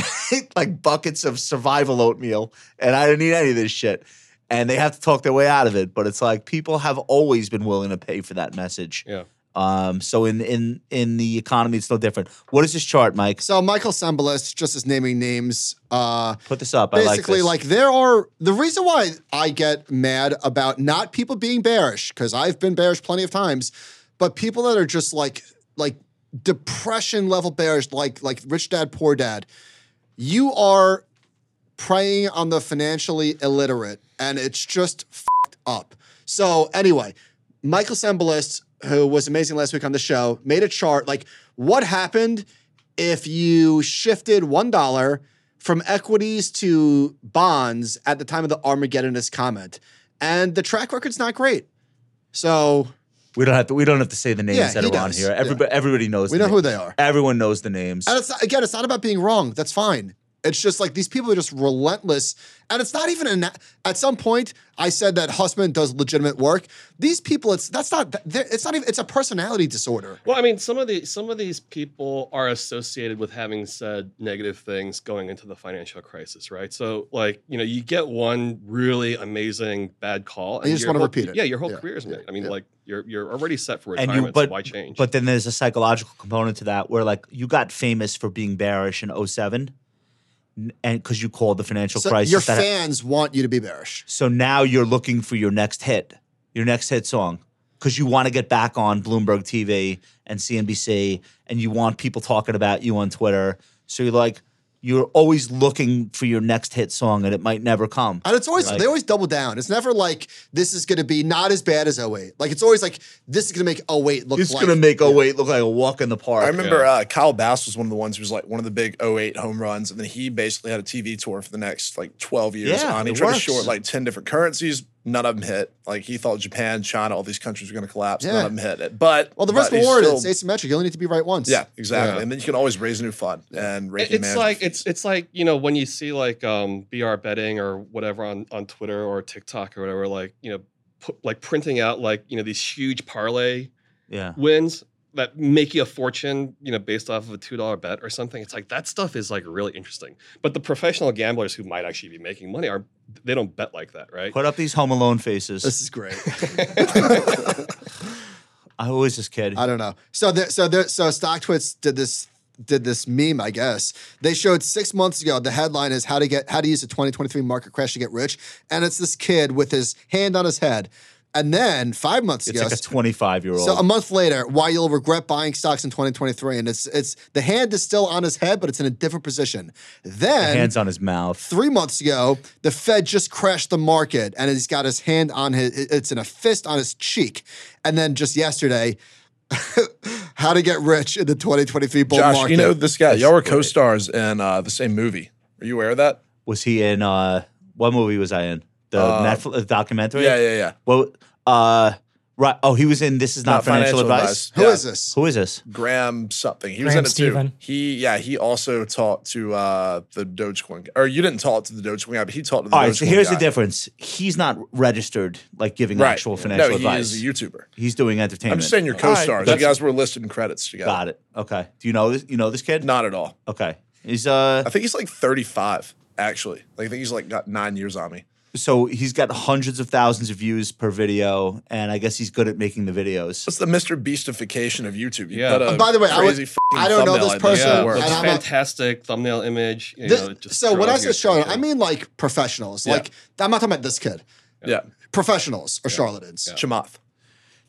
C: like buckets of survival oatmeal, and I didn't eat any of this shit. And they have to talk their way out of it, but it's like people have always been willing to pay for that message.
A: Yeah.
C: Um. So in in in the economy, it's no different. What is this chart, Mike?
E: So Michael Sembelis, just as naming names, uh,
C: Put this up.
E: basically
C: I
E: like,
C: like
E: there are the reason why I get mad about not people being bearish because I've been bearish plenty of times, but people that are just like like depression level bearish, like like rich dad poor dad, you are preying on the financially illiterate, and it's just fucked up. So anyway, Michael Sembelis, who was amazing last week on the show, made a chart like what happened if you shifted one dollar from equities to bonds at the time of the Armageddonist comment, and the track record's not great. So
C: this. We don't have to. We don't have to say the names
E: Yeah,
C: that
E: he
C: are on
E: does.
C: here.
E: Yeah.
C: Everybody, everybody knows.
E: we
C: the
E: know
C: name-
E: who they are.
C: Everyone knows the names.
E: And it's not, again, it's not about being wrong. That's fine. It's just like these people are just relentless. And it's not even an, at some point I said that Hussman does legitimate work. These people, it's that's not they're- it's not even it's a personality disorder.
A: Well, I mean, some of the some of these people are associated with having said negative things going into the financial crisis, right? So, like, you know, you get one really amazing bad call,
E: And you just
A: your
E: wanna
A: whole-
E: repeat it.
A: Yeah, your whole
E: Yeah,
A: career is
E: yeah,
A: made. I mean,
E: yeah.
A: like, you're you're already set for
C: And you-
A: retirement.
C: but-
A: so why change?
C: But then there's a psychological component to that where like you got famous for being bearish in 07 n- and because you called the financial
E: So
C: crisis.
E: your
C: that-
E: fans want you to be bearish.
C: so now you're looking for your next hit, your next hit song because you want to get back on Bloomberg TV and CNBC and you want people talking about you on Twitter. So you're like you're always looking for your next hit song and it might never come.
E: And it's always
C: Like-
E: they always double down. It's never like this is gonna be not as bad as 08. Like it's always like this is gonna make 08 look
C: It's
E: like
C: gonna make 08 look like a walk in the park.
B: I remember uh, Kyle Bass was one of the ones who was like one of the big 08 home runs, and then he basically had a TV tour for the next like 12 years
C: Yeah,
B: on. He
C: it
B: tried
C: works.
B: to short like 10 different currencies. None of them hit. Like he thought Japan, China, all these countries were going to collapse.
E: Yeah.
B: None of them hit it. But
E: well the
B: but
E: risk
B: he's
E: reward
B: still-
E: it's asymmetric. You only need to be right once.
B: yeah, exactly.
A: Yeah.
B: And then you can always raise a new fund and
A: It-
B: rake
A: it's like it's it's like you know when you see like um br betting or whatever on on twitter or tiktok or whatever like you know pu- like printing out like you know these huge parlay
C: yeah.
A: wins that make you a fortune you know based off of a two dollar bet or something it's like that stuff is like really interesting but the professional gamblers who might actually be making money are they don't bet like that right
C: Put up these home alone faces.
E: This is great.
C: I always this kid.
E: I don't know. So there, so there, so StockTwits did this did this meme, I guess. They showed six months ago. The headline is how to get how to use a 2023 market crash to get rich, and it's this kid with his hand on his head. And then five months
C: It's
E: ago,
C: like a 25 year old.
E: so a month later, why you'll regret buying stocks in 2023, and it's it's the hand is still on his head, but it's in a different position. Then
C: hands on his mouth.
E: three months ago, the Fed just crashed the market and he's got his hand on his, it's in a fist on his cheek. And then just yesterday, how to get rich in the 2023 bull
B: Josh,
E: market.
B: you know this guy. Y'all were co-stars in uh, the same movie. Are you aware of that?
C: Was he in uh what movie was I in? The
B: Uh,
C: Netflix documentary?
B: Yeah, yeah, yeah.
C: Well uh right oh he was in This Is Not, Financial, advice.
E: Who
B: Yeah.
E: is this?
C: Who is this?
B: Graham something. He
G: Graham
B: was in it
G: Stephen.
B: too. He yeah, he also talked to uh the Dogecoin guy. Or you didn't talk to the Dogecoin guy, but he talked to the
C: All right,
B: Dogecoin
C: so here's Oh, the
B: guy.
C: difference. He's not registered like giving
B: Right.
C: actual financial
B: no,
C: advice.
B: he is a YouTuber.
C: He's doing entertainment.
B: I'm just saying you're
C: All right,
B: co-stars. you
C: that's-
B: guys were listed in credits together.
C: Got it. Okay. Do you know this you know this kid?
B: Not at all.
C: Okay. He's uh
B: I think he's like 35 actually. Like I think he's like got 9 years on me.
C: So he's got hundreds of thousands of views per video, and I guess he's good at making the videos.
B: That's the Mr. Beastification of YouTube. You
A: Yeah.
B: put a
E: And Oh, by the way, I would-
B: crazy fucking
E: I don't know
B: thumbnail
E: this
B: in there.
E: person,
A: yeah,
E: work.
A: with
E: and
A: a
E: I'm a-
A: fantastic thumbnail image. You
E: This-
A: know, it just
E: so when I
A: draws
E: say
A: you
E: Charlotte,
A: attention.
E: I mean like professionals.
B: Yeah.
E: Like I'm not talking about this kid.
B: Yeah.
E: Professionals or charlatans.
B: Chamath.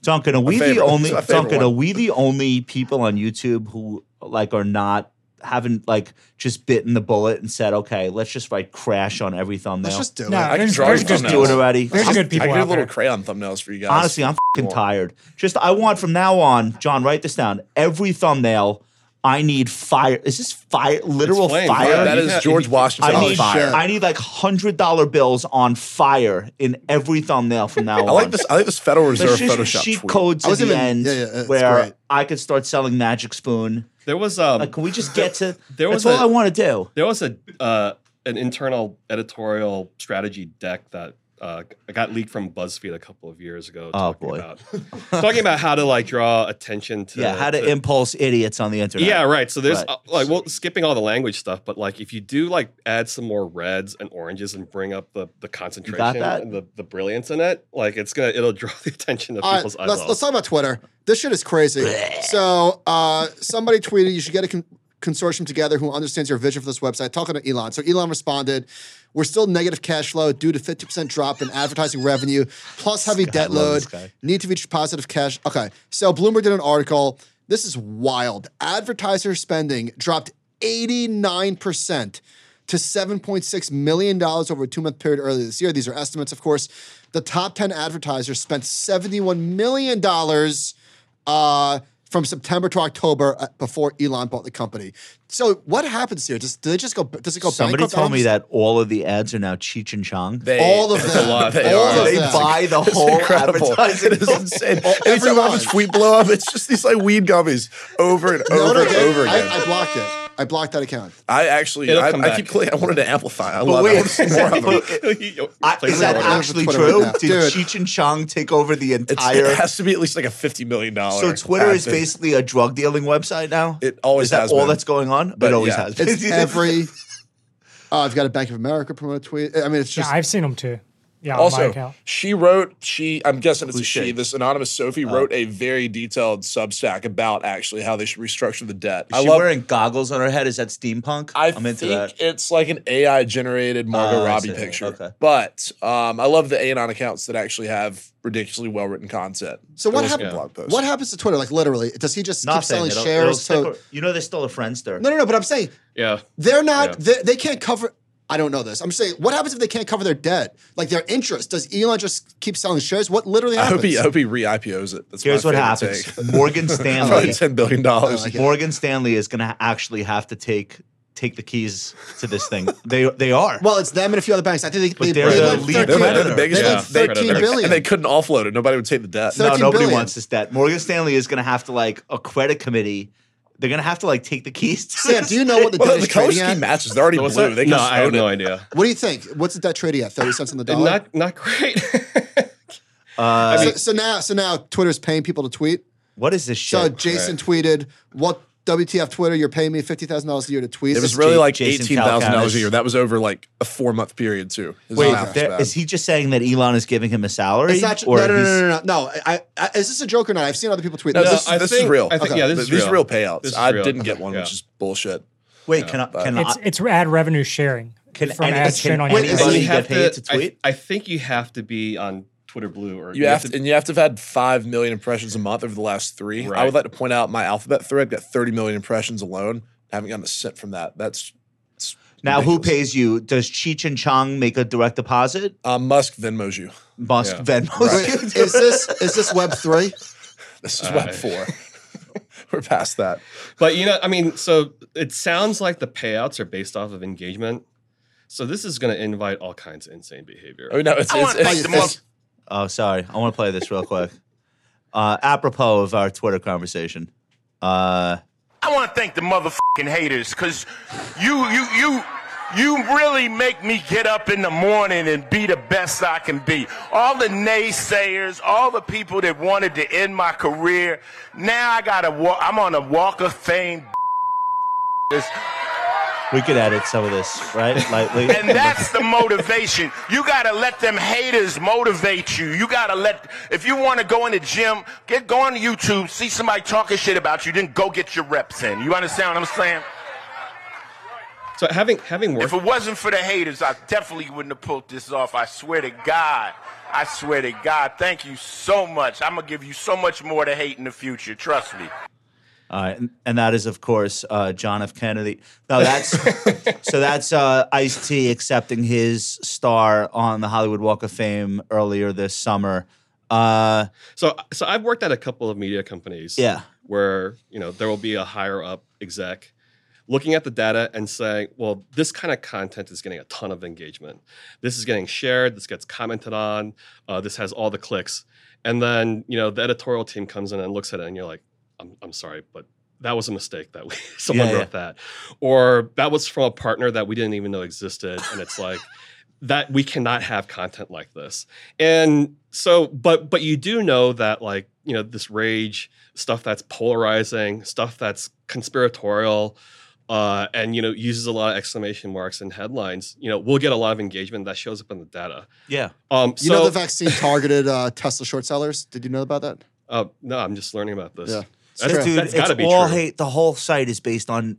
C: Duncan, are we the
B: favorite-
C: only
B: my favorite
C: Duncan?
B: one.
C: Are we the only people on YouTube who like are not haven't like just bitten the bullet and said, okay, let's just write crash on every thumbnail?
E: Let's just do
G: No,
E: it.
B: I can
G: there's,
B: draw
G: there's
B: your
G: good
C: Just do it
G: people.
C: already.
G: There's good
B: I
G: people
B: can do
G: out
B: little
G: there.
B: crayon thumbnails for you guys.
C: Honestly, I'm fucking tired. Just I want from now on, John, write this down. Every thumbnail, I need fire. Is this fire? Literal
A: flame,
C: fire?
A: yeah,
B: that
A: you
B: is
A: can't-
B: George
A: you-
B: Washington
C: I
B: on
C: need,
B: fire.
C: I need like hundred dollar bills on fire in every thumbnail from now on.
B: I like this. I like this Federal Reserve
C: There's just
B: Photoshop
C: cheat
B: tweet.
C: codes
E: I
C: at
E: was
C: the
E: even-
C: end
E: yeah, yeah, it's
C: where
E: great.
C: I could start selling Magic Spoon.
A: there was um,
C: Like, can we just get to?
A: There
C: that's
A: was
C: all
A: a-
C: I want to do.
A: there was a uh, an internal editorial strategy deck that uh, got leaked from BuzzFeed a couple of years ago.
C: Oh,
A: talking
C: boy.
A: about talking about how to like draw attention to
C: yeah, how to
A: to-
C: impulse idiots on the internet.
A: Yeah, right. So there's
C: Right.
A: uh, like well, skipping all the language stuff, but like if you do like add some more reds and oranges and bring up the the concentration
C: that?
A: and the, the brilliance in it, like it's gonna it'll draw the attention of
E: All right,
A: people's
E: let's,
A: eyeballs.
E: Uh, let's talk about Twitter. This shit is crazy. so uh, somebody tweeted, you should get a con- consortium together who understands your vision for this website. Talking to Elon. So Elon responded, we're still negative cash flow due to 50% drop in advertising revenue, plus heavy debt
C: love
E: load,
C: this guy.
E: need to reach positive cash. Okay, so Bloomberg did an article. This is wild. Advertiser spending dropped 89% to $7.6 million over a two month period earlier this year. These are estimates, of course. The top 10 advertisers spent $71 million uh, from September to October uh, before Elon bought the company. So what happens here? Does, do they just go, does it go
C: Somebody
E: bankrupt?
C: told me
E: almost?
C: that all of the ads are now Cheech and Chong.
B: They-
E: All of
B: it's
E: them.
B: a lot.
E: They
B: They
E: all
B: are.
E: of
C: they
E: them.
C: buy the whole
B: incredible.
C: advertising.
B: It is insane.
E: every
B: Anytime I have a
E: line.
B: tweet blow up, it's just these like weed gummies over and
E: No,
B: over
E: no,
B: and
E: dude,
B: over
E: I-
B: again.
E: I blocked it. I blocked that account.
B: I, actually,
A: It'll
B: I,
A: come
B: I
A: back.
B: keep clicking. I wanted to amplify. I love. it. I
C: wait.
B: want to see more of them.
C: I-
A: Place
C: is
A: it
C: that
A: on
E: order.
C: actually
E: Twitter
C: true?
E: right now.
C: Did
E: Dude.
C: Cheech and Chong take over the
B: It's,
C: entire?
B: it has to be at least like a fifty million dollar.
C: so Twitter is
B: ad thing.
C: basically a drug dealing website now.
B: It always
C: is that
B: has
C: all
B: been.
C: that's going on.
B: But
C: it always
B: yeah.
C: has. Been.
E: It's every. Oh, I've got a Bank of America promoted tweet. I mean, it's
G: Yeah,
E: just.
G: I've seen them too. Yeah, on my
B: Also,
G: account.
B: she wrote she. I'm guessing it's a
C: Who's
B: she.
C: she?
B: This anonymous Sophie wrote a very detailed Substack about actually how they should restructure the debt.
C: Is
B: I
C: she
B: love.
C: wearing goggles on her head? Is that steampunk?
B: I
C: am into
B: think
C: that.
B: it's like an AI generated Margot
C: Oh, I
B: Robbie
C: see.
B: picture.
C: Okay.
B: But um, I love the Anon accounts that actually have ridiculously well written content.
E: So
B: There
E: what
B: was a
E: happened?
B: Blog post.
E: What happens to Twitter? Like literally, does he just
C: Nothing.
E: keep selling
C: It'll- it'll
E: shares?
C: stick
E: to,
C: ar- you know they stole a friendster.
E: no, no, no. But I'm saying
A: yeah.
E: they're not.
A: Yeah.
E: They, they can't cover. I don't know this. I'm saying, what happens if they can't cover their debt? Like their interest? Does Elon just keep selling shares? What literally
B: I
E: happens?
B: hope he, I hope he re-IPOs it. That's
C: Here's
B: my
C: what
B: favorite
C: happens.
B: Take.
C: Morgan
B: Probably
C: Stanley.
B: ten billion dollars.
E: like it.
C: Morgan Stanley is going to actually have to take take the keys to this thing. they they are.
E: well, it's them and a few other banks. I think they,
C: But
E: they,
C: they're
E: they
C: the
E: lent
C: lead
B: They're
E: 13
B: one of the
C: Yeah.
B: biggest.
E: They
A: Yeah.
E: lent
A: ones. They're
E: 13
A: the-
E: billion.
B: And they couldn't offload it. Nobody would take the debt.
E: So-
C: no,
E: 13
C: nobody
E: billion.
C: wants this debt. Morgan Stanley is going to have to like a credit committee. They're going to have to like take the keys. To
E: Sam,
C: this
E: do you know
C: thing.
E: what the
B: well,
E: debt
B: the
E: is
B: color
E: trading at?
B: scheme matches. They're already
A: What's
B: blue.
A: that?
B: They can
A: no,
B: just
A: I have
B: own it.
A: no idea.
E: What do you think? What's the debt trading at? Thirty cents on the dollar.
A: Not not great.
C: Uh,
A: I
E: so,
A: mean-
E: so now, so now, Twitter's paying people to tweet.
C: what is this shit?
E: So Jason tweeted, "What WTF Twitter? You're paying me fifty thousand dollars a year to tweet."
B: It was
E: This
B: really
E: Jake-
B: like
C: Jason
B: eighteen thousand dollars
C: Falconis.
B: a year. That was over like a four month period too. His
C: Wait,
B: math was
C: there-
B: bad.
C: is he just saying that Elon is giving him a salary?
E: It's not.
C: Or
E: no, no, no,
C: he's-
E: no, no, no. No, I, I, is this a joke or not? I've seen other people tweet.
B: No,
E: this.
B: this,
A: I
B: this is
A: think-
B: real.
A: I think- yeah, this is
B: These are real
A: real.
B: payouts.
A: This is
B: I
A: real.
B: didn't get one,
A: Yeah.
B: which is bullshit.
C: Wait, can I,
B: but-
C: can
G: It's
C: I,
G: it's ad revenue sharing
C: Can
G: from
C: any-
G: ads
C: can
G: shown on
E: wait,
G: your
E: is
G: feed.
E: he-
C: anybody
A: You have
C: get paid to,
A: to- I-
C: tweet?
A: I, think you have to be on Twitter Blue or
B: You, have, to, and you have to have had five million impressions a month over the last three. I
A: Right.
B: would like to point out my Alphabet thread got thirty million impressions alone. I haven't gotten a cent from that. That's it's
C: now, who
B: ridiculous.
C: pays you? Does Cheech and Chong make a direct deposit?
B: Uh, Musk Venmo's you.
C: Musk
A: Yeah.
C: Venmos
E: Wait,
C: you.
E: is this is this Web three?
B: This is
A: Uh,
B: Web four. We're past that.
A: But you know, I mean, so it sounds like the payouts are based off of engagement. So this is going to invite all kinds of insane behavior.
B: Oh no, it's, it's, it's, it's-
C: Oh, sorry. I want to play this real quick. Uh, apropos of our Twitter conversation. Uh,
D: I want to thank the motherfucking haters because you, you, you, you really make me get up in the morning and be the best I can be. All the naysayers, all the people that wanted to end my career, now I got to walk. I'm on a walk of fame.
C: We could edit some of this, right? Lightly.
D: And that's the motivation. You gotta let them haters motivate you. You gotta let if you wanna go in the gym, get go on YouTube, see somebody talking shit about you, then go get your reps in. You understand what I'm saying?
A: So having having worked,
D: If it wasn't for the haters, I definitely wouldn't have pulled this off. I swear to God. I swear to God. Thank you so much. I'm gonna give you so much more to hate in the future. Trust me.
C: All right, and, and that is of course uh, John F. Kennedy. No, that's so that's uh, Ice T accepting his star on the Hollywood Walk of Fame earlier this summer. Uh,
A: so so I've worked at a couple of media companies.
C: Yeah.
A: Where you know there will be a higher up exec looking at the data and saying, well, this kind of content is getting a ton of engagement. This is getting shared. This gets commented on. Uh, this has all the clicks. And then you know the editorial team comes in and looks at it, and you're like, I'm I'm sorry, but that was a mistake that we someone
C: Yeah, yeah.
A: wrote that, or that was from a partner that we didn't even know existed, and it's like. that we cannot have content like this. And so, but but you do know that like you know this rage stuff that's polarizing, stuff that's conspiratorial, uh, and you know uses a lot of exclamation marks and headlines. You know, will get a lot of engagement that shows up in the data.
C: Yeah.
A: Um,
J: You
A: so,
J: know the vaccine targeted uh, Tesla short sellers? Did you know about that?
A: Uh, no, I'm just learning about this.
J: Yeah.
A: That's,
C: Dude,
A: that's
C: it's
A: gotta be
C: all
A: true.
C: hate. The whole site is based on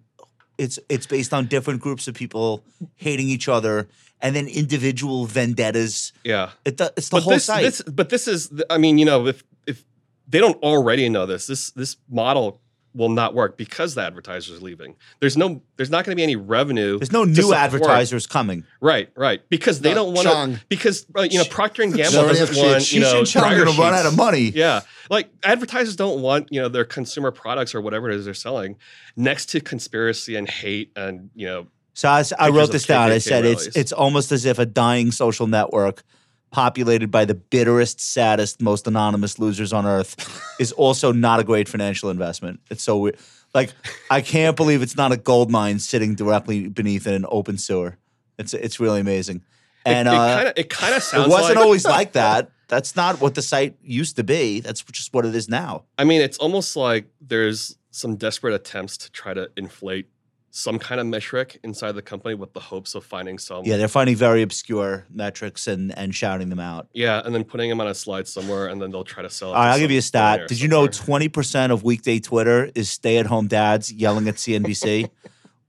C: it's it's based on different groups of people hating each other, and then individual vendettas.
A: Yeah.
C: It, do- it's the
A: but
C: whole
A: this,
C: site.
A: This, but this is, I mean, you know, if if they don't already know this, this this model will not work because the advertisers leaving. There's no, there's not going to be any revenue.
C: There's no
A: to
C: new
A: support-
C: advertisers coming.
A: Right, right. Because they
C: No,
A: don't want
C: Chong.
A: to. Because uh, you know, Procter and Gamble
C: Sorry,
A: doesn't
C: shit,
A: want you
C: Cheech
A: know
C: and Chong are
A: dryer
C: gonna run out of
A: Oh, sheets.
C: money.
A: Yeah, like advertisers don't want you know their consumer products or whatever it is they're selling next to conspiracy and hate and you know.
C: So I, s- I
A: pictures
C: wrote
A: of
C: this down. I
A: KKK
C: said it's
A: rallies.
C: it's almost as if a dying social network populated by the bitterest, saddest, most anonymous losers on earth is also not a great financial investment. It's so weird. Like I can't believe it's not a gold mine sitting directly beneath in an open sewer. It's it's really amazing.
A: It-
C: And
A: it,
C: uh,
A: kind of it kind of sounds.
C: it wasn't
A: like,
C: always like that. That's not what the site used to be. That's just what it is now.
A: I mean, it's almost like there's some desperate attempts to try to inflate some kind of metric inside the company with the hopes of finding some.
C: Yeah, they're finding very obscure metrics and and shouting them out.
A: Yeah, and then putting them on a slide somewhere, and then they'll try to sell. It
C: All right,
A: to
C: I'll give
A: some
C: you a stat.
A: billionaire
C: Did you know 20% of weekday Twitter is stay at home dads yelling at CNBC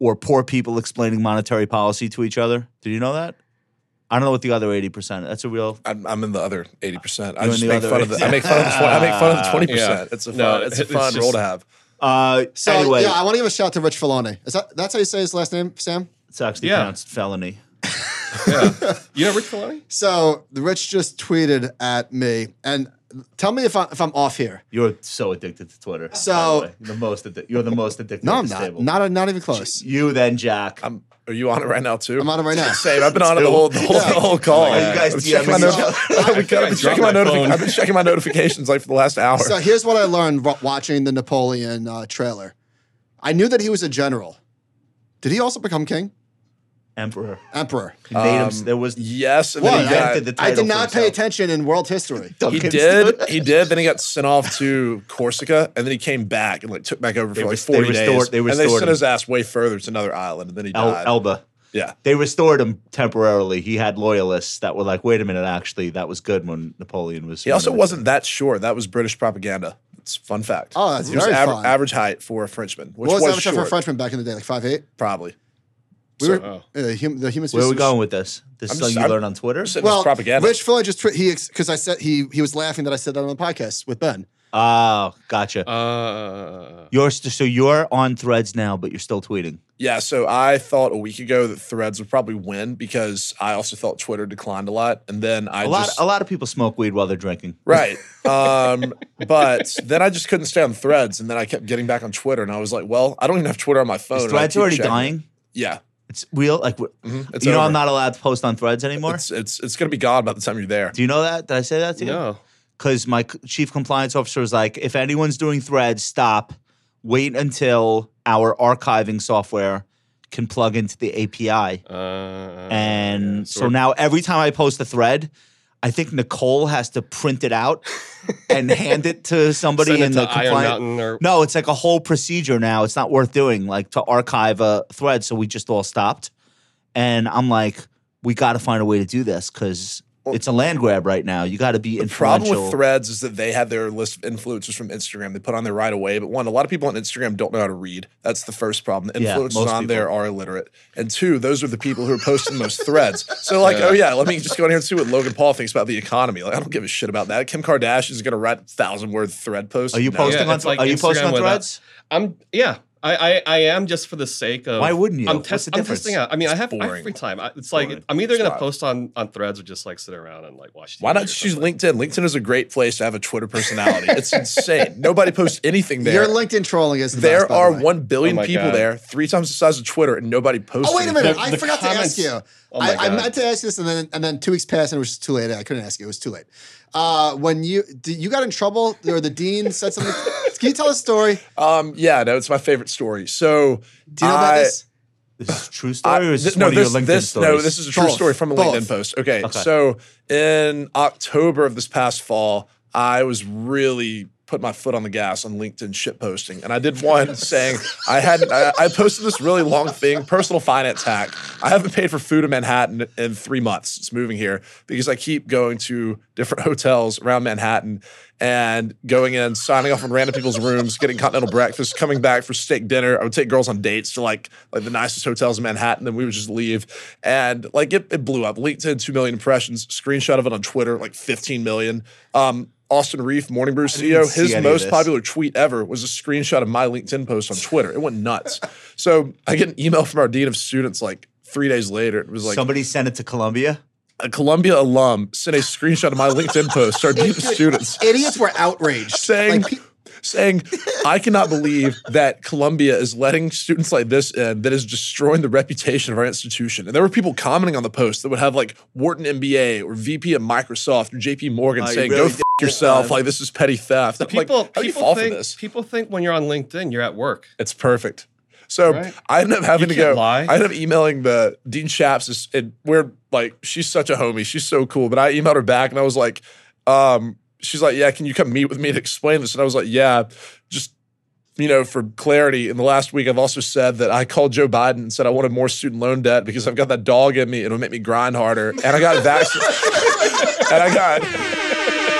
C: or poor people explaining monetary policy to each other? Did you know that? I don't know what the other 80%. That's a real.
B: I'm, I'm in the other 80%. I
C: You're in
B: just
C: the
B: make
C: other
B: fun of the, I make fun of the, twen- I make fun of the 20%. It's a fun,
A: No,
B: it's a
A: it's
B: fun
A: just-
B: role to have.
C: Uh,
J: So
C: anyway,
J: yeah, I want to give a shout out to Rich Filoni. Is that that's how you say his last name, Sam?
C: it's actually
A: Yeah.
C: pronounced felony.
A: You know Rich Filoni?
J: So the Rich just tweeted at me, and tell me if I'm if I'm off here.
C: You're so addicted to Twitter. by the
J: So-
C: way. the, most addi- you're the most addicted.
J: No,
C: at
J: I'm
C: this
J: not.
C: Table.
J: Not not even close.
C: You then, Jack.
B: I'm, are you on it right now too?
J: I'm on it right now.
B: Same. I've been on it the whole, the whole, the whole call.
C: Are Oh you guys
B: I'm checking my
C: DMing
A: I
B: notif- I've
C: each
A: think I
B: been
A: dropped
B: checking my
A: my
B: notific-
A: phone.
B: I've been checking my notifications like for the last hour.
J: So here's what I learned wa- watching the Napoleon uh, trailer. I knew that he was a general. Did he also become king?
C: Emperor.
J: Emperor.
C: He made him,
B: Um,
C: there was.
B: Yes, and
J: What?
B: then he got,
C: invented the
J: I
C: title
J: did
C: for
J: not pay
C: himself.
J: attention in world history.
B: he
C: Duncan's
B: did. He did. Then he got sent off to Corsica, and then he came back and like took back over
C: They
B: for like
C: res- they
B: forty
C: restored-
B: days.
C: they
B: and they
C: restored
B: sent
C: him.
B: his ass way further to another island, and then he
C: El-
B: died.
C: Elba.
B: yeah,
C: They restored him temporarily. He had loyalists that were like, wait a minute, actually, that was good when Napoleon was.
B: he also
C: running."
B: wasn't that short. That was British propaganda. It's a fun fact.
J: Oh, that's
B: he was
J: very
B: aver-
J: fun.
B: average height for a Frenchman, which
J: what was,
B: was,
J: average
B: short,
J: for a Frenchman back in the day? Like five eight.
B: probably.
J: We
B: So-
J: were uh, hum, the human.
C: Where are we
J: species-
C: going with this? This
B: I'm
C: is something
B: just-
C: you
B: I'm-
C: learned on Twitter?
B: Said it was
J: Well,
B: propaganda.
J: Rich Fillion just tweet, he because I said he he was laughing that I said that on the podcast with Ben.
C: Oh, gotcha.
A: Uh,
C: You're st- so you're on Threads now, but you're still tweeting.
B: Yeah, so I thought a week ago that Threads would probably win because I also thought Twitter declined a lot, and then I
C: A lot,
B: just
C: a lot of people smoke weed while they're drinking.
B: right. Um, but then I just couldn't stay on Threads, and then I kept getting back on Twitter, and I was like, well, I don't even have Twitter on my phone.
C: Is
B: and I
C: Threads
B: keep
C: already
B: checking it.
C: dying?
B: Yeah,
C: It's real. Like w-
B: Mhm, it's
C: you know,
B: over.
C: I'm not allowed to post on Threads anymore.
B: It's it's it's gonna be gone by the time you're there.
C: Do you know that? Did I say that to you?
A: no.
C: because my c- chief compliance officer was like, if anyone's doing threads, stop. Wait until our archiving software can plug into the API.
A: Uh,
C: and
A: yeah,
C: so now every time I post a thread, I think Nicole has to print it out and hand it to somebody
A: Send it
C: in
A: to
C: the
A: Iron
C: compliant.
A: Mountain or-
C: no, it's like a whole procedure now. It's not worth doing, like to archive a thread. So we just all stopped, and I'm like, we got to find a way to do this because it's a land grab right now. You got to be influential.
B: problem with threads is that they have their list of influencers from Instagram. They put on there right away. But one, a lot of people on Instagram don't know how to read. That's the first problem. The
C: Yeah,
B: influencers
C: most
B: on
C: people.
B: there are illiterate. And two, those are the people who are posting most threads. So, like,
A: Yeah.
B: oh yeah, let me just go in here and see what Logan Paul thinks about the economy. Like, I don't give a shit about that. Kim Kardashian is gonna write thousand word thread posts.
C: Are you posting
A: Yeah,
C: on?
A: it's like
C: are you posting
A: Instagram
C: on
A: without-
C: threads?
A: I'm yeah. I, I, I am just for the sake of
C: Why wouldn't you?
A: I'm,
C: What's the
A: I'm
C: difference?
A: testing out. I mean, I
B: It's
A: have, I have
B: boring.
A: free time. I, it's
B: boring.
A: like I'm either gonna
B: Stop.
A: post on on threads or just like sit around and like watch. TV
B: Why not
A: or
B: just use LinkedIn? LinkedIn is a great place to have a Twitter personality. It's insane. Nobody posts anything there.
J: Your LinkedIn trolling is the
B: there
J: best, by the
B: are
J: way.
B: 1 billion
A: Oh my
B: people
A: God.
B: there, three times the size of Twitter, and nobody posts
J: Oh wait a
B: anything.
J: minute!
A: The-
J: I
A: the
J: forgot
A: comments-
J: to ask you.
A: Oh my
J: I, I
A: God.
J: meant to ask you this, and then and then two weeks passed, and it was just too late. I couldn't ask you; it was too late. Uh, when you did, you got in trouble, or the dean said something. Can you tell a story?
B: Um, yeah, no, it's my favorite story. So,
J: Do you know about
B: I-
J: this?
C: This is a true
B: I-
C: story, or is
B: th-
C: this one of your LinkedIn
B: this,
C: stories?
B: No, this is a true
J: Both.
B: story from a
J: Both.
B: LinkedIn post. Okay,
C: Okay.
B: so in October of this past fall, I was really put my foot on the gas on LinkedIn shit posting, and I did one saying I had I, I posted this really long thing, personal finance hack. I haven't paid for food in Manhattan in three months since moving here because I keep going to different hotels around Manhattan and going in, signing off on random people's rooms, getting continental breakfast, coming back for steak dinner. I would take girls on dates to like like the nicest hotels in Manhattan, then we would just leave. And like it, it blew up. LinkedIn, two million impressions, screenshot of it on Twitter, like 15 million. Um Austin Reef, Morning Brew
C: didn't
B: CEO,
C: see
B: his
C: any of
B: most
C: this.
B: popular tweet ever was a screenshot of my LinkedIn post on Twitter. It went nuts. so I get an email from our dean of students like three days later. It was like
C: Somebody sent it to Columbia.
B: a Columbia alum sent a screenshot of my LinkedIn post to our dean of students
J: Idiots were outraged.
B: saying
J: Like, pe-
B: saying I cannot believe that Columbia is letting students like this in that is destroying the reputation of our institution. And there were people commenting on the post that would have like Wharton MBA or VP of Microsoft or JP Morgan
C: Wow, you
B: saying,
C: really
B: Go f-
C: did it,
B: yourself.
C: man.
B: Like this is petty theft. I'm
A: People
B: like, how do you
A: people
B: fall for
A: think
B: this?
A: people think when you're on LinkedIn you're at work.
B: It's perfect. So
A: Right.
B: I ended up having
A: You
B: to go.
A: can't lie.
B: I ended up emailing the Dean Chaps, is- and we're like, she's such a homie. She's so cool. But I emailed her back, and I was like, um, she's like, yeah, can you come meet with me to explain this? And I was like, yeah, just you know, for clarity, in the last week, I've also said that I called Joe Biden and said I wanted more student loan debt because I've got that dog in me. It'll make me grind harder, and I got vaccinated. and I got.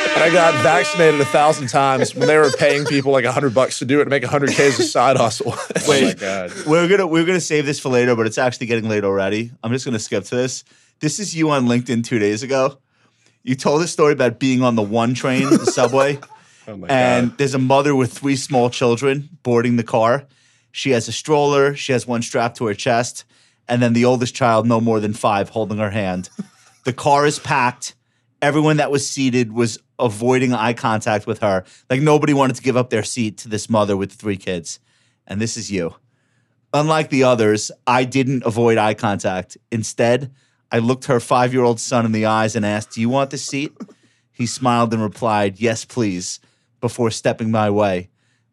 B: And I got vaccinated a thousand times when they were paying people like a hundred bucks to do it to make a hundred Ks a side hustle.
A: Oh my
C: Wait.
A: god.
C: We're gonna we're gonna save this for later, but it's actually getting late already. I'm just gonna skip to this. This is you on LinkedIn two days ago. You told a story about being on the one train, the subway,
A: Oh my
C: and
A: god.
C: there's a mother with three small children boarding the car. She has a stroller, she has one strapped to her chest, and then the oldest child, no more than five, holding her hand. The car is packed. Everyone that was seated was avoiding eye contact with her. Like nobody wanted to give up their seat to this mother with three kids. And this is you. Unlike the others, I didn't avoid eye contact. Instead, I looked her five year old son in the eyes and asked, Do you want this seat? He smiled and replied, Yes, please, before stepping my way.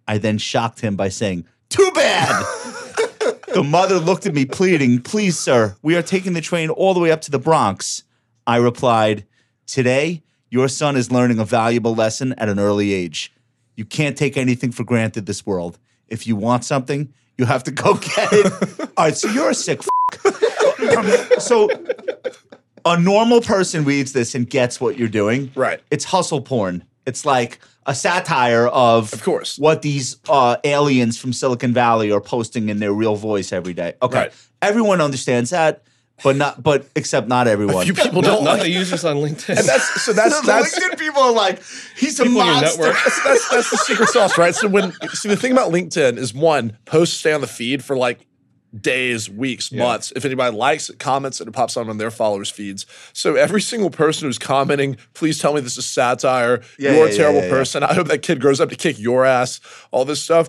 C: I then shocked him by saying, Too bad. the mother looked at me, pleading, Please, sir, we are taking the train all the way up to the Bronx. I replied, Today, your son is learning a valuable lesson at an early age. You can't take anything for granted this world. If you want something, you have to go get it. All right, so you're a sick f- So a normal person reads this and gets what you're doing.
B: Right.
C: It's hustle porn. It's like a satire of,
B: Of course.
C: what these uh, aliens from Silicon Valley are posting in their real voice every day. Okay,
B: Right.
C: everyone understands that, but not but except not everyone.
B: You people
A: Not,
B: don't
A: not
B: like
A: the users on LinkedIn.
B: And that's so that's that's
C: LinkedIn people are like, he's a
A: people in your network.
B: that's, that's that's the secret sauce, right? So when see the thing about LinkedIn is one posts stay on the feed for like days, weeks, months. If anybody likes it, comments it, it pops on on their followers' feeds. So every single person who's commenting, please tell me this is satire.
C: Yeah,
B: You're
C: yeah,
B: a
C: yeah,
B: terrible
C: yeah, yeah.
B: person. I hope that kid grows up to kick your ass. All this stuff.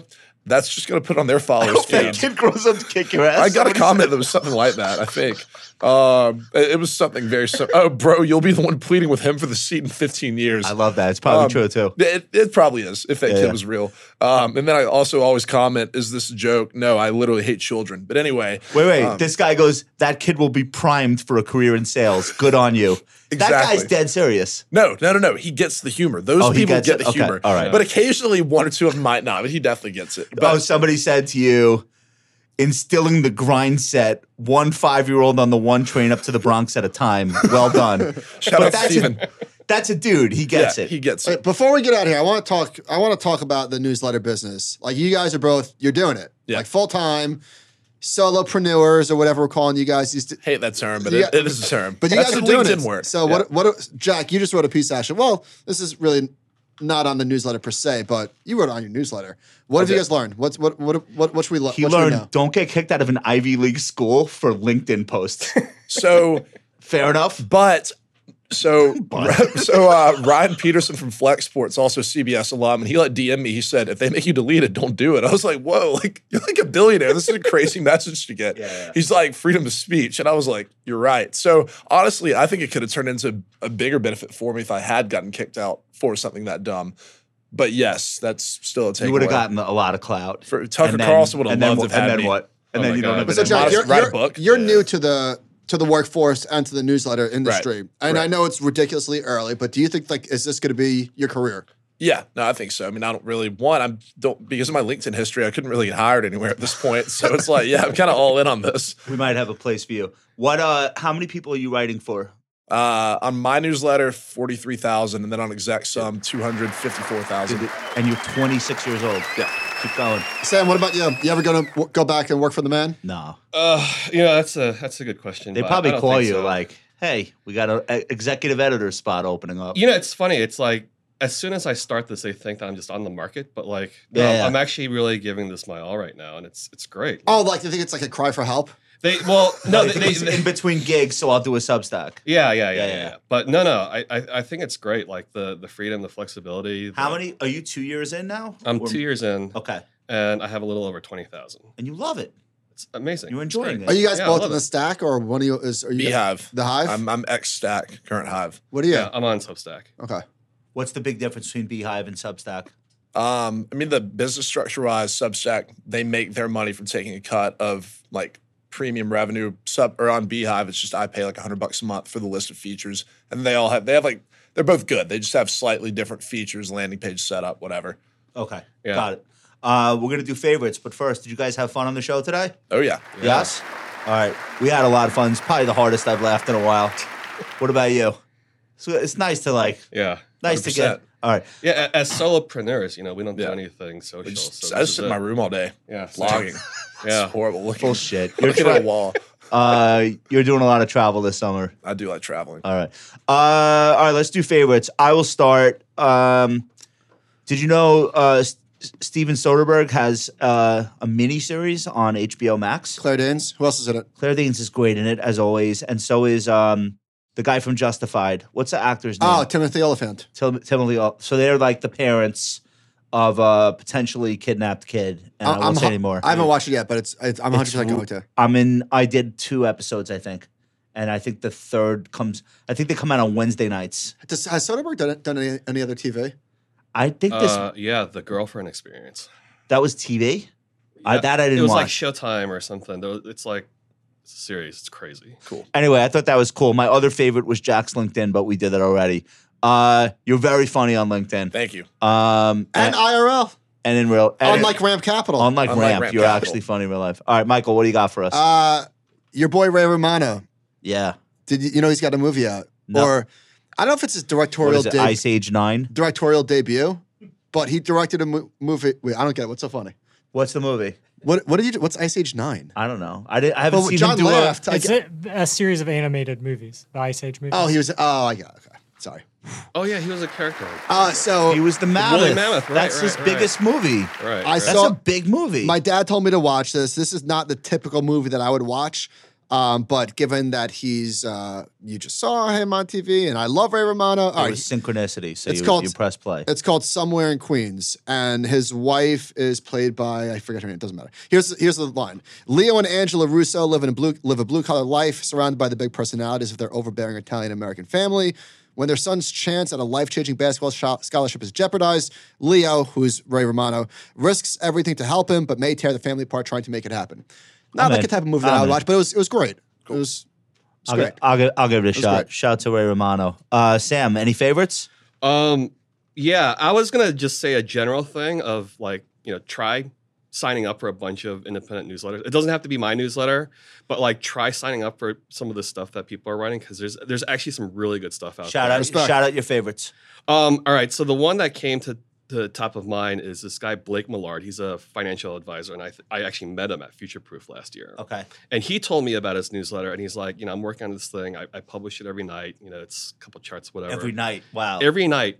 B: That's just gonna put on their followers'
C: That
B: feed.
C: kid grows up to kick your ass.
B: I got a
C: Somebody said-
B: comment that was something like that. I think Um, it, it was something very simple. oh, bro, you'll be the one pleading with him for the seat in 15 years.
C: I love that. It's probably
B: Um,
C: true too.
B: It, it probably is if that
C: Yeah,
B: kid
C: yeah.
B: was real. Um, and then I also always comment, "Is this a joke?" No, I literally hate children. But anyway,
C: Wait, wait.
B: um,
C: this guy goes, that kid will be primed for a career in sales. Good on you. That
B: Exactly.
C: guy's dead serious.
B: no, no, no, no. He gets the humor. Those
C: Oh, he
B: people
C: gets
B: get
C: it?
B: the
C: Okay,
B: humor.
C: all right.
B: But occasionally, one or two of them might not. But he definitely gets it. But
C: oh, somebody said to you, instilling the grind set, one five year old on the one train up to the Bronx at a time. Well done.
B: Shout out
C: that's
B: Steven.
C: a, that's a dude. He gets
B: Yeah,
C: it.
B: he gets
E: Wait,
B: it.
E: before we get out of here, I want to talk. I want to talk about the newsletter business. Like you guys are both, you're doing it,
B: Yeah.
E: like full time, solopreneurs or whatever we're calling you guys. These d-
B: Hate that term, but
E: Yeah.
B: it, it is a term.
E: But you
B: That's
E: guys are
B: what
E: doing
B: LinkedIn
E: it.
B: work.
E: So
B: Yeah.
E: what? What? Jack, you just wrote a piece action. Well, this is really not on the newsletter per se, but you wrote it on your newsletter. What have you
B: did.
E: guys learned? What's what? What? What, what should we? le-
C: He
E: what should we know?
C: learned don't get kicked out of an Ivy League school for LinkedIn posts.
B: So
C: Fair enough.
B: But so so uh, Ryan Peterson from Flex Sports, also CBS alum, and he let DM me. He said, "If they make you delete it, don't do it." I was like, "Whoa! Like you're like a billionaire. This is a crazy message to get." He's like, "Freedom of speech," and I was like, "You're right." So honestly, I think it could have turned into a bigger benefit for me if I had gotten kicked out for something that dumb. But yes, that's still a takeaway.
C: You would have gotten a lot of clout.
B: For- Tucker
C: And then-
B: Carlson would have
C: and then
B: loved
C: what-
B: to have
C: And
B: had
C: then
B: me.
C: what? And
A: Oh
C: then
A: my
C: you don't
A: God.
C: have
E: But
C: an
E: so, Jack,
B: Modest-
E: you're,
B: write a
E: you're,
B: book.
E: you're
B: Yeah.
E: new to the to the workforce and to the newsletter industry, and I
B: Right.
E: know it's ridiculously early, but do you think like is this going to be your career?
B: Yeah, no, I think so. I mean, I don't really want. I'm don't because of my LinkedIn history, I couldn't really get hired anywhere at this point. So it's like, yeah, I'm kind of all in on this.
C: We might have a place for you. What? Uh, how many people are you writing for?
B: Uh, on my newsletter, forty three thousand, and then on exec sum, two hundred fifty four thousand.
C: And you're 26 years old. Yeah. Keep going.
E: Sam, what about you? You ever going to go back and work for the man?
C: No.
A: Uh, you know, that's a that's a good question.
C: They
A: but I
C: probably
A: don't
C: call
A: think
C: you
A: so.
C: like, "Hey, we got an executive editor spot opening up."
A: you know, it's funny. It's like as soon as I start this, they think that I'm just on the market, but like, no,
C: Yeah, yeah.
A: I'm actually really giving this my all right now, and it's it's great.
E: Oh, like you think it's like a cry for help?
A: They well, no,
C: I
A: they,
C: think
A: they,
C: it's in between gigs, so I'll do a Substack.
A: yeah, yeah, yeah, yeah,
C: Yeah, yeah.
A: yeah. But no, no, I, I I think it's great. Like the the freedom, the flexibility.
C: How
A: the-
C: many Oh. are you? Two years in now?
A: I'm
C: Or-
A: two years in,
C: Okay,
A: and I have a little over twenty thousand.
C: and you love it.
A: It's amazing.
C: You're
A: It's
C: enjoying
A: great.
C: it.
E: Are you guys
A: Yeah, I
E: both
A: love
E: in the
A: it.
E: stack or one of you is? Are you guys-
B: Beehive.
E: The hive.
B: I'm I'm X stack current hive.
E: what are you?
A: Yeah, I'm on Substack.
E: Okay.
C: What's the big difference between Beehive and Substack?
B: Um, I mean, the business structure wise, Substack they make their money from taking a cut of like premium revenue. Sub or on Beehive, it's just I pay like hundred bucks a month for the list of features, and they all have they have like they're both good. They just have slightly different features, landing page setup, whatever.
C: Okay,
A: Yeah.
C: got it. Uh, we're gonna do favorites, but first, did you guys have fun on the show today?
B: Oh yeah,
C: Yes. All right, we had a lot of fun. It's probably the hardest I've laughed in a while. What about you? So it's nice to like,
A: Yeah.
C: nice to get.
B: 100%.
C: All right,
A: Yeah, a- as solopreneurs, you know, we don't do
B: Yeah.
A: anything social.
B: I just,
A: so
B: I
A: this
B: just
A: is
B: sit in my
A: it.
B: room all day
A: Yeah,
B: vlogging.
A: Yeah.
B: It's horrible looking.
C: bullshit. You're
B: Looking at a
C: tra-
B: wall.
C: uh, you're doing a lot of travel this summer.
B: I do like traveling.
C: All right. Uh, all right, let's do favorites. I will start. Um, did you know uh, S- Steven Soderbergh has uh, a mini series on HBO Max?
E: Claire Danes. Who else is in it?
C: Claire Danes is great in it, as always. And so is um, the guy from Justified. What's the actor's name?
E: Oh, Timothy Oliphant.
C: Tim- Timothy. Al- So they're like the parents of a potentially kidnapped kid. And I,
E: I-
C: won't
E: Uh, I'm
C: say
E: hu-
C: anymore.
E: I haven't watched it yet, but it's, it's I'm 100 percent
C: w-
E: going to.
C: I'm in. I did two episodes, I think, and I think the third comes. I think they come out on Wednesday nights.
E: Does, has Soderbergh done, done any, any other TV?
C: I think this
A: Uh, yeah, the girlfriend experience.
C: That was TV. I,
A: Yeah,
C: that I didn't
A: It was
C: watch.
A: like Showtime or something. There was- It's like it's a series. It's crazy. Cool.
C: anyway, I thought that was cool. My other favorite was Jack's LinkedIn, but we did that already. Uh, you're very funny on LinkedIn.
B: Thank you.
C: Um, and,
E: And IRL
C: and in real, and
E: on like Ramp Capital.
C: on like
B: on, like,
C: Ramp,
B: Ramp
C: you're
B: Capital.
C: actually funny in real life. All right, Michael, what do you got for us?
E: uh, your boy Ray Romano.
C: yeah,
E: Did you, you know he's got a movie out?
C: No.
E: Or I don't know if it's his
C: what
E: directorial
C: is it?
E: debut.
C: Ice Age Nine.
E: directorial debut, but he directed a mo- movie. Wait, I don't get it. What's so funny?
C: What's the movie?
E: What What did you? do- What's Ice Age Nine?
C: I don't know. I, did, I haven't
E: Well,
C: seen
E: John
C: him do a.
E: laughed. I
G: It's
E: get-
G: a, a series of animated movies, the Ice Age movies.
E: oh, he was. Oh, I got. Okay, sorry.
A: Oh yeah, he was a character.
E: Uh, so
C: He was the mammoth.
A: Woolly Mammoth, right,
C: That's
A: right,
C: his
A: right.
C: biggest movie.
A: right.
E: I
A: right.
C: That's
E: saw-
C: a big movie.
E: my dad told me to watch this. This is not the typical movie that I would watch. Um, but given that he's, uh, you just saw him on TV, and I love Ray Romano. All
C: it
E: right,
C: was synchronicity. So
E: It's
C: you,
E: called-
C: you press play.
E: it's called Somewhere in Queens, and his wife is played by I forget her name. It doesn't matter. Here's here's the line: Leo and Angela Russo live in a blue live a blue collar life, surrounded by the big personalities of their overbearing Italian American family. When their son's chance at a life changing basketball sho- scholarship is jeopardized, Leo, who's Ray Romano, risks everything to help him, but may tear the family apart trying to make it happen. Not
C: I'm
E: like
C: in.
E: a type of movie that
C: I'm
E: I would
C: in.
E: watch, but it was it was great. It was, it was
C: I'll,
E: great.
C: gi- I'll, gi- I'll give it a
E: It was
C: shot.
E: great.
C: Shout out to Ray Romano. Uh, Sam, any favorites?
A: Um, yeah, I was gonna just say a general thing of like, you know, try signing up for a bunch of independent newsletters. It doesn't have to be my newsletter, but like try signing up for some of the stuff that people are writing because there's there's actually some really good stuff out
C: Shout
A: there.
C: out, shout out your favorites.
A: Um, all right. So the one that came to the top of mind is this guy Blake Millard. He's a financial advisor, and I th- I actually met him at Future Proof last year.
C: Okay.
A: And he told me about his newsletter, and he's like, you know, I'm working on this thing. I, I publish it every night. You know, it's a couple charts, whatever.
C: Every night. Wow.
A: Every night.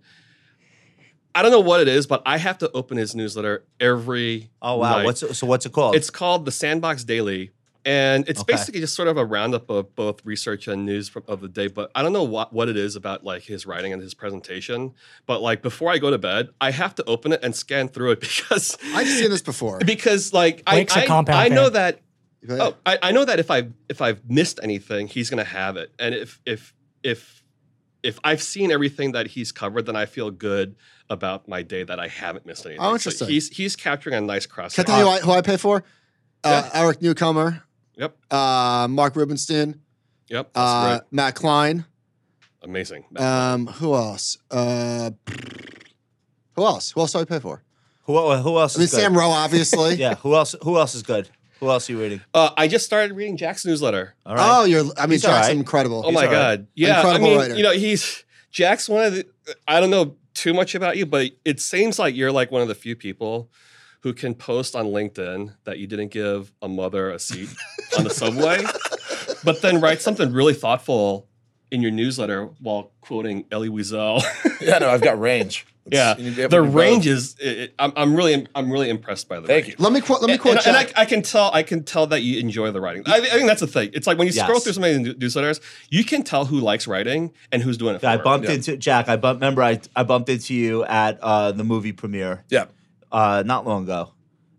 A: I don't know what it is, but I have to open his newsletter every.
C: oh wow.
A: night.
C: What's it- so? What's it called?
A: It's called the Sandbox Daily, and it's
C: Okay.
A: basically just sort of a roundup of both research and news from, of the day. But I don't know what, what it is about like his writing and his presentation. But like before I go to bed, I have to open it and scan through it because
E: I've seen this before.
A: because like I,
G: Blake's a
A: I,
G: compound
A: I know
G: fan.
A: that
E: Yeah.
A: oh I, I know that if I if I've missed anything, he's gonna have it. And if if if if I've seen everything that he's covered, then I feel good about my day that I haven't missed anything. So
E: Oh, interesting.
A: he's he's capturing a nice Ah, cross.
E: Can I tell you who I, who I pay for? Uh, Eric Newcomer,
A: Yep.
E: uh, Mark Rubenstein,
A: Yep. That's
E: uh,
A: right.
E: Matt Klein.
A: Amazing.
E: Um, who else? Uh, who else? Who else do I pay for?
C: who, who else?
E: I mean,
C: is good?
E: Sam Rowe, obviously.
C: yeah. Who else? Who else is good? Who else are you reading?
A: Uh, I just started reading Jack's newsletter.
C: All right.
E: Oh, you're. I mean,
C: He's all
E: Jackson,
C: right.
E: incredible.
A: Oh my
C: all right.
A: god! Yeah,
E: Incredible
A: I mean,
E: writer.
A: you know, he's Jack's one of the. I don't know too much about you, but it seems like you're like one of the few people who can post on LinkedIn that you didn't give a mother a seat on the subway, but then write something really thoughtful in your newsletter while quoting Elie Wiesel.
B: Yeah, no, I've got range.
A: yeah,
B: You need to be able
A: the
B: to do both.
A: range is. It, it- I'm, I'm really, I'm really impressed by the.
B: Thank
A: range.
B: you.
E: Let me quote. Let me
A: And- and,
E: quote.
A: and
E: Jack.
A: I, I can tell I can tell that you enjoy the writing. I, I think that's the thing. It's like when you scroll
C: Yes.
A: through somebody's new- newsletters, you can tell who likes writing and who's doing it. For
C: I bumped
A: yeah.
C: into Jack. I bumped. Remember, I I bumped into you at uh, the movie premiere.
B: Yeah.
C: Uh, not long ago,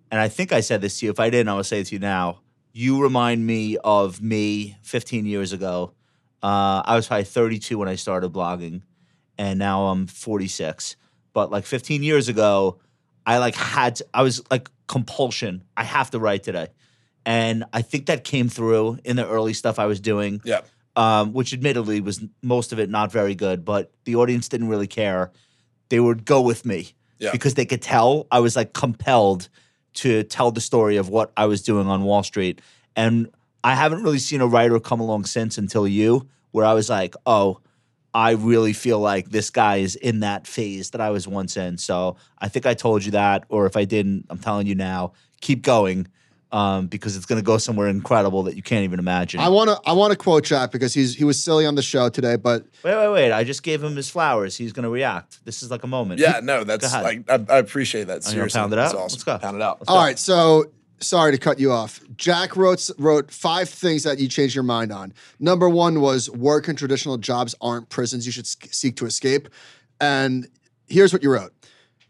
C: and I think I said this to you. If I didn't, I will say it to you now. You remind me of me 15 years ago. Uh, I was probably 32 when I started blogging, and now I'm 46. But like 15 years ago, I like had to, I was like compulsion. I have to write today, and I think that came through in the early stuff I was doing
B: Yeah.
C: um, which admittedly was most of it not very good, but the audience didn't really care. They would go with me
B: Yeah.
C: because they could tell I was like compelled to tell the story of what I was doing on Wall Street. And I haven't really seen a writer come along since until you, where I was like, oh, I really feel like this guy is in that phase that I was once in. So I think I told you that, or if I didn't, I'm telling you now, keep going um, because it's going to go somewhere incredible that you can't even imagine.
E: I want to. I want to quote Jack because he's he was silly on the show today, but
C: Wait, wait, wait. I just gave him his flowers. He's going to react. This is like a moment.
B: Yeah, no, that's
C: Go ahead.
B: like I, I appreciate that.
C: Oh, you wanna
B: Seriously,
C: pound it
B: That's
C: out?
B: awesome.
C: Let's go.
B: Pound it out.
E: All right, so sorry to cut you off. Jack wrote wrote five things that you changed your mind on. Number one was work and traditional jobs aren't prisons you should sk- seek to escape. And here's what you wrote.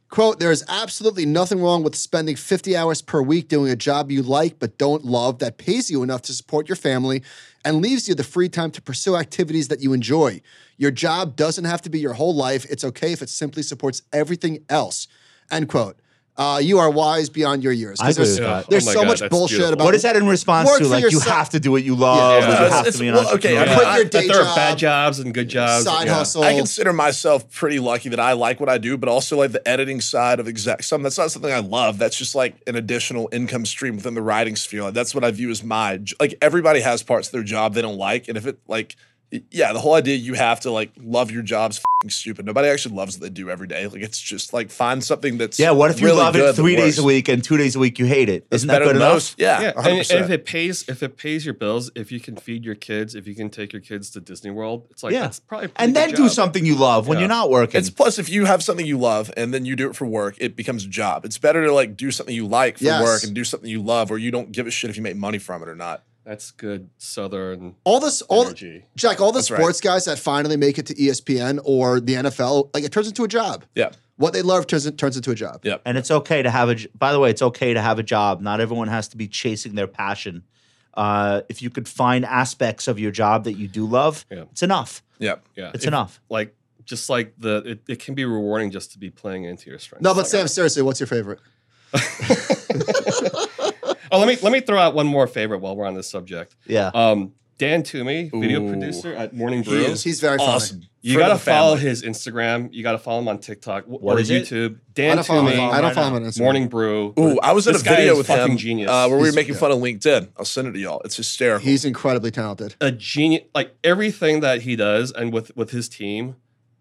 E: Quote, there is absolutely nothing wrong with spending 50 hours per week doing a job you like but don't love that pays you enough to support your family and leaves you the free time to pursue activities that you enjoy. Your job doesn't have to be your whole life. It's okay if it simply supports everything else. End quote. Uh, you are wise beyond your years.
C: I
E: 'Cause
C: agree
E: there's
C: with that.
E: there's
A: Oh my
E: so
A: God,
E: much
A: that's
E: bullshit
A: beautiful.
E: about
C: What is that in response
E: Work
C: to?
E: for
C: Like, you
E: yourself.
C: have to do what you love.
A: Yeah.
C: or you
A: It's-
C: have
B: it's-
C: to be an
B: well, okay, I
C: entrepreneur.
B: mean,
E: Quit your
A: But
E: day
A: there
E: job.
A: are bad jobs and good jobs.
E: Side
A: yeah.
E: hustle.
B: I consider myself pretty lucky that I like what I do, but also like the editing side of exact some. That's not something I love. That's just like an additional income stream within the writing sphere. Like, that's what I view as my j- like. Everybody has parts of their job they don't like, and if it like, y- yeah, the whole idea you have to like love your job's fing stupid. Nobody actually loves what they do every day. Like it's just like find something that's
C: Yeah, what if you
B: really
C: love
B: good that
C: it three days a
B: works.
C: week and two days a week you hate it?
B: That's
C: Isn't that
B: better
C: good
B: than
C: enough?
B: most. Yeah,
A: Yeah, and,
B: 100%.
A: and if it pays, if it pays your bills, if you can feed your kids, if you can take your kids to Disney World, it's like
C: Yeah.
A: that's probably a pretty
C: And
A: good
C: then do
A: job.
C: something you love when
A: Yeah.
C: you're not working.
B: It's plus if you have something you love and then you do it for work, it becomes a job. It's better to like do something you like for
E: Yes.
B: work and do something you love where you don't give a shit if you make money from it or not.
A: That's good Southern.
J: All this, all
A: energy.
J: Jack, all the
A: That's right.
J: sports guys that finally make it to
E: E
J: ESPN or the NFL, like it turns into a job.
B: Yeah.
J: What they love turns turns into a job.
B: Yep.
C: And it's okay to have a. j- By the way, it's okay to have a job. Not everyone has to be chasing their passion. Uh, if you could find aspects of your job that you do love, it's enough.
B: Yeah.
A: Yeah.
C: It's
A: If-
C: enough.
A: Like just like the it, it can be rewarding just to be playing into your strengths.
J: No, but
A: Like,
J: Sam, seriously, what's your favorite?
A: oh, let me let me throw out one more favorite while we're on this subject.
C: Yeah.
A: Um, Dan Toomey, video
J: Ooh.
A: producer at Morning
J: He
A: Brew.
J: is. He's very funny.
A: awesome. You
J: Friend of
A: gotta
J: the
A: follow
J: family.
A: his Instagram. You gotta follow him on TikTok w-
J: What
A: or
J: is it?
A: YouTube.
J: I
A: Dan
J: don't follow him.
A: Toomey.
J: I don't follow him on Instagram.
A: Morning Brew.
B: Ooh, I was in a
A: This guy
B: video
A: is
B: with
A: fucking
B: him
A: genius.
B: uh, where we were
A: He's-
B: making
A: yeah.
B: fun of LinkedIn. I'll send it to y'all. It's hysterical.
J: He's incredibly talented.
A: a genius like everything that he does and with with his team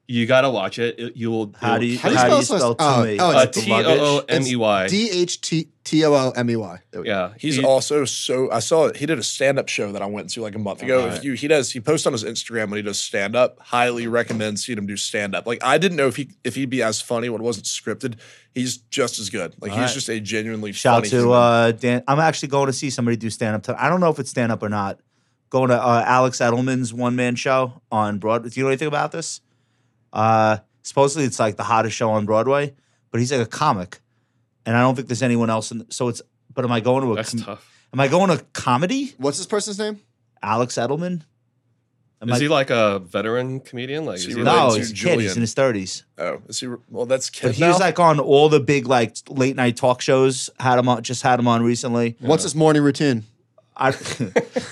A: you gotta watch it, It- you will
C: How
A: it will
C: do you-
A: kill
C: how do you
J: his last-
C: spell
J: oh,
C: Toomey?
J: oh,
A: Uh,
J: it's-
B: E.
A: T-O-O-M-E-Y.
J: it's D-H-T-T-O-O-M-E-Y.
A: E yeah,
B: he's also so. I saw he did a stand up show that I went to like a month ago.
A: Alright.
B: If you, he does, he posts on his Instagram when he does stand up. Highly recommend seeing him do stand up. Like I didn't know if he if he'd be as funny when it wasn't scripted. He's just as good. Like he's
C: Alright.
B: just a genuinely
C: Shout
B: funny
C: to
B: human.
C: uh, Dan. I'm actually going to see somebody do stand up. To- I don't know if it's stand up or not. Going to uh, Alex Edelman's one man show on Broadway. Do you know anything about this? Uh, supposedly it's like the hottest show on Broadway, but he's like a comic, and I don't think there's anyone else. In so it's. But am I going to a? That's
A: tough.
C: Am I going to comedy?
J: What's this person's name?
C: Alex Edelman. Am
A: is
C: I-
A: he like a veteran comedian like is he
C: no,
A: like-
C: he's a kid. He's in his thirties.
B: Oh, is he? Well, that's kid.
C: But he was
B: now?
C: like on all the big like late night talk shows. Had him on, just had him on recently.
J: What's his morning routine?
C: I,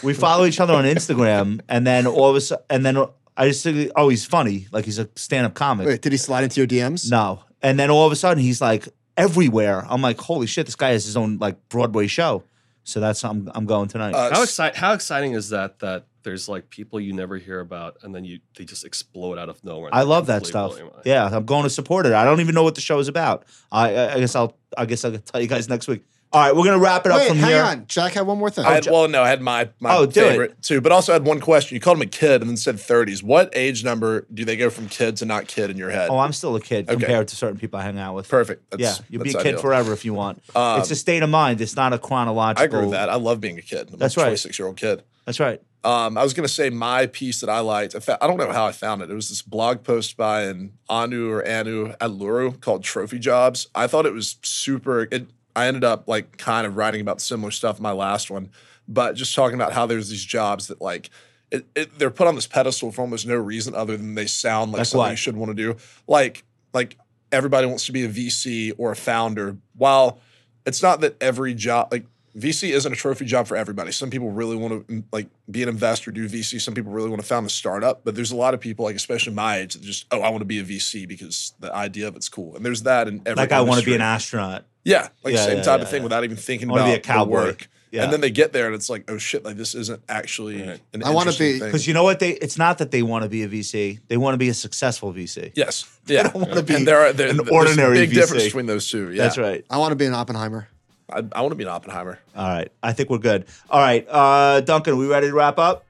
C: we follow each other on Instagram, and then all of a sudden, and then I just think, oh, he's funny, like he's a stand-up comic.
J: Wait, did he slide into your DMs?
C: No, and then all of a sudden he's like everywhere. I'm like, holy shit, this guy has his own like Broadway show. So that's I'm I'm going tonight.
B: Uh,
A: how exciting how exciting is that that there's like people you never hear about and then you they just explode out of nowhere
C: I love that stuff.
A: Completely blow your mind.
C: Yeah, I'm going to support it. I don't even know what the show is about. I I, I guess I'll I guess I'll tell you guys next week. All right, we're gonna wrap it up
J: Wait,
C: from
J: hang
C: here.
J: on. Jack had one more thing.
B: I had, well, no, I had my my
C: Oh, do it.
B: favorite too, but also I had one question. You called him a kid and then said 30s. What age number do they go from kid to not kid in your head?
C: Oh, I'm still a kid
B: Okay.
C: compared to certain people I hang out with.
B: Perfect. That's-
C: yeah, you'll be a
B: that's
C: kid
B: ideal.
C: forever if you want.
B: Um,
C: it's a state of mind. It's not a chronological.
B: I agree with that. I love being a kid. I'm
C: That's
B: a
C: right.
B: 26 year old kid.
C: That's right.
B: Um, I was going to say my piece that I liked. I, fa- I don't know how I found it. It was this blog post by an Anu or Anu Aluru called Trophy Jobs. I thought it was super. It, I ended up like kind of writing about similar stuff in my last one, but just talking about how there's these jobs that like it, it, they're put on this pedestal for almost no reason other than they sound like
C: Like
B: something
C: what?
B: you should want to do. Like like everybody wants to be a VC or a founder. While it's not that every job like VC isn't a trophy job for everybody. Some people really want to like be an investor, do VC. Some people really want to found a startup. But there's a lot of people, like especially my age, that just oh, I want to be a VC because the idea of it's cool. And there's that in every
C: Like I want to be
B: industry.
C: an astronaut.
B: Yeah, like
C: Yeah,
B: same
C: yeah,
B: type
C: yeah,
B: of thing
C: yeah.
B: without even thinking
C: I wanna
B: about
C: be a
B: the
C: cowboy.
B: work.
C: Yeah.
B: And then they get there and it's like, oh shit, like this isn't actually an
J: I wanna
B: want to
J: be-
C: Because you know what? They it's not that they want to be a VC. They want to be a successful VC.
B: yes, yeah.
C: don't wanna be
B: and there are, there,
C: an
B: there's
C: ordinary
B: a big
C: VC.
B: difference between those two. Yeah,
C: That's right.
J: I want to be an Oppenheimer.
B: I, I want to be an Oppenheimer.
C: All right. I think we're good. All right. Uh, Duncan, we ready to wrap up?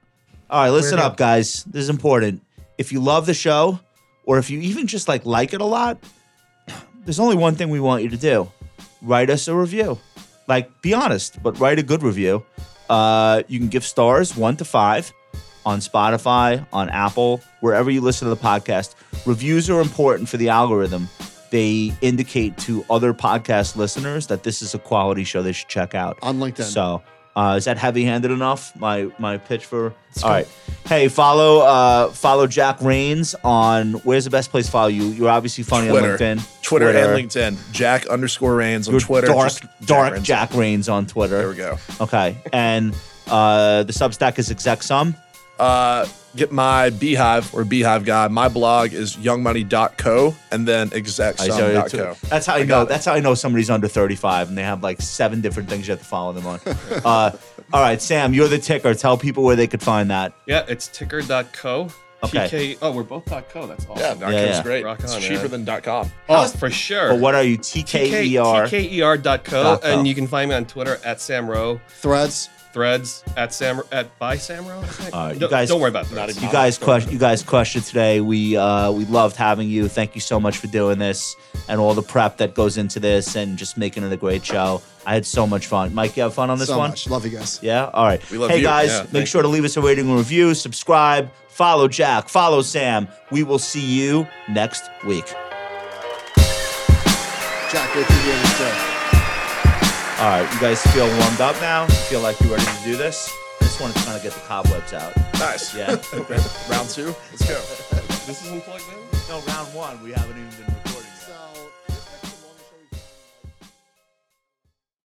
C: All right. Listen
G: We're
C: up, guys. This is important. If you love the show, or if you even just like like it a lot, there's only one thing we want you to do: write us a review. Like, be honest, but write a good review. Uh, you can give stars one to five on Spotify, on Apple, wherever you listen to the podcast. Reviews are important for the algorithm. They indicate to other podcast listeners that this is a quality show they should check out.
J: On LinkedIn.
C: So, uh, is that heavy-handed enough? My my pitch for all right. Hey, follow uh, follow Jack Rains on where's the best place to follow you? You're obviously funny
B: Twitter.
C: on LinkedIn,
B: Twitter, and LinkedIn. Jack underscore Rains on
C: Your
B: Twitter.
C: dark
B: Just Jack
C: dark
B: Rains.
C: Jack Rains on Twitter.
B: There we go.
C: Okay, and uh, the Substack is exact sum.
B: Uh, get my Beehive or Beehive guy. My blog is youngmoney.co and then
C: I see.
B: execsum.co.
C: That's how I, know. That's how I know somebody's under 35 and they have like seven different things you have to follow them on. uh, all right, Sam, you're the ticker. Tell people where they could find that.
A: yeah it's ticker.co
C: Okay.
A: TK, oh, we're both .co. That's awesome.
B: Yeah, dot
C: Yeah,
B: com's
C: yeah.
B: great.
A: Rock
B: it's
A: on,
B: cheaper
A: man.
B: than dot com.
A: Oh, for sure. E,
C: But what are you? E TKER.
A: TKER.co,
C: Dot com.
A: and you can find me on Twitter at Sam Rowe.
J: Threads.
A: threads at Sam at by Samro. I think.
C: All right,
A: Don't- E don't worry about threads.
C: Uh, You guys, question. You guys, question today. We uh, we loved having you. Thank you so much for doing this and all the prep that goes into this and just making it a great show. I had so much fun. Mike, you have fun on this
J: so
C: one.
J: much. Love you guys.
C: Yeah. All right.
J: We love
C: hey
J: you.
C: guys,
J: Yeah,
C: make
J: thank
C: sure to leave us a rating and review. Subscribe. Follow Jack. Follow Sam. We will see you next week.
J: Jack, wait till you hear this show.
C: All right, you guys feel warmed up now? Feel like you're ready to do this? I just wanted to kind of get the cobwebs out.
B: Nice.
C: Yeah.
B: Round two. Let's go.
A: This is unplugged in?
C: No, round one. We haven't even been.